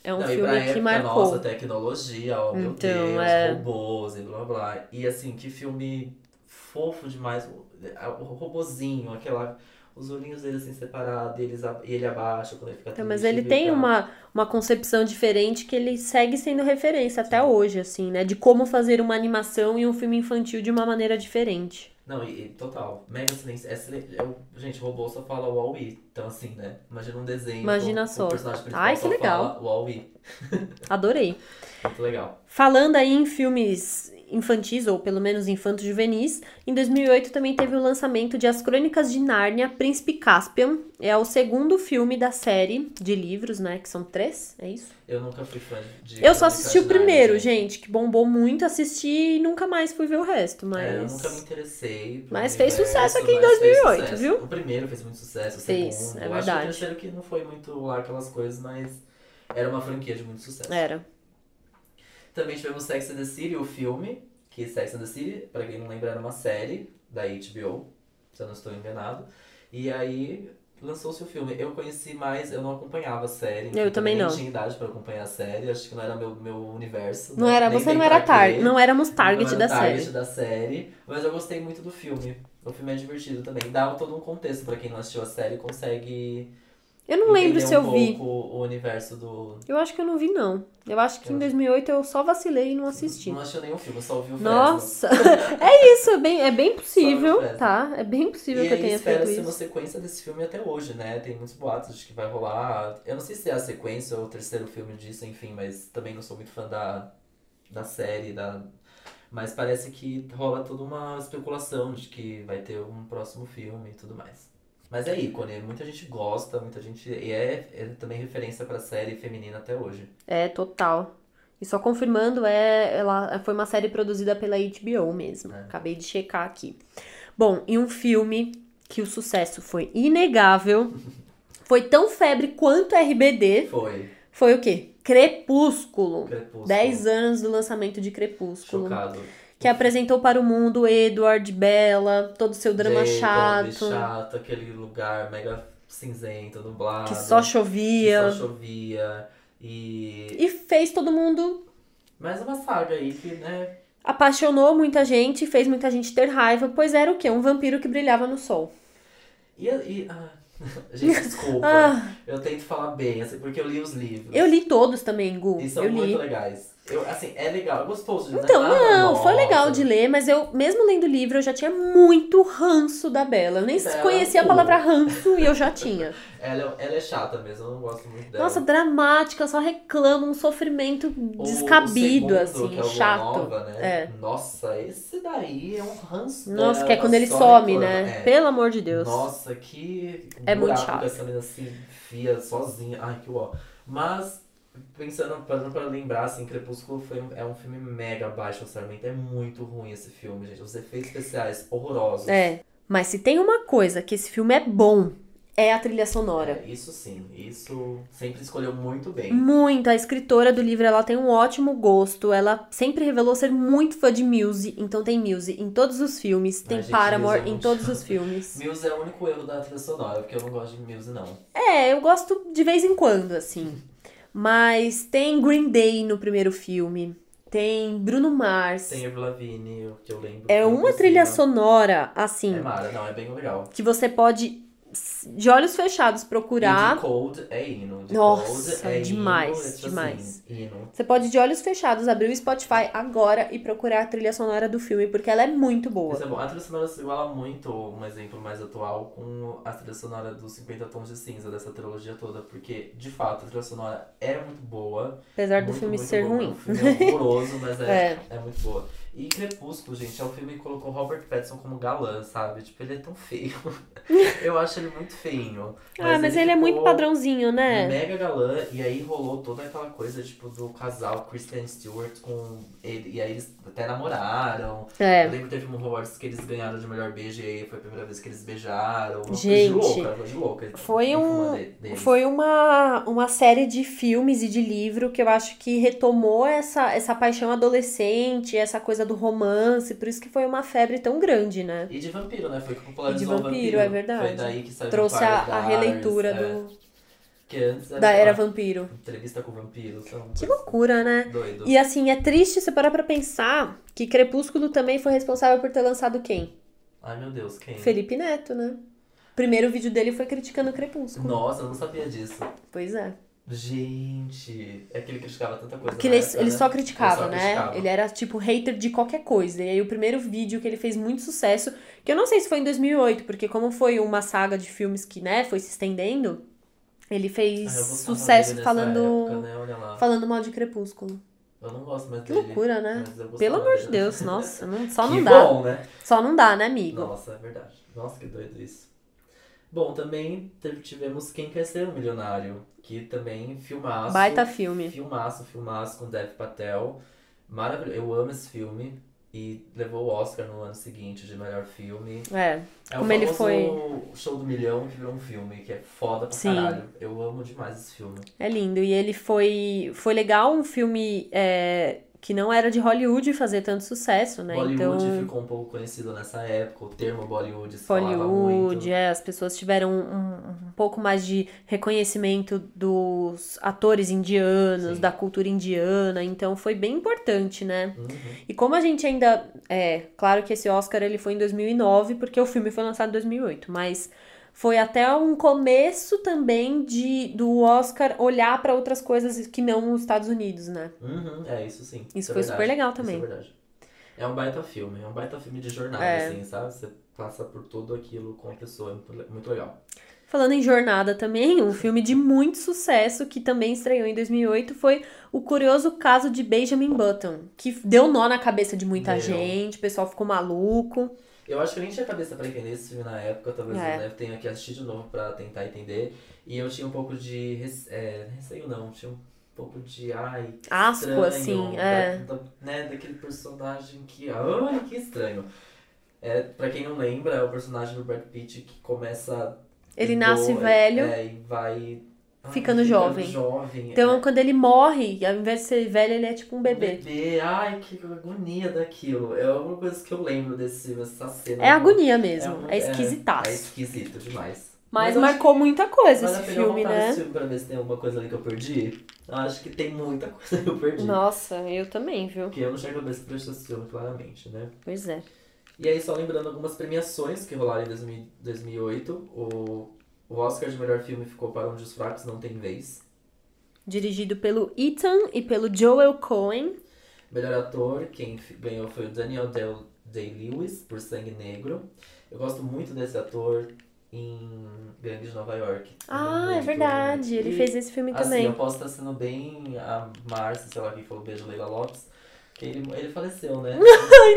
[SPEAKER 1] É um
[SPEAKER 2] Não, e pra
[SPEAKER 1] filme que
[SPEAKER 2] época,
[SPEAKER 1] marcou.
[SPEAKER 2] Nossa, tá tecnologia, ó, meu
[SPEAKER 1] Então,
[SPEAKER 2] Deus,
[SPEAKER 1] é.
[SPEAKER 2] robôs e blá blá. E assim, que filme fofo demais. O, a- o robozinho, aquela. Os olhinhos dele assim separados, e eles, ab- e ele abaixa quando ele fica
[SPEAKER 1] Então, mas
[SPEAKER 2] triste,
[SPEAKER 1] ele
[SPEAKER 2] e
[SPEAKER 1] tem
[SPEAKER 2] tal.
[SPEAKER 1] uma, uma concepção diferente que ele segue sendo referência até hoje, assim, né? De como fazer uma animação e um filme infantil de uma maneira diferente.
[SPEAKER 2] Não, e, e total. Mega silêncio. É silen- é o- gente, robô só fala wall -E. Então, assim, né? Imagina um desenho.
[SPEAKER 1] Imagina
[SPEAKER 2] com- com
[SPEAKER 1] só.
[SPEAKER 2] O personagem principal
[SPEAKER 1] Ai, que
[SPEAKER 2] só
[SPEAKER 1] legal.
[SPEAKER 2] fala wall -E.
[SPEAKER 1] Adorei.
[SPEAKER 2] Muito legal.
[SPEAKER 1] Falando aí em filmes infantis, ou pelo menos infanto-juvenis, em 2008 também teve o lançamento de As Crônicas de Nárnia, Príncipe Caspian. É o segundo filme da série de livros, né? Que são três, é isso?
[SPEAKER 2] Eu nunca fui fã de.
[SPEAKER 1] Eu só assisti o
[SPEAKER 2] Crônicas de Nárnia,
[SPEAKER 1] primeiro, gente, que bombou muito, assisti e nunca mais fui ver o resto,
[SPEAKER 2] É, eu nunca me
[SPEAKER 1] mas...
[SPEAKER 2] interessei. pro
[SPEAKER 1] Mas fez sucesso aqui em
[SPEAKER 2] mas fez
[SPEAKER 1] 2008,
[SPEAKER 2] sucesso.
[SPEAKER 1] viu?
[SPEAKER 2] O primeiro fez muito sucesso, o
[SPEAKER 1] Fez,
[SPEAKER 2] segundo.
[SPEAKER 1] é
[SPEAKER 2] Eu Acho que
[SPEAKER 1] verdade.
[SPEAKER 2] o terceiro que não foi muito lá aquelas coisas, mas era uma franquia de muito sucesso.
[SPEAKER 1] Era.
[SPEAKER 2] Também tivemos Sex and the City, o filme, que Sex and the City, pra quem não lembra, era uma série da HBO, se eu não estou enganado. E aí lançou-se o filme. Eu conheci mais, eu não acompanhava a série. então
[SPEAKER 1] Eu também
[SPEAKER 2] nem
[SPEAKER 1] não.
[SPEAKER 2] tinha idade pra acompanhar a série, acho que não era meu, meu universo.
[SPEAKER 1] Não
[SPEAKER 2] né?
[SPEAKER 1] era,
[SPEAKER 2] Nem
[SPEAKER 1] você
[SPEAKER 2] tem
[SPEAKER 1] não era
[SPEAKER 2] pra quê.
[SPEAKER 1] target, não éramos é target
[SPEAKER 2] Não era
[SPEAKER 1] da
[SPEAKER 2] o target
[SPEAKER 1] série.
[SPEAKER 2] da série, mas eu gostei muito do filme. O filme é divertido também. Dá todo um contexto pra quem não assistiu a série, consegue
[SPEAKER 1] Eu não lembro
[SPEAKER 2] entender
[SPEAKER 1] se eu
[SPEAKER 2] um
[SPEAKER 1] vi.
[SPEAKER 2] pouco o universo do...
[SPEAKER 1] Eu acho que eu não vi, não. Eu acho que em
[SPEAKER 2] Eu-
[SPEAKER 1] 2008 eu só vacilei e não assisti.
[SPEAKER 2] Não assistiu nenhum filme, só ouviu o
[SPEAKER 1] Nossa! é isso, é bem, é bem
[SPEAKER 2] Só
[SPEAKER 1] possível,
[SPEAKER 2] no Fresno.
[SPEAKER 1] tá? É bem possível
[SPEAKER 2] e
[SPEAKER 1] que eu
[SPEAKER 2] aí
[SPEAKER 1] tenha feito
[SPEAKER 2] espera-se
[SPEAKER 1] isso.
[SPEAKER 2] uma sequência desse filme até hoje, né? Tem muitos boatos de que vai rolar. Eu não sei se é a sequência ou o terceiro filme disso, enfim, mas também não sou muito fã da, da série, da. Mas parece que rola toda uma especulação de que vai ter um próximo filme e tudo mais. Mas é ícone, muita gente gosta, muita gente. E é, é também referência pra série feminina até hoje.
[SPEAKER 1] É, total. E só confirmando, é, ela foi uma série produzida pela HBO mesmo.
[SPEAKER 2] É.
[SPEAKER 1] Acabei de checar aqui. Bom, e um filme que o sucesso foi inegável, foi tão febre quanto RBD,
[SPEAKER 2] Foi.
[SPEAKER 1] foi o quê? Crepúsculo.
[SPEAKER 2] Crepúsculo.
[SPEAKER 1] 10 anos do lançamento de Crepúsculo.
[SPEAKER 2] Chocado.
[SPEAKER 1] Que apresentou para o mundo Edward, Bella, todo o seu drama
[SPEAKER 2] Jacob,
[SPEAKER 1] chato,
[SPEAKER 2] chato, aquele lugar mega cinzento, nublado.
[SPEAKER 1] que só
[SPEAKER 2] que
[SPEAKER 1] chovia.
[SPEAKER 2] só chovia. E.
[SPEAKER 1] E fez todo mundo,
[SPEAKER 2] Mais uma saga aí que, né?
[SPEAKER 1] apaixonou muita gente, fez muita gente ter raiva, pois era o quê? Um vampiro que brilhava no sol.
[SPEAKER 2] E. e ah, gente, desculpa.
[SPEAKER 1] Ah,
[SPEAKER 2] Eu tento falar bem, assim, porque eu li os livros.
[SPEAKER 1] eu li todos também, Gu.
[SPEAKER 2] E são
[SPEAKER 1] Eu
[SPEAKER 2] muito
[SPEAKER 1] li.
[SPEAKER 2] legais. Eu, assim, é legal, é gostoso de
[SPEAKER 1] Então,
[SPEAKER 2] nada,
[SPEAKER 1] não, foi
[SPEAKER 2] nossa.
[SPEAKER 1] legal de ler, mas eu, mesmo lendo o livro, eu já tinha muito ranço da Bela. Eu nem
[SPEAKER 2] Bela,
[SPEAKER 1] conhecia a
[SPEAKER 2] pô.
[SPEAKER 1] palavra ranço e eu já tinha.
[SPEAKER 2] Ela, é- ela é chata mesmo, eu não gosto muito dela.
[SPEAKER 1] Nossa, dramática, só reclama, um sofrimento
[SPEAKER 2] O- o
[SPEAKER 1] descabido,
[SPEAKER 2] segundo,
[SPEAKER 1] assim,
[SPEAKER 2] que é o
[SPEAKER 1] chato.
[SPEAKER 2] Nova, né?
[SPEAKER 1] É.
[SPEAKER 2] Nossa, esse daí é um ranço.
[SPEAKER 1] Nossa,
[SPEAKER 2] dela,
[SPEAKER 1] que é quando
[SPEAKER 2] ela
[SPEAKER 1] ele
[SPEAKER 2] só
[SPEAKER 1] some,
[SPEAKER 2] reclama.
[SPEAKER 1] né?
[SPEAKER 2] É.
[SPEAKER 1] Pelo amor de Deus.
[SPEAKER 2] Nossa, que
[SPEAKER 1] É muito
[SPEAKER 2] buraco
[SPEAKER 1] chato.
[SPEAKER 2] que essa menina se enfia sozinha. Ai, que ó. Mas, pensando, parando pra lembrar, assim, Crepúsculo foi um- é um filme mega baixo orçamento. É muito ruim esse filme, gente. Os efeitos especiais horrorosos.
[SPEAKER 1] É. Mas se tem uma coisa que esse filme é bom, é a trilha sonora.
[SPEAKER 2] É, Isso sim, isso sempre escolheu muito bem.
[SPEAKER 1] Muito. A escritora do livro, ela tem um ótimo gosto. Ela sempre revelou ser muito fã de Muse. Então tem Muse em todos os filmes. Tem
[SPEAKER 2] gente,
[SPEAKER 1] Paramore
[SPEAKER 2] Muse é
[SPEAKER 1] em
[SPEAKER 2] muito
[SPEAKER 1] todos os
[SPEAKER 2] chato.
[SPEAKER 1] filmes.
[SPEAKER 2] Muse é o único erro da trilha sonora, porque eu não gosto de Muse, não.
[SPEAKER 1] É, eu gosto de vez em quando, assim. Mas tem Green Day no primeiro filme. Tem Bruno Mars.
[SPEAKER 2] Tem Avril Lavigne, o que eu lembro.
[SPEAKER 1] É uma
[SPEAKER 2] inclusive.
[SPEAKER 1] trilha sonora, assim,
[SPEAKER 2] É mara, não, é bem legal.
[SPEAKER 1] que você pode, de olhos fechados,
[SPEAKER 2] E
[SPEAKER 1] procurar.
[SPEAKER 2] de Cold é hino. De
[SPEAKER 1] Nossa,
[SPEAKER 2] Cold é hino,
[SPEAKER 1] demais,
[SPEAKER 2] é tipo
[SPEAKER 1] demais.
[SPEAKER 2] Assim, hino.
[SPEAKER 1] Você pode, de olhos fechados, abrir o Spotify agora e procurar a trilha sonora do filme, porque ela é muito boa.
[SPEAKER 2] Isso é bom. A trilha sonora se iguala muito, um exemplo mais atual, com a trilha sonora dos 50 Tons de Cinza, dessa trilogia toda, porque, de fato, a trilha sonora é muito boa.
[SPEAKER 1] Apesar do
[SPEAKER 2] muito,
[SPEAKER 1] filme
[SPEAKER 2] muito
[SPEAKER 1] ser
[SPEAKER 2] boa.
[SPEAKER 1] ruim.
[SPEAKER 2] O filme é horroroso, mas é,
[SPEAKER 1] É.
[SPEAKER 2] é muito boa. E Crepúsculo, gente, é um filme que colocou Robert Pattinson como galã, sabe? Tipo, ele é tão feio. Eu acho ele muito feinho.
[SPEAKER 1] Ah, mas ele é
[SPEAKER 2] ficou
[SPEAKER 1] muito padrãozinho, né?
[SPEAKER 2] Mega galã, e aí rolou toda aquela coisa, tipo, do casal Kristen Stewart com ele, e aí eles até namoraram. Eu
[SPEAKER 1] É.
[SPEAKER 2] lembro que teve um Awards que eles ganharam de melhor beijo e aí foi a primeira vez que eles beijaram. Uma
[SPEAKER 1] Gente,
[SPEAKER 2] coisa de louca, coisa de louca.
[SPEAKER 1] foi
[SPEAKER 2] Em
[SPEAKER 1] um-
[SPEAKER 2] fuma de- deles.
[SPEAKER 1] Foi uma, uma série de filmes e de livro que eu acho que retomou essa, essa paixão adolescente, essa coisa do romance, por isso que foi uma febre tão grande, né?
[SPEAKER 2] E de vampiro, né? Foi que popularizou o
[SPEAKER 1] vampiro,
[SPEAKER 2] vampiro.
[SPEAKER 1] é verdade.
[SPEAKER 2] Foi daí que saiu
[SPEAKER 1] Trouxe a, a
[SPEAKER 2] é.
[SPEAKER 1] releitura do,
[SPEAKER 2] Que antes era
[SPEAKER 1] da era
[SPEAKER 2] uma
[SPEAKER 1] vampiro.
[SPEAKER 2] Entrevista com vampiros. São
[SPEAKER 1] Que loucura, né?
[SPEAKER 2] doido.
[SPEAKER 1] E assim, é triste você parar pra pensar que Crepúsculo também foi responsável por ter lançado quem?
[SPEAKER 2] Ai meu Deus, quem?
[SPEAKER 1] Felipe Neto, né? Primeiro vídeo dele foi criticando Crepúsculo.
[SPEAKER 2] Nossa, eu não sabia disso.
[SPEAKER 1] Pois é.
[SPEAKER 2] Gente, é que ele criticava tanta coisa.
[SPEAKER 1] Porque
[SPEAKER 2] na
[SPEAKER 1] ele,
[SPEAKER 2] época,
[SPEAKER 1] ele
[SPEAKER 2] né?
[SPEAKER 1] só criticava,
[SPEAKER 2] Ele só
[SPEAKER 1] né?
[SPEAKER 2] criticava.
[SPEAKER 1] Ele era, tipo, hater de qualquer coisa. E aí o primeiro vídeo que ele fez muito sucesso, que eu não sei se foi em 2008, porque como foi uma saga de filmes que, né, foi se estendendo, ele
[SPEAKER 2] Ah, eu
[SPEAKER 1] fez
[SPEAKER 2] gostava
[SPEAKER 1] sucesso
[SPEAKER 2] dele nessa
[SPEAKER 1] falando,
[SPEAKER 2] época, né? Olha lá.
[SPEAKER 1] falando mal de Crepúsculo.
[SPEAKER 2] Eu não gosto mais
[SPEAKER 1] Que
[SPEAKER 2] dele.
[SPEAKER 1] loucura, né?
[SPEAKER 2] mas eu gostava
[SPEAKER 1] Pelo amor de
[SPEAKER 2] dele.
[SPEAKER 1] Deus, nossa, não- só
[SPEAKER 2] que
[SPEAKER 1] não dá.
[SPEAKER 2] bom, né?
[SPEAKER 1] Só não dá, né, amigo?
[SPEAKER 2] Nossa, é verdade. Nossa, que doido isso. Bom, também teve- tivemos Quem Quer Ser um Milionário, que também filmaço.
[SPEAKER 1] Baita filme.
[SPEAKER 2] Filmaço, filmaço com Dev Patel. Maravilhoso. Eu amo esse filme. E levou o Oscar no ano seguinte de melhor filme.
[SPEAKER 1] É.
[SPEAKER 2] É
[SPEAKER 1] Como
[SPEAKER 2] o
[SPEAKER 1] ele
[SPEAKER 2] famoso
[SPEAKER 1] foi-
[SPEAKER 2] Show do Milhão que virou um filme, que é foda pra
[SPEAKER 1] Sim.
[SPEAKER 2] caralho. Eu amo demais esse filme.
[SPEAKER 1] É lindo. E ele foi. Foi legal um filme é, que não era de Hollywood fazer tanto sucesso, né?
[SPEAKER 2] Bollywood
[SPEAKER 1] então.
[SPEAKER 2] ficou um pouco conhecido nessa época, o termo Bollywood se falava muito.
[SPEAKER 1] Hollywood, é, as pessoas tiveram um, um pouco mais de reconhecimento dos atores indianos,
[SPEAKER 2] Sim.
[SPEAKER 1] da cultura indiana, então foi bem importante, né?
[SPEAKER 2] Uhum.
[SPEAKER 1] E como a gente ainda. É, claro que esse Oscar ele foi em 2009, porque o filme foi lançado em 2008, mas foi até um começo também de do Oscar olhar para outras coisas que não os Estados Unidos, né?
[SPEAKER 2] Uhum, é isso sim.
[SPEAKER 1] Isso
[SPEAKER 2] é
[SPEAKER 1] foi
[SPEAKER 2] verdade.
[SPEAKER 1] super legal
[SPEAKER 2] Isso
[SPEAKER 1] também.
[SPEAKER 2] é verdade. É um baita filme, é um baita filme de jornada,
[SPEAKER 1] É.
[SPEAKER 2] assim, sabe? Você passa por tudo aquilo com a pessoa, é muito le- muito legal.
[SPEAKER 1] Falando em Jornada também, um filme de muito sucesso que também estreou em 2008 foi O Curioso Caso de Benjamin Button, que deu nó na cabeça de muita
[SPEAKER 2] Deu.
[SPEAKER 1] gente, o pessoal ficou maluco.
[SPEAKER 2] Eu acho que eu nem tinha cabeça pra entender esse filme na época, talvez
[SPEAKER 1] É.
[SPEAKER 2] eu né, tenha que assistir de novo pra tentar entender. E eu tinha um pouco de rece- é, receio, não, tinha um pouco de ai, que
[SPEAKER 1] Asco,
[SPEAKER 2] estranho,
[SPEAKER 1] assim,
[SPEAKER 2] da-
[SPEAKER 1] é.
[SPEAKER 2] da- né, daquele personagem que, ai, que estranho. É, pra quem não lembra, é o personagem do Brad Pitt que começa
[SPEAKER 1] Ele
[SPEAKER 2] idoso,
[SPEAKER 1] nasce
[SPEAKER 2] é,
[SPEAKER 1] velho.
[SPEAKER 2] é, e vai ai,
[SPEAKER 1] ficando jovem.
[SPEAKER 2] jovem,
[SPEAKER 1] Então,
[SPEAKER 2] é.
[SPEAKER 1] quando ele morre, ao invés de ser velho, ele é tipo um bebê.
[SPEAKER 2] Bebê, ai, que agonia daquilo. É uma coisa que eu lembro desse filme, essa cena.
[SPEAKER 1] É agonia mesmo,
[SPEAKER 2] um-
[SPEAKER 1] é,
[SPEAKER 2] É
[SPEAKER 1] esquisitaço.
[SPEAKER 2] esquisito demais.
[SPEAKER 1] Mas
[SPEAKER 2] eu acho
[SPEAKER 1] marcou muita
[SPEAKER 2] que
[SPEAKER 1] coisa
[SPEAKER 2] vale a
[SPEAKER 1] esse
[SPEAKER 2] pena eu
[SPEAKER 1] filme,
[SPEAKER 2] voltar
[SPEAKER 1] né?
[SPEAKER 2] nesse filme pra ver se tem alguma coisa ali que eu perdi. Eu acho que tem muita coisa que eu perdi.
[SPEAKER 1] Nossa, eu também, viu?
[SPEAKER 2] Porque eu não tinha cabeça pra assistir esse filme, claramente, né?
[SPEAKER 1] Pois é.
[SPEAKER 2] E aí, só lembrando algumas premiações que rolaram em 2000 2008. O, o Oscar de melhor filme ficou para Onde os Fracos Não Tem Vez.
[SPEAKER 1] Dirigido pelo Ethan e pelo Joel Cohen.
[SPEAKER 2] Melhor ator, quem f- ganhou foi o Daniel Del- Day-Lewis, por Sangue Negro. Eu gosto muito desse ator em Gangue de Nova York. um
[SPEAKER 1] Ah, é
[SPEAKER 2] Muito.
[SPEAKER 1] verdade, ele
[SPEAKER 2] né? E-
[SPEAKER 1] fez esse filme
[SPEAKER 2] Assim,
[SPEAKER 1] também.
[SPEAKER 2] eu posso estar sendo bem a Márcia, sei lá, quem falou beijo, Leila Lopes. Que ele, ele faleceu, né? Ai,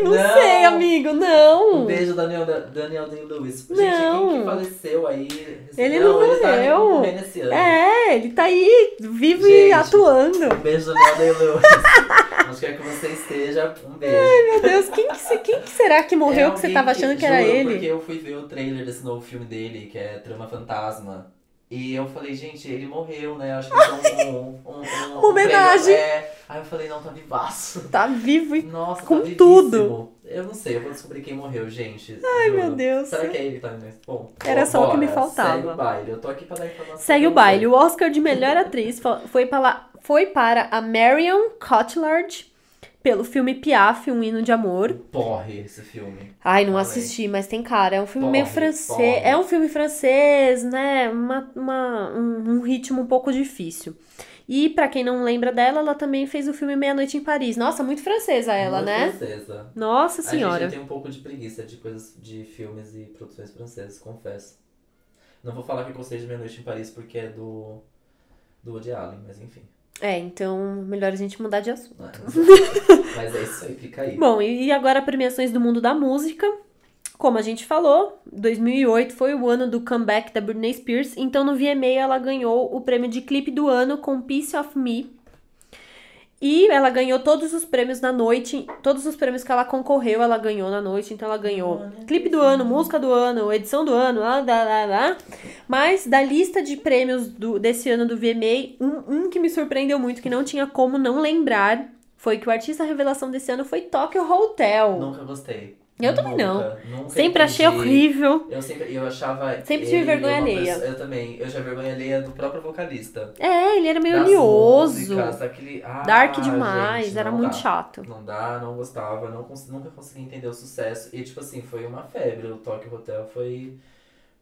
[SPEAKER 1] Não, sei, amigo, não.
[SPEAKER 2] Um beijo, Daniel, Daniel Day-Lewis. Gente, quem
[SPEAKER 1] Não.
[SPEAKER 2] que faleceu aí?
[SPEAKER 1] Ele não
[SPEAKER 2] Ele tá
[SPEAKER 1] morreu.
[SPEAKER 2] morrendo esse ano.
[SPEAKER 1] É, ele tá aí, vivo e
[SPEAKER 2] Gente.
[SPEAKER 1] atuando.
[SPEAKER 2] Um beijo, Daniel Day-Lewis. Onde quer que você esteja, um beijo.
[SPEAKER 1] Meu Deus, quem que, se- quem que será que morreu
[SPEAKER 2] É
[SPEAKER 1] que você
[SPEAKER 2] alguém
[SPEAKER 1] tava achando que, era
[SPEAKER 2] juro,
[SPEAKER 1] ele?
[SPEAKER 2] Porque eu fui ver o trailer desse novo filme dele, que é Trama Fantasma. E eu falei, gente, ele morreu, né? Acho que foi um, um, um, um- um
[SPEAKER 1] Homenagem.
[SPEAKER 2] trailer. É. Aí eu falei, não, tá vivaço.
[SPEAKER 1] Tá vivo e.
[SPEAKER 2] Nossa, tá
[SPEAKER 1] Com
[SPEAKER 2] vivíssimo.
[SPEAKER 1] tudo.
[SPEAKER 2] Eu não sei, eu vou descobrir quem morreu, gente.
[SPEAKER 1] Ai, meu Deus.
[SPEAKER 2] Será que é ele que tá me Bom,
[SPEAKER 1] Era só o que me
[SPEAKER 2] bora,
[SPEAKER 1] faltava.
[SPEAKER 2] Segue o baile, eu tô aqui pra dar informação.
[SPEAKER 1] Segue
[SPEAKER 2] pra
[SPEAKER 1] o baile.
[SPEAKER 2] você.
[SPEAKER 1] O Oscar de melhor atriz fa- foi para, foi para a Marion Cotillard pelo filme Piaf, Um Hino de Amor.
[SPEAKER 2] Porre esse filme.
[SPEAKER 1] Ai, não
[SPEAKER 2] Olha aí.
[SPEAKER 1] assisti, mas tem cara. É um filme
[SPEAKER 2] Porre,
[SPEAKER 1] meio francês.
[SPEAKER 2] porre.
[SPEAKER 1] É um filme francês, né? Uma, uma- um, um ritmo um pouco difícil. E pra quem não lembra dela, ela também fez o filme Meia Noite em Paris. Nossa, muito francesa ela,
[SPEAKER 2] Muito
[SPEAKER 1] né?
[SPEAKER 2] Francesa.
[SPEAKER 1] Nossa
[SPEAKER 2] A
[SPEAKER 1] senhora.
[SPEAKER 2] gente tem um pouco de preguiça de coisas de filmes e produções francesas, confesso. Não vou falar que gostei de Meia Noite em Paris porque é do. do Woody Allen, mas enfim.
[SPEAKER 1] É, então melhor a gente mudar de assunto.
[SPEAKER 2] Né? mas é isso aí, fica aí.
[SPEAKER 1] Bom, e e agora premiações do mundo da música. Como a gente falou, 2008 foi o ano do comeback da Britney Spears, então no VMA ela ganhou o prêmio de clipe do ano com Piece of Me. E ela ganhou todos os prêmios na noite, todos os prêmios que ela concorreu, ela ganhou na noite, então ela ganhou clipe do ano, música do ano, edição do ano, lá, lá, lá, lá. Mas da lista de prêmios do- desse ano do VMA, um, um que me surpreendeu muito, que não tinha como não lembrar, foi que o artista revelação desse ano foi Tokyo Hotel.
[SPEAKER 2] Nunca gostei.
[SPEAKER 1] Eu também não.
[SPEAKER 2] Nunca, nunca
[SPEAKER 1] Sempre achei
[SPEAKER 2] entendi.
[SPEAKER 1] horrível.
[SPEAKER 2] Eu sempre, eu achava.
[SPEAKER 1] Sempre
[SPEAKER 2] ele
[SPEAKER 1] tive vergonha
[SPEAKER 2] uma
[SPEAKER 1] alheia.
[SPEAKER 2] pessoa- eu também. Eu já vergonha alheia do próprio vocalista.
[SPEAKER 1] É, ele era meio
[SPEAKER 2] Das
[SPEAKER 1] oleoso,
[SPEAKER 2] músicas, daquele- Ah,
[SPEAKER 1] dark demais,
[SPEAKER 2] gente,
[SPEAKER 1] era
[SPEAKER 2] não
[SPEAKER 1] muito
[SPEAKER 2] dá.
[SPEAKER 1] chato.
[SPEAKER 2] Não dá, não gostava, não cons- nunca consegui entender o sucesso. E, tipo assim, foi uma febre. O Tokyo Hotel foi.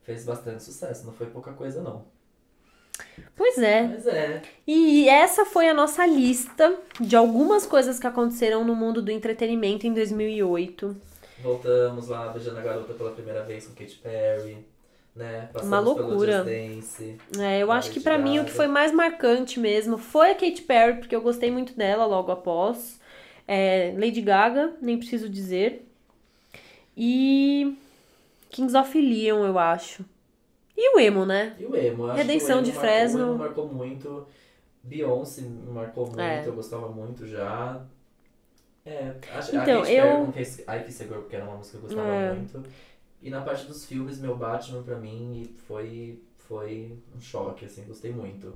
[SPEAKER 2] fez bastante sucesso, não foi pouca coisa, não.
[SPEAKER 1] Pois é.
[SPEAKER 2] Mas é.
[SPEAKER 1] E essa foi a nossa lista de algumas coisas que aconteceram no mundo do entretenimento em 2008.
[SPEAKER 2] Voltamos lá, beijando a garota pela primeira vez com Katy Perry. Né? Passamos
[SPEAKER 1] Uma loucura.
[SPEAKER 2] Pelo Just Dance.
[SPEAKER 1] É, eu acho que pra mim o que foi mais marcante mesmo foi a Katy Perry, porque eu gostei muito dela logo após. É, Lady Gaga, nem preciso dizer. E Kings of Leon, eu acho. E o emo, né?
[SPEAKER 2] E o emo, eu acho
[SPEAKER 1] Redenção
[SPEAKER 2] que o
[SPEAKER 1] de
[SPEAKER 2] emo
[SPEAKER 1] Fresno.
[SPEAKER 2] Marcou, o emo marcou muito. Beyoncé me marcou muito,
[SPEAKER 1] É.
[SPEAKER 2] eu gostava muito já. É, acho a
[SPEAKER 1] Então,
[SPEAKER 2] Katy
[SPEAKER 1] eu-
[SPEAKER 2] Perry com Kiss- I Kiss a Girl, porque era uma música que eu gostava
[SPEAKER 1] É.
[SPEAKER 2] muito. E na parte dos filmes, meu Batman pra mim foi, foi um choque, assim, gostei muito.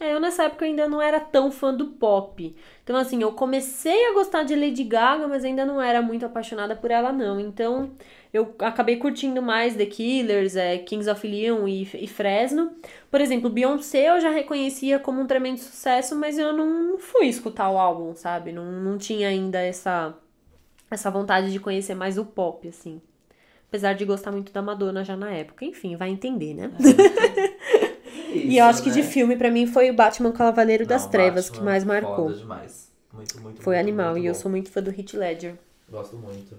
[SPEAKER 1] É, eu nessa época ainda não era tão fã do pop. Então, assim, eu comecei a gostar de Lady Gaga, mas ainda não era muito apaixonada por ela, não. Então, eu acabei curtindo mais The Killers, é, Kings of Leon e, e Fresno. Por exemplo, Beyoncé eu já reconhecia como um tremendo sucesso, mas eu não fui escutar o álbum, sabe? Não, não tinha ainda essa, essa vontade de conhecer mais o pop, assim. Apesar de gostar muito da Madonna já na época. Enfim, vai entender, né?
[SPEAKER 2] E,
[SPEAKER 1] E eu
[SPEAKER 2] né?
[SPEAKER 1] acho que de filme, pra mim, foi o Batman Cavaleiro das Trevas que mais marcou.
[SPEAKER 2] é Foda demais. Muito, muito,
[SPEAKER 1] Foi
[SPEAKER 2] muito,
[SPEAKER 1] animal,
[SPEAKER 2] muito
[SPEAKER 1] e eu
[SPEAKER 2] bom.
[SPEAKER 1] sou muito fã do Heath Ledger.
[SPEAKER 2] Gosto muito.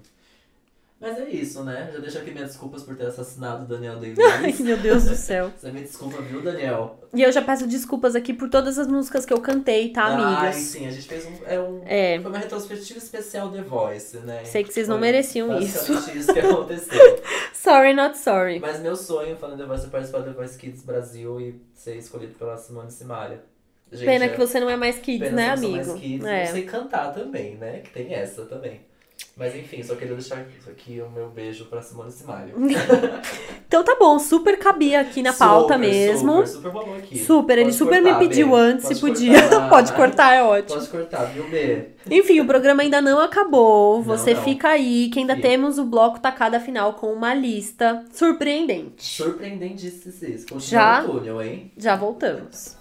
[SPEAKER 2] Mas é isso, né? Já deixo aqui minhas desculpas por ter assassinado o Daniel Day-Lewis.
[SPEAKER 1] Ai, meu Deus do céu.
[SPEAKER 2] Você me desculpa, viu, Daniel?
[SPEAKER 1] E eu já peço desculpas aqui por todas as músicas que eu cantei, tá,
[SPEAKER 2] Ai,
[SPEAKER 1] amigas?
[SPEAKER 2] sim, a gente fez um. É um
[SPEAKER 1] É,
[SPEAKER 2] Foi uma retrospectiva especial The Voice, né?
[SPEAKER 1] sei que vocês não
[SPEAKER 2] Foi
[SPEAKER 1] mereciam isso.
[SPEAKER 2] basicamente isso que aconteceu.
[SPEAKER 1] Sorry, not sorry.
[SPEAKER 2] Mas meu sonho, falando The Voice, é participar do The Voice Kids Brasil e ser escolhido pela Simone Simaria. Gente,
[SPEAKER 1] Pena
[SPEAKER 2] é-
[SPEAKER 1] que você não é mais kids,
[SPEAKER 2] pena
[SPEAKER 1] né,
[SPEAKER 2] que eu não sou
[SPEAKER 1] amigo?
[SPEAKER 2] mais kids,
[SPEAKER 1] É.
[SPEAKER 2] Não sei cantar também, né? Que tem essa também. Mas enfim, só queria deixar aqui o meu beijo pra Simone Simaria.
[SPEAKER 1] Então tá bom, super cabia aqui na pauta
[SPEAKER 2] Super,
[SPEAKER 1] mesmo.
[SPEAKER 2] Super, super rolou aqui.
[SPEAKER 1] Super, ele
[SPEAKER 2] Pode
[SPEAKER 1] super
[SPEAKER 2] cortar,
[SPEAKER 1] me pediu
[SPEAKER 2] Bê.
[SPEAKER 1] antes
[SPEAKER 2] Pode
[SPEAKER 1] se podia.
[SPEAKER 2] cortar lá.
[SPEAKER 1] Pode cortar, é ótimo.
[SPEAKER 2] Pode cortar, viu, Bê?
[SPEAKER 1] Enfim, o programa ainda não acabou.
[SPEAKER 2] Não,
[SPEAKER 1] Você
[SPEAKER 2] não.
[SPEAKER 1] fica aí, que ainda
[SPEAKER 2] Fica.
[SPEAKER 1] temos o bloco tacada final com uma lista surpreendente.
[SPEAKER 2] Surpreendente vocês. Continua
[SPEAKER 1] Já?
[SPEAKER 2] no túnel, hein?
[SPEAKER 1] Já voltamos.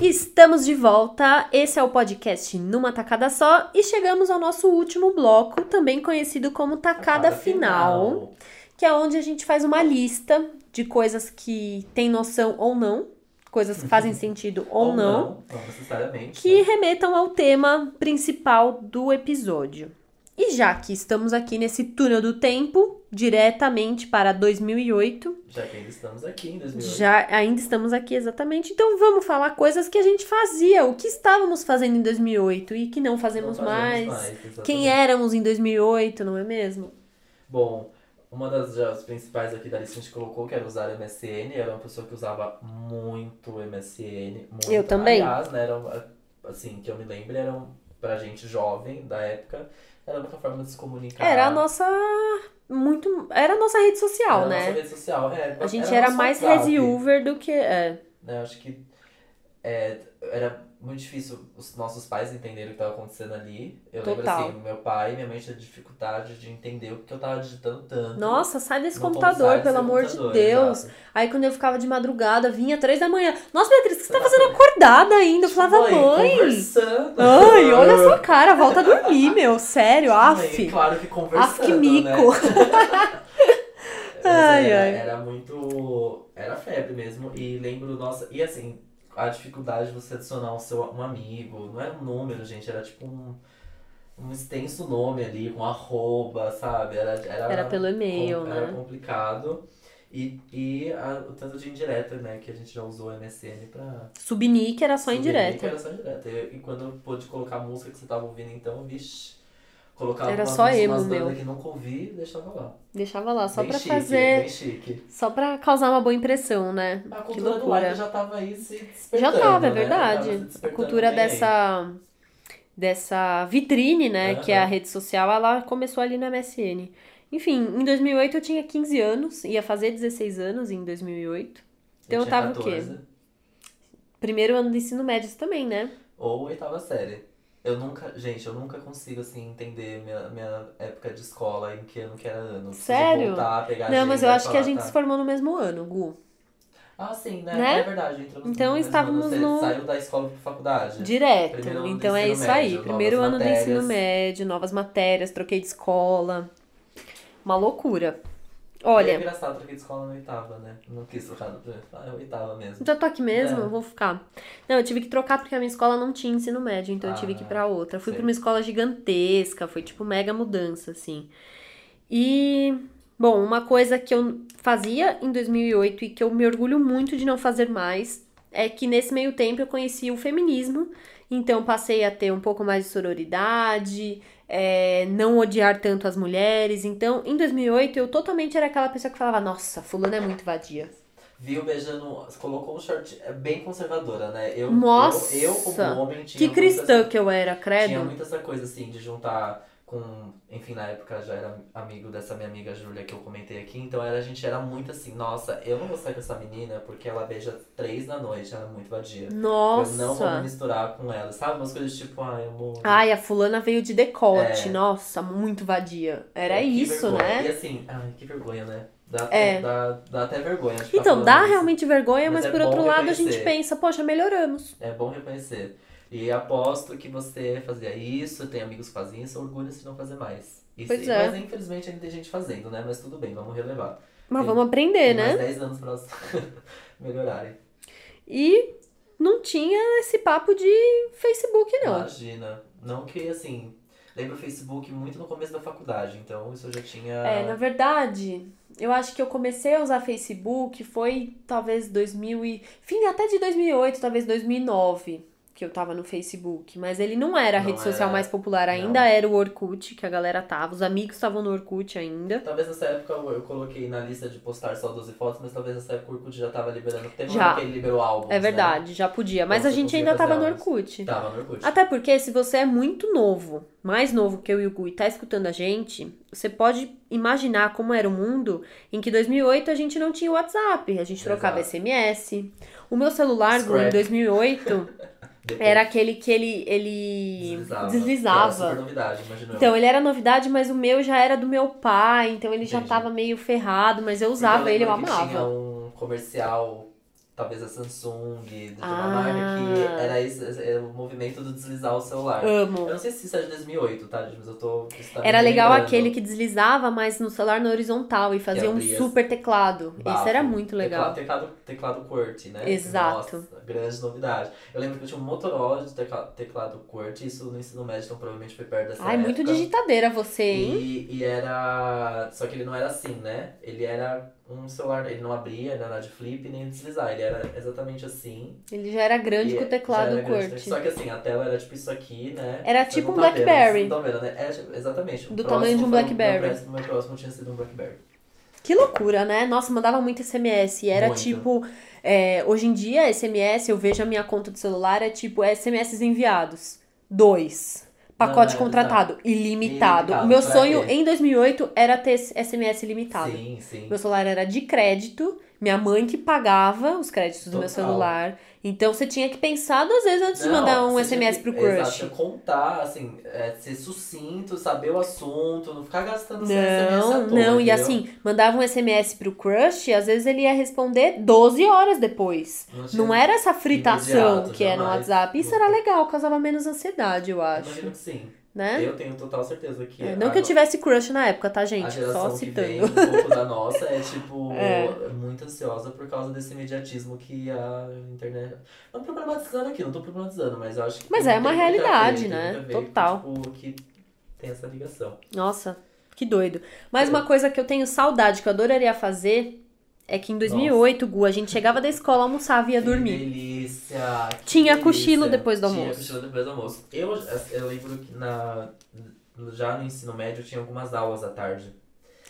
[SPEAKER 1] Estamos de volta. Esse é o podcast Numa Tacada Só e chegamos ao nosso último bloco, também conhecido como Tacada, final que é onde a gente faz uma lista de coisas que tem noção ou não, coisas que fazem sentido ou, não,
[SPEAKER 2] Não, necessariamente.
[SPEAKER 1] que
[SPEAKER 2] né?
[SPEAKER 1] remetam ao tema principal do episódio. E já que estamos aqui nesse túnel do tempo, diretamente para 2008,
[SPEAKER 2] Já que ainda estamos aqui em 2008.
[SPEAKER 1] já ainda estamos aqui exatamente, então vamos falar coisas que a gente fazia, o que estávamos fazendo em 2008 e que não
[SPEAKER 2] Não
[SPEAKER 1] fazemos, mais.
[SPEAKER 2] então exatamente.
[SPEAKER 1] Quem é? éramos em 2008, não é mesmo?
[SPEAKER 2] Bom, uma das já, as principais aqui da lista que a gente colocou, que era usar o MSN. Era uma pessoa que usava muito MSN. Muito.
[SPEAKER 1] Eu também.
[SPEAKER 2] Aliás, né, era, uma- assim, que eu me lembro, era um, pra gente jovem da época, era uma forma de se comunicar.
[SPEAKER 1] Era a nossa muito, era a nossa rede social,
[SPEAKER 2] Era a
[SPEAKER 1] né?
[SPEAKER 2] nossa rede social, é.
[SPEAKER 1] A gente era
[SPEAKER 2] nosso
[SPEAKER 1] mais
[SPEAKER 2] WhatsApp,
[SPEAKER 1] resilver do que. É.
[SPEAKER 2] Né? Eu Acho que é, era muito difícil os nossos pais entenderem o que estava acontecendo ali. Eu
[SPEAKER 1] Total.
[SPEAKER 2] lembro assim, meu pai e minha mãe tinham dificuldade de entender o que eu tava digitando tanto.
[SPEAKER 1] Nossa, sai desse
[SPEAKER 2] No
[SPEAKER 1] computador,
[SPEAKER 2] sai
[SPEAKER 1] pelo
[SPEAKER 2] desse
[SPEAKER 1] amor
[SPEAKER 2] computador,
[SPEAKER 1] de Deus.
[SPEAKER 2] exato.
[SPEAKER 1] Aí quando eu ficava de madrugada, vinha três da manhã. Nossa, Beatriz, o que você tá fazendo acordada ainda? Eu falava, mãe.
[SPEAKER 2] Tipo, Conversando. Tipo,
[SPEAKER 1] Ai, olha a sua cara, volta a dormir, meu. Sério,
[SPEAKER 2] Mãe,
[SPEAKER 1] af.
[SPEAKER 2] claro que conversando.
[SPEAKER 1] Af que
[SPEAKER 2] Né?
[SPEAKER 1] mico.
[SPEAKER 2] Mas
[SPEAKER 1] Ai,
[SPEAKER 2] era,
[SPEAKER 1] ai.
[SPEAKER 2] era muito. Era febre mesmo. E lembro, nossa. E assim, a dificuldade de você adicionar um, seu, um amigo. Não era um número, gente. Era tipo um. Um extenso nome ali, com arroba, sabe? Era, era,
[SPEAKER 1] Era pelo e-mail,
[SPEAKER 2] com- Era
[SPEAKER 1] né?
[SPEAKER 2] complicado. E, e a- o tanto de indireta, né? Que a gente já usou o MSN pra.
[SPEAKER 1] Subnick era só
[SPEAKER 2] subir, que
[SPEAKER 1] indireta.
[SPEAKER 2] Era só indireta. E, e quando eu pude colocar a música que você tava ouvindo, então, vixe. Colocava
[SPEAKER 1] Era
[SPEAKER 2] umas,
[SPEAKER 1] só
[SPEAKER 2] umas
[SPEAKER 1] emo,
[SPEAKER 2] bandas
[SPEAKER 1] meu.
[SPEAKER 2] que nunca ouvi e deixava lá.
[SPEAKER 1] Deixava lá, só
[SPEAKER 2] Bem
[SPEAKER 1] pra
[SPEAKER 2] chique,
[SPEAKER 1] fazer.
[SPEAKER 2] Bem chique.
[SPEAKER 1] Só pra causar uma boa impressão, né?
[SPEAKER 2] A
[SPEAKER 1] Que
[SPEAKER 2] cultura do
[SPEAKER 1] loucura.
[SPEAKER 2] like já tava aí se
[SPEAKER 1] Já
[SPEAKER 2] despertando.
[SPEAKER 1] tava, é
[SPEAKER 2] né?
[SPEAKER 1] verdade.
[SPEAKER 2] Tava se
[SPEAKER 1] a
[SPEAKER 2] despertando
[SPEAKER 1] cultura
[SPEAKER 2] bem aí.
[SPEAKER 1] dessa dessa vitrine, né,
[SPEAKER 2] Aham.
[SPEAKER 1] que é a rede social, ela começou ali na MSN. Enfim, em 2008 eu tinha 15 anos, ia fazer 16 anos em 2008. Então eu
[SPEAKER 2] tinha
[SPEAKER 1] tava o quê?
[SPEAKER 2] 14,
[SPEAKER 1] Primeiro ano do ensino médio também, né?
[SPEAKER 2] Ou oitava série. Eu nunca, gente, eu nunca consigo assim entender minha, minha época de escola em que ano que era ano. Preciso
[SPEAKER 1] Sério?
[SPEAKER 2] Voltar, pegar
[SPEAKER 1] Não, mas eu
[SPEAKER 2] agenda e
[SPEAKER 1] acho que a
[SPEAKER 2] falar,
[SPEAKER 1] gente
[SPEAKER 2] tá.
[SPEAKER 1] se formou no mesmo ano, Gu.
[SPEAKER 2] Ah, sim, né?
[SPEAKER 1] Né?
[SPEAKER 2] É verdade. Entramos
[SPEAKER 1] Então,
[SPEAKER 2] no mesmo
[SPEAKER 1] estávamos
[SPEAKER 2] ano, você
[SPEAKER 1] no-
[SPEAKER 2] Saiu da escola pra faculdade.
[SPEAKER 1] Direto.
[SPEAKER 2] Primeiro ano do
[SPEAKER 1] Então é
[SPEAKER 2] ensino
[SPEAKER 1] isso
[SPEAKER 2] médio,
[SPEAKER 1] aí.
[SPEAKER 2] novas
[SPEAKER 1] Primeiro ano
[SPEAKER 2] matérias.
[SPEAKER 1] do ensino médio, novas matérias, troquei de escola. Uma loucura.
[SPEAKER 2] Eu
[SPEAKER 1] Olha,
[SPEAKER 2] ia safra aqui de escola na oitava, né? Não quis trocar no primeiro. Ah, é oitava mesmo.
[SPEAKER 1] já tô aqui mesmo,
[SPEAKER 2] É.
[SPEAKER 1] Então, eu vou ficar. Não, eu tive que trocar porque a minha escola não tinha ensino médio, então eu tive
[SPEAKER 2] Ah,
[SPEAKER 1] que ir pra outra. Fui
[SPEAKER 2] sei.
[SPEAKER 1] pra uma escola gigantesca, foi tipo mega mudança, assim. E, bom, uma coisa que eu fazia em 2008 e que eu me orgulho muito de não fazer mais é que nesse meio tempo eu conheci o feminismo, então passei a ter um pouco mais de sororidade, é, não odiar tanto as mulheres. Então, em 2008 eu totalmente era aquela pessoa que falava: Nossa, fulana é muito vadia.
[SPEAKER 2] Viu beijando. Colocou um short. É bem conservadora, né? Eu,
[SPEAKER 1] Nossa!
[SPEAKER 2] Eu, eu como homem, tinha.
[SPEAKER 1] Que
[SPEAKER 2] muita-
[SPEAKER 1] cristã que eu era,
[SPEAKER 2] Tinha
[SPEAKER 1] credo.
[SPEAKER 2] muito essa coisa assim de juntar com. Enfim, na época já era amigo dessa minha amiga Júlia que eu comentei aqui. Então era, a gente era muito assim, nossa, eu não vou sair com essa menina porque ela beija três da noite, ela é muito vadia. Eu não vou me
[SPEAKER 1] Nossa. Ah,
[SPEAKER 2] misturar com ela. Sabe? Umas coisas tipo, ai, amor.
[SPEAKER 1] Ai, a fulana veio de decote.
[SPEAKER 2] É.
[SPEAKER 1] Nossa, muito vadia. Era
[SPEAKER 2] que
[SPEAKER 1] isso,
[SPEAKER 2] vergonha.
[SPEAKER 1] né?
[SPEAKER 2] E assim, ai, que vergonha, né? Dá,
[SPEAKER 1] É.
[SPEAKER 2] até, dá, dá até vergonha. de ficar
[SPEAKER 1] Então,
[SPEAKER 2] falando
[SPEAKER 1] dá
[SPEAKER 2] isso.
[SPEAKER 1] realmente vergonha, mas,
[SPEAKER 2] Mas é
[SPEAKER 1] por
[SPEAKER 2] bom
[SPEAKER 1] outro lado a gente
[SPEAKER 2] reconhecer.
[SPEAKER 1] pensa, poxa, melhoramos.
[SPEAKER 2] É bom reconhecer. E aposto que você fazia isso, tem amigos que fazem isso, orgulha-se de não fazer mais. Isso,
[SPEAKER 1] Pois é.
[SPEAKER 2] Mas infelizmente ainda tem gente fazendo, né? Mas tudo bem, vamos relevar.
[SPEAKER 1] Mas
[SPEAKER 2] Tem-
[SPEAKER 1] vamos aprender,
[SPEAKER 2] Tem
[SPEAKER 1] né?
[SPEAKER 2] mais 10 anos pra elas melhorarem.
[SPEAKER 1] E não tinha esse papo de Facebook, não.
[SPEAKER 2] Imagina. Não que assim. Lembro o Facebook muito no começo da faculdade, então isso eu já tinha.
[SPEAKER 1] É, na verdade, eu acho que eu comecei a usar Facebook foi talvez 2000 e fim até de 2008, talvez 2009, que eu tava no Facebook, mas ele não era a
[SPEAKER 2] Não
[SPEAKER 1] rede social
[SPEAKER 2] era,
[SPEAKER 1] mais popular ainda, era o Orkut, que a galera tava, os amigos estavam no Orkut ainda. É
[SPEAKER 2] Talvez nessa época eu, eu coloquei na lista de postar só 12 fotos, mas talvez nessa época o Orkut já tava liberando. Teve
[SPEAKER 1] Já.
[SPEAKER 2] já. que ele liberou álbuns.
[SPEAKER 1] É verdade, já podia, mas
[SPEAKER 2] Então,
[SPEAKER 1] a
[SPEAKER 2] você
[SPEAKER 1] gente
[SPEAKER 2] conseguia
[SPEAKER 1] ainda tava no
[SPEAKER 2] fazer elas.
[SPEAKER 1] Orkut.
[SPEAKER 2] Né? Tava no Orkut.
[SPEAKER 1] Até porque se você é muito novo, mais novo que eu e o Gui, tá escutando a gente, você pode imaginar como era o mundo em que 2008 a gente não tinha WhatsApp, a gente trocava
[SPEAKER 2] Exato.
[SPEAKER 1] SMS. O meu celular, Gui, em
[SPEAKER 2] Scrap.
[SPEAKER 1] 2008,
[SPEAKER 2] Depois
[SPEAKER 1] era aquele que ele ele
[SPEAKER 2] deslizava.
[SPEAKER 1] deslizava.
[SPEAKER 2] Era super novidade, imagina eu.
[SPEAKER 1] Então, ele era novidade, mas o meu já era do meu pai, então ele já
[SPEAKER 2] Entendi.
[SPEAKER 1] tava meio ferrado, mas eu
[SPEAKER 2] Porque
[SPEAKER 1] usava ele, eu
[SPEAKER 2] lembro que
[SPEAKER 1] amava.
[SPEAKER 2] Tinha um comercial, talvez a Samsung, de
[SPEAKER 1] Ah.
[SPEAKER 2] uma marca que era, esse- era o movimento do deslizar o celular. Eu
[SPEAKER 1] Amo.
[SPEAKER 2] não sei se isso é de 2008, tá, gente? Mas eu tô. isso tá me
[SPEAKER 1] Era legal
[SPEAKER 2] relembrando.
[SPEAKER 1] aquele que deslizava, mas no celular na horizontal e fazia um
[SPEAKER 2] abria.
[SPEAKER 1] super teclado. Isso
[SPEAKER 2] Bafo.
[SPEAKER 1] era muito legal.
[SPEAKER 2] Teclado, teclado, teclado QWERTY, né?
[SPEAKER 1] Exato.
[SPEAKER 2] Nossa, grande novidade. Eu lembro que eu tinha um Motorola de tecla- teclado QWERTY, isso no ensino médio, então provavelmente foi perto dessa
[SPEAKER 1] Ai,
[SPEAKER 2] época.
[SPEAKER 1] muito digitadeira você, hein?
[SPEAKER 2] E, e era. Só que ele não era assim, né? Ele era um celular. Ele não abria, ele não era de flip nem deslizar. Ele era exatamente assim.
[SPEAKER 1] Ele já era grande
[SPEAKER 2] E é,
[SPEAKER 1] com o
[SPEAKER 2] já
[SPEAKER 1] teclado
[SPEAKER 2] era grande,
[SPEAKER 1] QWERTY.
[SPEAKER 2] Só que assim, a tela era tipo isso aqui, né?
[SPEAKER 1] Era
[SPEAKER 2] Vocês
[SPEAKER 1] tipo
[SPEAKER 2] não
[SPEAKER 1] um
[SPEAKER 2] tá vendo,
[SPEAKER 1] Blackberry.
[SPEAKER 2] vocês não tão vendo, né? É, tipo, exatamente. O
[SPEAKER 1] Do
[SPEAKER 2] próximo
[SPEAKER 1] tamanho de um
[SPEAKER 2] foi
[SPEAKER 1] Blackberry.
[SPEAKER 2] Meu próximo, meu próximo tinha sido um Blackberry.
[SPEAKER 1] Que loucura, né? Nossa, mandava muito SMS. E era
[SPEAKER 2] Muito.
[SPEAKER 1] tipo. é, hoje em dia, SMS, eu vejo a minha conta do celular, é tipo SMS enviados. Dois. Pacote
[SPEAKER 2] Não, é,
[SPEAKER 1] contratado, ilimitado.
[SPEAKER 2] Ilimitado,
[SPEAKER 1] O meu
[SPEAKER 2] pra
[SPEAKER 1] sonho
[SPEAKER 2] quê?
[SPEAKER 1] em 2008 era ter esse SMS ilimitado.
[SPEAKER 2] Sim, sim.
[SPEAKER 1] Meu celular era de crédito, minha mãe que pagava os créditos do meu
[SPEAKER 2] Total.
[SPEAKER 1] celular. Então você tinha que pensar duas vezes antes de
[SPEAKER 2] Não,
[SPEAKER 1] mandar um
[SPEAKER 2] você
[SPEAKER 1] SMS pro
[SPEAKER 2] tinha que-
[SPEAKER 1] crush.
[SPEAKER 2] Exato, tinha que contar, assim, é, ser sucinto, saber o assunto, não ficar gastando seu SMS à
[SPEAKER 1] Não,
[SPEAKER 2] toa,
[SPEAKER 1] não, e
[SPEAKER 2] entendeu?
[SPEAKER 1] assim, mandava um SMS pro crush e às vezes ele ia responder 12 horas depois.
[SPEAKER 2] tinha-
[SPEAKER 1] Não é era essa fritação
[SPEAKER 2] Imediato,
[SPEAKER 1] que é no
[SPEAKER 2] jamais.
[SPEAKER 1] WhatsApp. Isso era legal, causava menos ansiedade, eu acho.
[SPEAKER 2] Imagino que sim.
[SPEAKER 1] Né?
[SPEAKER 2] Eu tenho total certeza que.
[SPEAKER 1] É, não que eu
[SPEAKER 2] agora-
[SPEAKER 1] tivesse crush na época, tá,
[SPEAKER 2] A
[SPEAKER 1] gente? Só
[SPEAKER 2] geração que vem,
[SPEAKER 1] citando.
[SPEAKER 2] um pouco da nossa, é tipo,
[SPEAKER 1] É.
[SPEAKER 2] muito ansiosa por causa desse imediatismo que a internet. Não problematizando aqui, não tô problematizando, mas eu acho que.
[SPEAKER 1] Mas
[SPEAKER 2] tem-
[SPEAKER 1] é uma
[SPEAKER 2] tem muito a
[SPEAKER 1] realidade,
[SPEAKER 2] tem
[SPEAKER 1] né?
[SPEAKER 2] muito a ver com,
[SPEAKER 1] Total.
[SPEAKER 2] tipo, que tem essa ligação.
[SPEAKER 1] Nossa, que doido. Mas
[SPEAKER 2] É.
[SPEAKER 1] uma coisa que eu tenho saudade, que eu adoraria fazer, é que em 2008, Gu, a gente chegava da escola, almoçava e ia
[SPEAKER 2] Que
[SPEAKER 1] dormir.
[SPEAKER 2] delícia! que
[SPEAKER 1] Tinha
[SPEAKER 2] delícia.
[SPEAKER 1] cochilo depois do almoço.
[SPEAKER 2] Tinha cochilo depois do almoço. Eu, eu lembro que na, já no ensino médio tinha algumas aulas à tarde.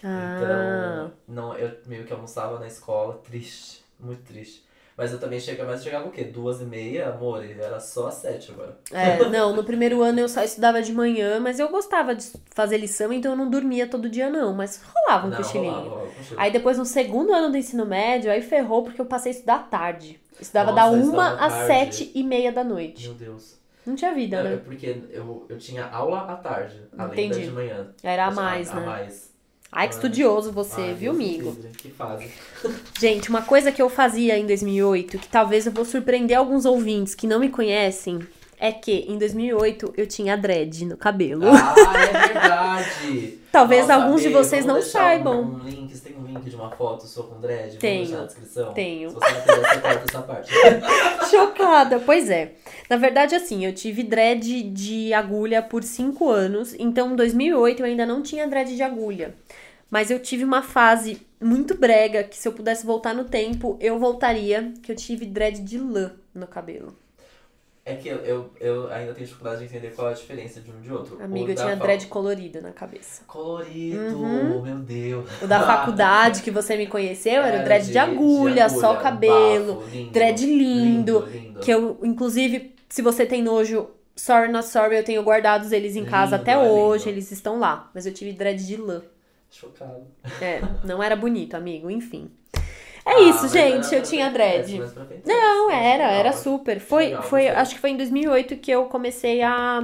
[SPEAKER 1] Ah,
[SPEAKER 2] Então, não, eu meio que almoçava na escola, triste, muito triste. Mas eu também chegava, mas eu chegava o quê? Duas e meia, amor, e era só às sete agora.
[SPEAKER 1] é, não, no primeiro ano eu só estudava de manhã, mas eu gostava de fazer lição, então eu não dormia todo dia não, mas rolava um
[SPEAKER 2] não,
[SPEAKER 1] cochilinho.
[SPEAKER 2] rolava, rolava um cochilo.
[SPEAKER 1] Aí depois no segundo ano do ensino médio, aí ferrou porque eu passei a estudar à tarde. Estudava
[SPEAKER 2] Nossa,
[SPEAKER 1] da
[SPEAKER 2] eu
[SPEAKER 1] uma
[SPEAKER 2] estudava à
[SPEAKER 1] às
[SPEAKER 2] tarde.
[SPEAKER 1] sete e meia da noite.
[SPEAKER 2] Meu Deus.
[SPEAKER 1] Não tinha
[SPEAKER 2] Não,
[SPEAKER 1] vida,
[SPEAKER 2] é
[SPEAKER 1] né?
[SPEAKER 2] porque eu, eu tinha aula à tarde, além da
[SPEAKER 1] Entendi.
[SPEAKER 2] de manhã.
[SPEAKER 1] Era a
[SPEAKER 2] Mas
[SPEAKER 1] mais,
[SPEAKER 2] É. a, a
[SPEAKER 1] né?
[SPEAKER 2] mais.
[SPEAKER 1] Ai, que
[SPEAKER 2] Ai,
[SPEAKER 1] estudioso você,
[SPEAKER 2] Ai,
[SPEAKER 1] viu,
[SPEAKER 2] Deus me
[SPEAKER 1] amigo?
[SPEAKER 2] livre, Que fase.
[SPEAKER 1] Gente, uma coisa que eu fazia em 2008, que talvez eu vou surpreender alguns ouvintes que não me conhecem, é que em 2008 eu tinha dread no cabelo.
[SPEAKER 2] Ah, é verdade.
[SPEAKER 1] talvez
[SPEAKER 2] Nossa,
[SPEAKER 1] alguns de
[SPEAKER 2] amigo,
[SPEAKER 1] vocês
[SPEAKER 2] eu vou
[SPEAKER 1] não
[SPEAKER 2] deixar
[SPEAKER 1] saibam.
[SPEAKER 2] Um, um link, você tem um link de uma foto sua com dread? Vou
[SPEAKER 1] Tenho,
[SPEAKER 2] deixar na descrição.
[SPEAKER 1] tenho.
[SPEAKER 2] Se você não quiser, você corta essa parte.
[SPEAKER 1] Chocada, pois é. Na verdade, assim, eu tive dread de agulha por 5 anos, então em 2008 eu ainda não tinha dread de agulha. Mas eu tive uma fase muito brega que se eu pudesse voltar no tempo, eu voltaria, que eu tive dread de lã no cabelo.
[SPEAKER 2] É que eu, eu, eu ainda tenho dificuldade de entender qual é a diferença de um de outro.
[SPEAKER 1] Amiga,
[SPEAKER 2] O
[SPEAKER 1] eu
[SPEAKER 2] da
[SPEAKER 1] tinha
[SPEAKER 2] fa-
[SPEAKER 1] dread colorida na cabeça.
[SPEAKER 2] Colorido,
[SPEAKER 1] Uhum.
[SPEAKER 2] meu Deus.
[SPEAKER 1] O da faculdade que você me conheceu era o dread de, agulha, só o
[SPEAKER 2] um
[SPEAKER 1] cabelo,
[SPEAKER 2] bafo, lindo,
[SPEAKER 1] dread lindo,
[SPEAKER 2] lindo.
[SPEAKER 1] que eu, inclusive, se você tem nojo, sorry not sorry, eu tenho guardados eles em casa
[SPEAKER 2] Lindo,
[SPEAKER 1] até
[SPEAKER 2] é
[SPEAKER 1] hoje,
[SPEAKER 2] lindo.
[SPEAKER 1] eles estão lá. Mas eu tive dread de lã.
[SPEAKER 2] Chocado.
[SPEAKER 1] É, não era bonito, amigo, enfim. É
[SPEAKER 2] Ah,
[SPEAKER 1] isso,
[SPEAKER 2] mas
[SPEAKER 1] gente,
[SPEAKER 2] era
[SPEAKER 1] eu
[SPEAKER 2] pra
[SPEAKER 1] tinha
[SPEAKER 2] frente,
[SPEAKER 1] dread.
[SPEAKER 2] mas pra frente, né?
[SPEAKER 1] Não,
[SPEAKER 2] mas
[SPEAKER 1] era, era
[SPEAKER 2] legal.
[SPEAKER 1] super. Foi,
[SPEAKER 2] Legal,
[SPEAKER 1] foi,
[SPEAKER 2] gostei.
[SPEAKER 1] acho que foi em 2008 que eu comecei a,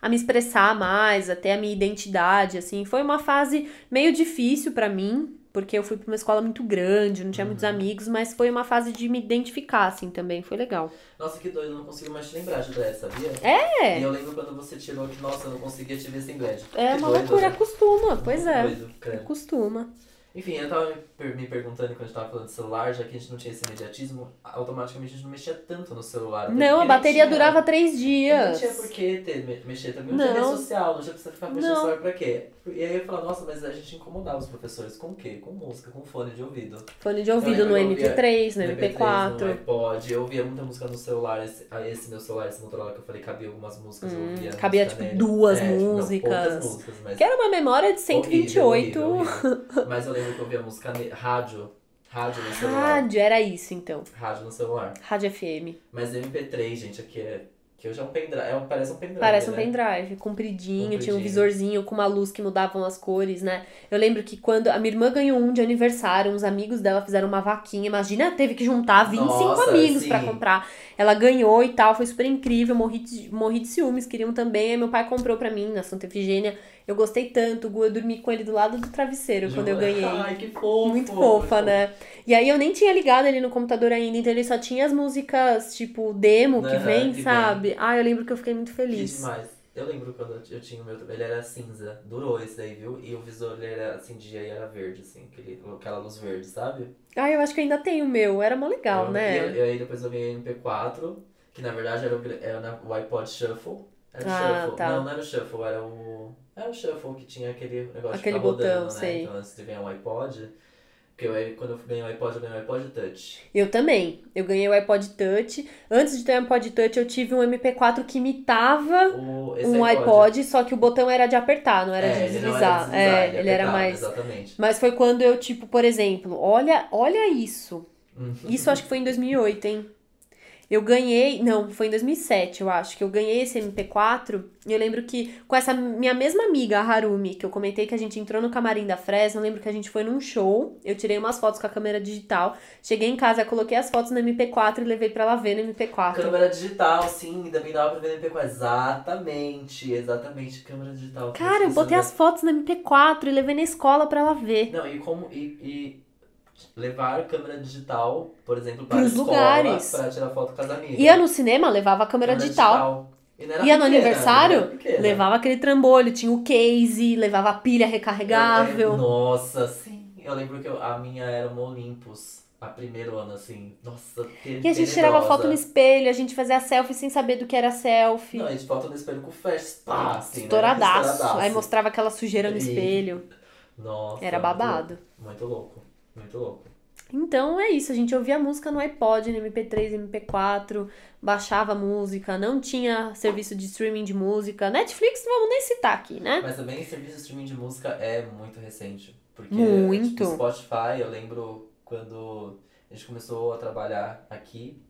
[SPEAKER 1] a me expressar mais, a ter a minha identidade, assim. Foi uma fase meio difícil pra mim, porque eu fui pra uma escola muito grande, não tinha muitos
[SPEAKER 2] Uhum.
[SPEAKER 1] amigos, mas foi uma fase de me identificar, assim, também. Foi legal.
[SPEAKER 2] Nossa, que doido, eu não consigo mais te lembrar de dread, sabia?
[SPEAKER 1] É.
[SPEAKER 2] E eu lembro quando você tirou que, nossa, eu não conseguia te ver sem dread.
[SPEAKER 1] É
[SPEAKER 2] Que
[SPEAKER 1] uma
[SPEAKER 2] doido,
[SPEAKER 1] loucura,
[SPEAKER 2] né?
[SPEAKER 1] costuma, pois
[SPEAKER 2] Que
[SPEAKER 1] é.
[SPEAKER 2] doido, credo.
[SPEAKER 1] Costuma.
[SPEAKER 2] Enfim, eu tava me per- me perguntando quando a gente tava falando de celular, já que a gente não tinha esse imediatismo, automaticamente a gente não mexia tanto no celular. até
[SPEAKER 1] Não, a
[SPEAKER 2] porque
[SPEAKER 1] bateria
[SPEAKER 2] tinha-
[SPEAKER 1] durava três
[SPEAKER 2] Não tinha por
[SPEAKER 1] dias.
[SPEAKER 2] que ter, me- mexer também. Não, tinha
[SPEAKER 1] Não.
[SPEAKER 2] rede social, não tinha pra você ficar mexendo no
[SPEAKER 1] Não.
[SPEAKER 2] celular pra quê? E aí eu falava, nossa, mas a gente incomodava os professores com o quê? Com música, com fone de ouvido.
[SPEAKER 1] Fone de ouvido no
[SPEAKER 2] lembro que eu ouvia
[SPEAKER 1] MP3, no
[SPEAKER 2] No
[SPEAKER 1] MP4.
[SPEAKER 2] um iPod, eu ouvia muita música no celular, esse, ah, esse meu celular, esse Motorola que eu falei, cabia algumas músicas, eu
[SPEAKER 1] Hum,
[SPEAKER 2] ouvia.
[SPEAKER 1] cabia,
[SPEAKER 2] música
[SPEAKER 1] tipo,
[SPEAKER 2] nele.
[SPEAKER 1] duas
[SPEAKER 2] É, tipo, não,
[SPEAKER 1] músicas.
[SPEAKER 2] poucas músicas, mas
[SPEAKER 1] Que era uma memória de 128.
[SPEAKER 2] Horrível, horrível, horrível. Mas eu lembro que eu ouvia música ne- rádio. Rádio no celular.
[SPEAKER 1] Rádio, era isso então.
[SPEAKER 2] Rádio no celular.
[SPEAKER 1] Rádio FM.
[SPEAKER 2] Mas MP3, gente, aqui é. Que hoje é um pendrive. É um, parece um pendrive.
[SPEAKER 1] Parece um
[SPEAKER 2] né?
[SPEAKER 1] pendrive, compridinho, tinha um
[SPEAKER 2] Compridinho.
[SPEAKER 1] visorzinho com uma luz que mudavam as cores, né? Eu lembro que quando a minha irmã ganhou um de aniversário, uns amigos dela fizeram uma vaquinha. Imagina, teve que juntar 25
[SPEAKER 2] Nossa,
[SPEAKER 1] amigos
[SPEAKER 2] sim.
[SPEAKER 1] pra comprar. Ela ganhou e tal, foi super incrível, morri de, morri de ciúmes, queriam também. Aí meu pai comprou pra mim na Santa Efigênia. Eu gostei tanto, Gu, eu dormi com ele do lado do travesseiro quando eu
[SPEAKER 2] Ju-
[SPEAKER 1] ganhei.
[SPEAKER 2] Ai, que
[SPEAKER 1] Muito
[SPEAKER 2] fofo. muito
[SPEAKER 1] fofa,
[SPEAKER 2] fofo.
[SPEAKER 1] né? E aí eu nem tinha ligado ele no computador ainda, então ele só tinha as músicas, tipo, demo que
[SPEAKER 2] Aham,
[SPEAKER 1] vem,
[SPEAKER 2] que vem.
[SPEAKER 1] sabe? Ah, eu lembro que eu fiquei muito
[SPEAKER 2] Que
[SPEAKER 1] feliz.
[SPEAKER 2] demais. Eu lembro quando eu- eu tinha o meu. Ele era cinza. Durou esse daí, viu? E o visor ele era acendia e era verde, assim. Aquele, aquela luz verde, sabe?
[SPEAKER 1] Ah, eu acho que ainda tem o meu, era mó legal,
[SPEAKER 2] eu,
[SPEAKER 1] né?
[SPEAKER 2] E, e aí depois eu ganhei o MP4, que na verdade era o, gra- era na- o iPod Shuffle. Era o
[SPEAKER 1] Ah,
[SPEAKER 2] Shuffle.
[SPEAKER 1] tá.
[SPEAKER 2] Não, não era o Shuffle, era o. Era o Shuffle que tinha aquele negócio
[SPEAKER 1] Aquele
[SPEAKER 2] de ficar rodando,
[SPEAKER 1] botão,
[SPEAKER 2] né?
[SPEAKER 1] sei.
[SPEAKER 2] Então antes de ganhar o iPod. Porque eu, aí, quando eu ganhei o iPod, eu ganhei o iPod Touch.
[SPEAKER 1] Eu também. Eu ganhei o iPod Touch. Antes de ter o iPod Touch, eu tive um MP4 que imitava
[SPEAKER 2] O,
[SPEAKER 1] um iPod, só que o botão era de apertar, não era
[SPEAKER 2] É,
[SPEAKER 1] de
[SPEAKER 2] ele não
[SPEAKER 1] deslizar.
[SPEAKER 2] de
[SPEAKER 1] é,
[SPEAKER 2] deslizar,
[SPEAKER 1] ele era
[SPEAKER 2] apertava,
[SPEAKER 1] mais.
[SPEAKER 2] Exatamente.
[SPEAKER 1] Mas foi quando eu, tipo, por exemplo, olha, olha isso.
[SPEAKER 2] Uhum.
[SPEAKER 1] Isso acho que foi em 2008, hein? Eu ganhei, não, foi em 2007, eu acho, que eu ganhei esse MP4. E eu lembro que com essa minha mesma amiga, a Harumi, que eu comentei que a gente entrou no camarim da Fresno, eu lembro que a gente foi num show, eu tirei umas fotos com a câmera digital, cheguei em casa, coloquei as fotos no MP4 e levei pra ela ver no MP4.
[SPEAKER 2] Câmera digital, sim, também dava pra ver no MP4. Exatamente, exatamente, câmera digital.
[SPEAKER 1] Cara, eu
[SPEAKER 2] Isso,
[SPEAKER 1] botei
[SPEAKER 2] né?
[SPEAKER 1] as fotos no MP4 e levei na escola pra ela ver.
[SPEAKER 2] Não, e como. E, e levar câmera digital, por exemplo, para a
[SPEAKER 1] Pros
[SPEAKER 2] escola,
[SPEAKER 1] lugares.
[SPEAKER 2] pra tirar foto com as amigas.
[SPEAKER 1] Ia no cinema, levava a câmera digital.
[SPEAKER 2] E não era
[SPEAKER 1] Ia no
[SPEAKER 2] pequena, né?
[SPEAKER 1] aniversário,
[SPEAKER 2] não era pequena.
[SPEAKER 1] Levava aquele trambolho, tinha o case, levava a pilha
[SPEAKER 2] Eu- é,
[SPEAKER 1] recarregável.
[SPEAKER 2] nossa, sim. Eu lembro que eu- a minha era uma Olympus, a primeira ano, assim. Nossa, que
[SPEAKER 1] E a gente tirava foto no espelho, a gente fazia selfie sem saber do que era selfie.
[SPEAKER 2] Não, a gente foto no espelho com flash, pá, assim, né?
[SPEAKER 1] estouradaço.
[SPEAKER 2] Estouradaço.
[SPEAKER 1] Aí mostrava aquela sujeira no
[SPEAKER 2] E-
[SPEAKER 1] espelho.
[SPEAKER 2] Nossa.
[SPEAKER 1] Era
[SPEAKER 2] muito
[SPEAKER 1] babado.
[SPEAKER 2] lou- Muito louco, muito louco.
[SPEAKER 1] Então é isso, a gente ouvia música no iPod, no MP3, MP4, baixava música, não tinha serviço de streaming de música. Netflix, não vamos nem citar aqui, né?
[SPEAKER 2] Mas também serviço de streaming de música é muito recente. Porque
[SPEAKER 1] Muito.
[SPEAKER 2] tipo, Spotify, eu lembro quando a gente começou a trabalhar aqui,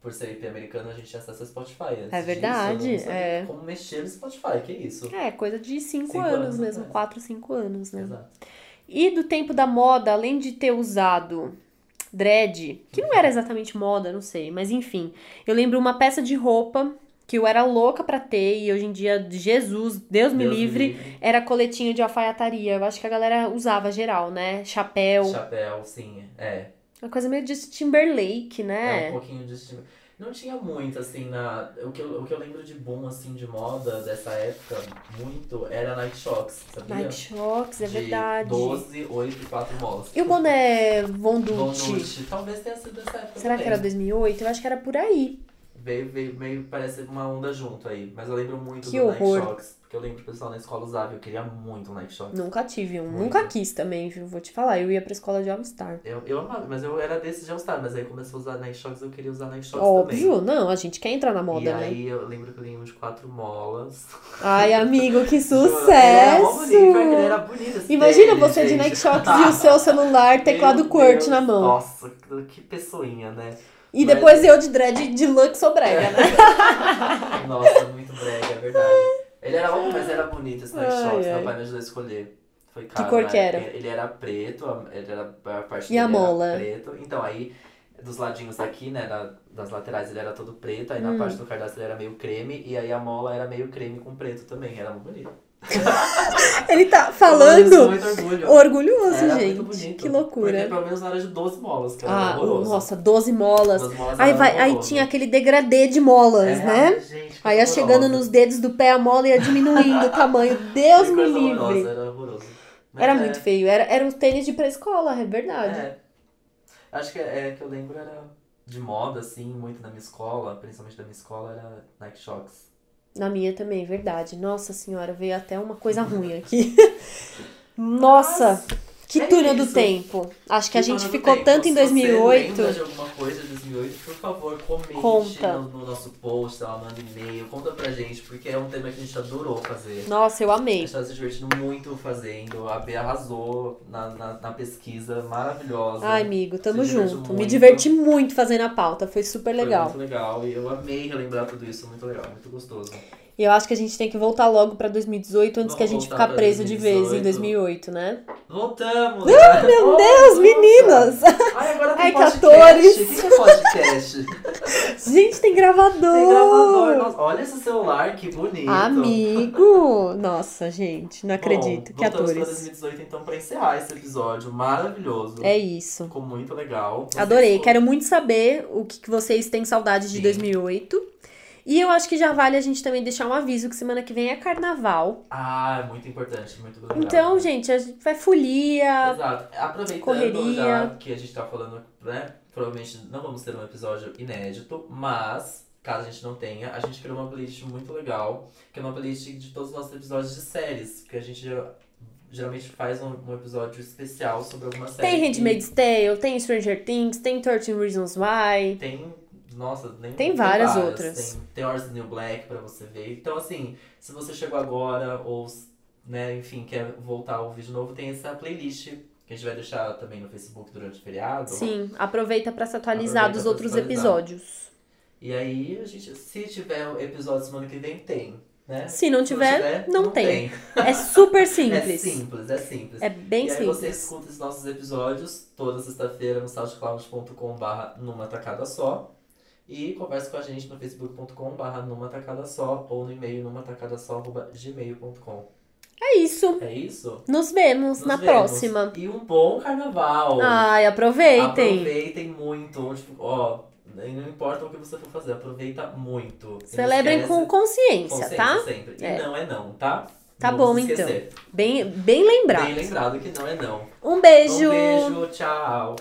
[SPEAKER 2] por ser IP americano, a gente tinha acesso ao Spotify. Antes
[SPEAKER 1] É
[SPEAKER 2] Disso, eu
[SPEAKER 1] verdade,
[SPEAKER 2] não sabia
[SPEAKER 1] é.
[SPEAKER 2] Como mexer no Spotify, que isso?
[SPEAKER 1] É, coisa de 5
[SPEAKER 2] Cinco
[SPEAKER 1] anos,
[SPEAKER 2] anos
[SPEAKER 1] mesmo,
[SPEAKER 2] atrás.
[SPEAKER 1] 4, 5 anos, né?
[SPEAKER 2] Exato.
[SPEAKER 1] E do tempo da moda, além de ter usado dread, que não era exatamente moda, não sei, mas enfim, eu lembro uma peça de roupa que eu era louca pra ter e hoje em dia, Jesus, Deus me
[SPEAKER 2] Deus
[SPEAKER 1] livre, era coletinho de alfaiataria. Eu acho que a galera usava geral, né? Chapéu.
[SPEAKER 2] Chapéu, sim. É.
[SPEAKER 1] Uma coisa meio de Timberlake,
[SPEAKER 2] É,
[SPEAKER 1] né?
[SPEAKER 2] um pouquinho de estima. Não tinha muito, assim, na. O que, eu, o que eu lembro de bom, assim, de moda dessa época, muito, era Night Shocks, sabia?
[SPEAKER 1] Night Shocks, é
[SPEAKER 2] de
[SPEAKER 1] verdade.
[SPEAKER 2] 12, 8 e 4 molas.
[SPEAKER 1] E o boné Von
[SPEAKER 2] Bom
[SPEAKER 1] Dutch?
[SPEAKER 2] Nude. Talvez tenha sido dessa época.
[SPEAKER 1] Será que
[SPEAKER 2] também.
[SPEAKER 1] era 2008? Eu acho que era por aí.
[SPEAKER 2] Veio, veio meio parece uma onda junto aí. Mas eu lembro muito
[SPEAKER 1] Que
[SPEAKER 2] do
[SPEAKER 1] horror.
[SPEAKER 2] Nike Shocks. Porque eu lembro que o pessoal na escola usava. Eu queria muito um Nike Shocks.
[SPEAKER 1] Nunca tive um.
[SPEAKER 2] Muito.
[SPEAKER 1] Nunca quis também, viu? Vou te falar. Eu ia pra escola de All-Star.
[SPEAKER 2] Eu, eu amava, mas eu era desse de All-Star. Mas aí começou a usar Nike Shocks, eu queria usar Nike Shocks também.
[SPEAKER 1] Óbvio, não. A gente quer entrar na moda,
[SPEAKER 2] e
[SPEAKER 1] né?
[SPEAKER 2] aí eu lembro que eu ganhei uns quatro molas.
[SPEAKER 1] Ai, amigo, que
[SPEAKER 2] Ele era mó bonito, pior que ele
[SPEAKER 1] sucesso!
[SPEAKER 2] era bonito esse
[SPEAKER 1] Imagina
[SPEAKER 2] tênis,
[SPEAKER 1] você de
[SPEAKER 2] gente.
[SPEAKER 1] Nike Shox e o seu celular, teclado
[SPEAKER 2] Meu
[SPEAKER 1] Kurt
[SPEAKER 2] Deus,
[SPEAKER 1] na mão.
[SPEAKER 2] Nossa, que- que pessoinha, né?
[SPEAKER 1] E
[SPEAKER 2] mas-
[SPEAKER 1] depois eu de dread de Lux ou brega, né?
[SPEAKER 2] Nossa, muito brega, é verdade. Ele era bom, mas era bonito esse Nike
[SPEAKER 1] Ai,
[SPEAKER 2] Shox.
[SPEAKER 1] ai.
[SPEAKER 2] Meu pai me ajudou a escolher. Foi caro,
[SPEAKER 1] cor
[SPEAKER 2] né?
[SPEAKER 1] que era?
[SPEAKER 2] Ele era preto, a- ele era a parte
[SPEAKER 1] E a
[SPEAKER 2] dele era
[SPEAKER 1] mola?
[SPEAKER 2] preto. Então, aí, dos ladinhos aqui, né, da- das laterais, ele era todo preto. Aí,
[SPEAKER 1] Hum.
[SPEAKER 2] na parte do cardápio, ele era meio creme. E aí, a mola era meio creme com preto também. Era muito bonito. É.
[SPEAKER 1] Ele tá
[SPEAKER 2] Isso,
[SPEAKER 1] falando
[SPEAKER 2] Muito orgulho.
[SPEAKER 1] orgulhoso,
[SPEAKER 2] Era muito
[SPEAKER 1] gente.
[SPEAKER 2] bonito.
[SPEAKER 1] Que
[SPEAKER 2] Porque é
[SPEAKER 1] loucura.
[SPEAKER 2] pelo menos não era de 12 molas, que era
[SPEAKER 1] Ah,
[SPEAKER 2] horroroso.
[SPEAKER 1] nossa, 12 molas.
[SPEAKER 2] 12 molas
[SPEAKER 1] Aí,
[SPEAKER 2] era
[SPEAKER 1] vai, aí
[SPEAKER 2] horroroso.
[SPEAKER 1] tinha aquele degradê de molas,
[SPEAKER 2] É,
[SPEAKER 1] né?
[SPEAKER 2] gente, que
[SPEAKER 1] Aí ia
[SPEAKER 2] horroroso.
[SPEAKER 1] chegando nos dedos do pé a mola ia diminuindo o tamanho. Deus
[SPEAKER 2] Que
[SPEAKER 1] me
[SPEAKER 2] coisa horrorosa,
[SPEAKER 1] livre.
[SPEAKER 2] Era horroroso. Mas
[SPEAKER 1] Era
[SPEAKER 2] é,
[SPEAKER 1] muito feio. Era, era um tênis de pré-escola, é verdade.
[SPEAKER 2] É. Acho que é que eu lembro era de moda, assim, muito da minha escola, principalmente da minha escola, era Nike Shocks.
[SPEAKER 1] Na minha também, verdade. Nossa senhora, veio até uma coisa ruim aqui. Nossa, que
[SPEAKER 2] é
[SPEAKER 1] túnel do
[SPEAKER 2] isso.
[SPEAKER 1] tempo. Acho que a gente
[SPEAKER 2] Todo
[SPEAKER 1] ficou
[SPEAKER 2] tempo,
[SPEAKER 1] tanto em
[SPEAKER 2] Se
[SPEAKER 1] 2008.
[SPEAKER 2] você lembra de alguma coisa de 2008, por favor, comente
[SPEAKER 1] Conta.
[SPEAKER 2] No, no nosso post, sei lá, manda um e-mail, conta pra gente, porque é um tema que a gente adorou fazer.
[SPEAKER 1] Nossa, eu
[SPEAKER 2] A
[SPEAKER 1] amei.
[SPEAKER 2] gente tá se divertindo muito fazendo. A B arrasou na, na, na pesquisa maravilhosa.
[SPEAKER 1] Ai, amigo, tamo
[SPEAKER 2] Se divertiu
[SPEAKER 1] junto. Me
[SPEAKER 2] muito.
[SPEAKER 1] diverti muito fazendo a pauta, foi super
[SPEAKER 2] Foi
[SPEAKER 1] legal.
[SPEAKER 2] Muito legal. E eu amei relembrar tudo isso. Muito legal, muito gostoso.
[SPEAKER 1] E eu acho que a gente tem que voltar logo pra 2018 antes
[SPEAKER 2] Vamos
[SPEAKER 1] que a gente
[SPEAKER 2] voltar
[SPEAKER 1] ficar
[SPEAKER 2] pra
[SPEAKER 1] preso de vez em 2008,
[SPEAKER 2] 2018.
[SPEAKER 1] né?
[SPEAKER 2] Voltamos! Ah, meu
[SPEAKER 1] Os meninos!
[SPEAKER 2] Ai, agora tem
[SPEAKER 1] Ai,
[SPEAKER 2] podcast.
[SPEAKER 1] 14.
[SPEAKER 2] O que que é podcast?
[SPEAKER 1] Gente, tem gravador!
[SPEAKER 2] tem gravador. Nossa, olha esse celular, que bonito.
[SPEAKER 1] Ah, Amigo! Nossa, gente, não
[SPEAKER 2] Bom,
[SPEAKER 1] acredito. que
[SPEAKER 2] voltamos pra
[SPEAKER 1] atores.
[SPEAKER 2] 2018, então, pra encerrar esse episódio maravilhoso.
[SPEAKER 1] É isso.
[SPEAKER 2] Ficou muito legal. Vocês
[SPEAKER 1] Adorei.
[SPEAKER 2] foram-
[SPEAKER 1] Quero muito saber o que, que vocês têm saudade de
[SPEAKER 2] Sim.
[SPEAKER 1] 2008. E eu acho que já vale a gente também deixar um aviso que semana que vem é carnaval.
[SPEAKER 2] Ah, é muito importante, muito legal.
[SPEAKER 1] Então, gente, a gente vai folia.
[SPEAKER 2] Exato. Aproveitando
[SPEAKER 1] Correria.
[SPEAKER 2] já que a gente tá falando, né? Provavelmente não vamos ter um episódio inédito, mas caso a gente não tenha, a gente criou uma playlist muito legal, que é uma playlist de todos os nossos episódios de séries, porque a gente gera- geralmente faz um, um episódio especial sobre alguma série.
[SPEAKER 1] Tem
[SPEAKER 2] que-
[SPEAKER 1] Handmaid's Tale, tem Stranger Things, tem 13 Reasons Why.
[SPEAKER 2] Tem. Nossa, nem
[SPEAKER 1] Tem várias outras.
[SPEAKER 2] Tem, tem Orange is the New Black pra você ver. Então, assim, se você chegou agora ou, né, enfim, quer voltar ao vídeo novo, tem essa playlist que a gente vai deixar também no Facebook durante o feriado.
[SPEAKER 1] Sim, aproveita pra se atualizar
[SPEAKER 2] Aproveita
[SPEAKER 1] dos
[SPEAKER 2] pra
[SPEAKER 1] outros
[SPEAKER 2] se atualizar.
[SPEAKER 1] episódios.
[SPEAKER 2] E aí, a gente, se tiver um episódio semana que vem, tem, né?
[SPEAKER 1] Se não tiver, não tem.
[SPEAKER 2] tem.
[SPEAKER 1] é super
[SPEAKER 2] É
[SPEAKER 1] simples.
[SPEAKER 2] simples, é simples.
[SPEAKER 1] É bem
[SPEAKER 2] e aí
[SPEAKER 1] simples.
[SPEAKER 2] você escuta os nossos episódios toda sexta-feira no soundcloud.com.br numa tacada só. E conversa com a gente no facebook.com.br numa tacada só ou no e-mail numa tacada só gmail.com.
[SPEAKER 1] É isso.
[SPEAKER 2] É isso?
[SPEAKER 1] Nos vemos
[SPEAKER 2] Nos
[SPEAKER 1] na
[SPEAKER 2] vemos.
[SPEAKER 1] próxima.
[SPEAKER 2] E um bom carnaval!
[SPEAKER 1] Ai, aproveitem.
[SPEAKER 2] Aproveitem muito. Onde, ó, não importa o que você for fazer, aproveita muito. E não
[SPEAKER 1] Celebrem
[SPEAKER 2] esquece-
[SPEAKER 1] com consciência,
[SPEAKER 2] Consciência
[SPEAKER 1] tá?
[SPEAKER 2] sempre. E
[SPEAKER 1] É.
[SPEAKER 2] não é não, tá?
[SPEAKER 1] Tá
[SPEAKER 2] não
[SPEAKER 1] bom,
[SPEAKER 2] se esquecer.
[SPEAKER 1] Bem, bem lembrado.
[SPEAKER 2] Bem lembrado que não é não.
[SPEAKER 1] Um beijo.
[SPEAKER 2] Um beijo, tchau.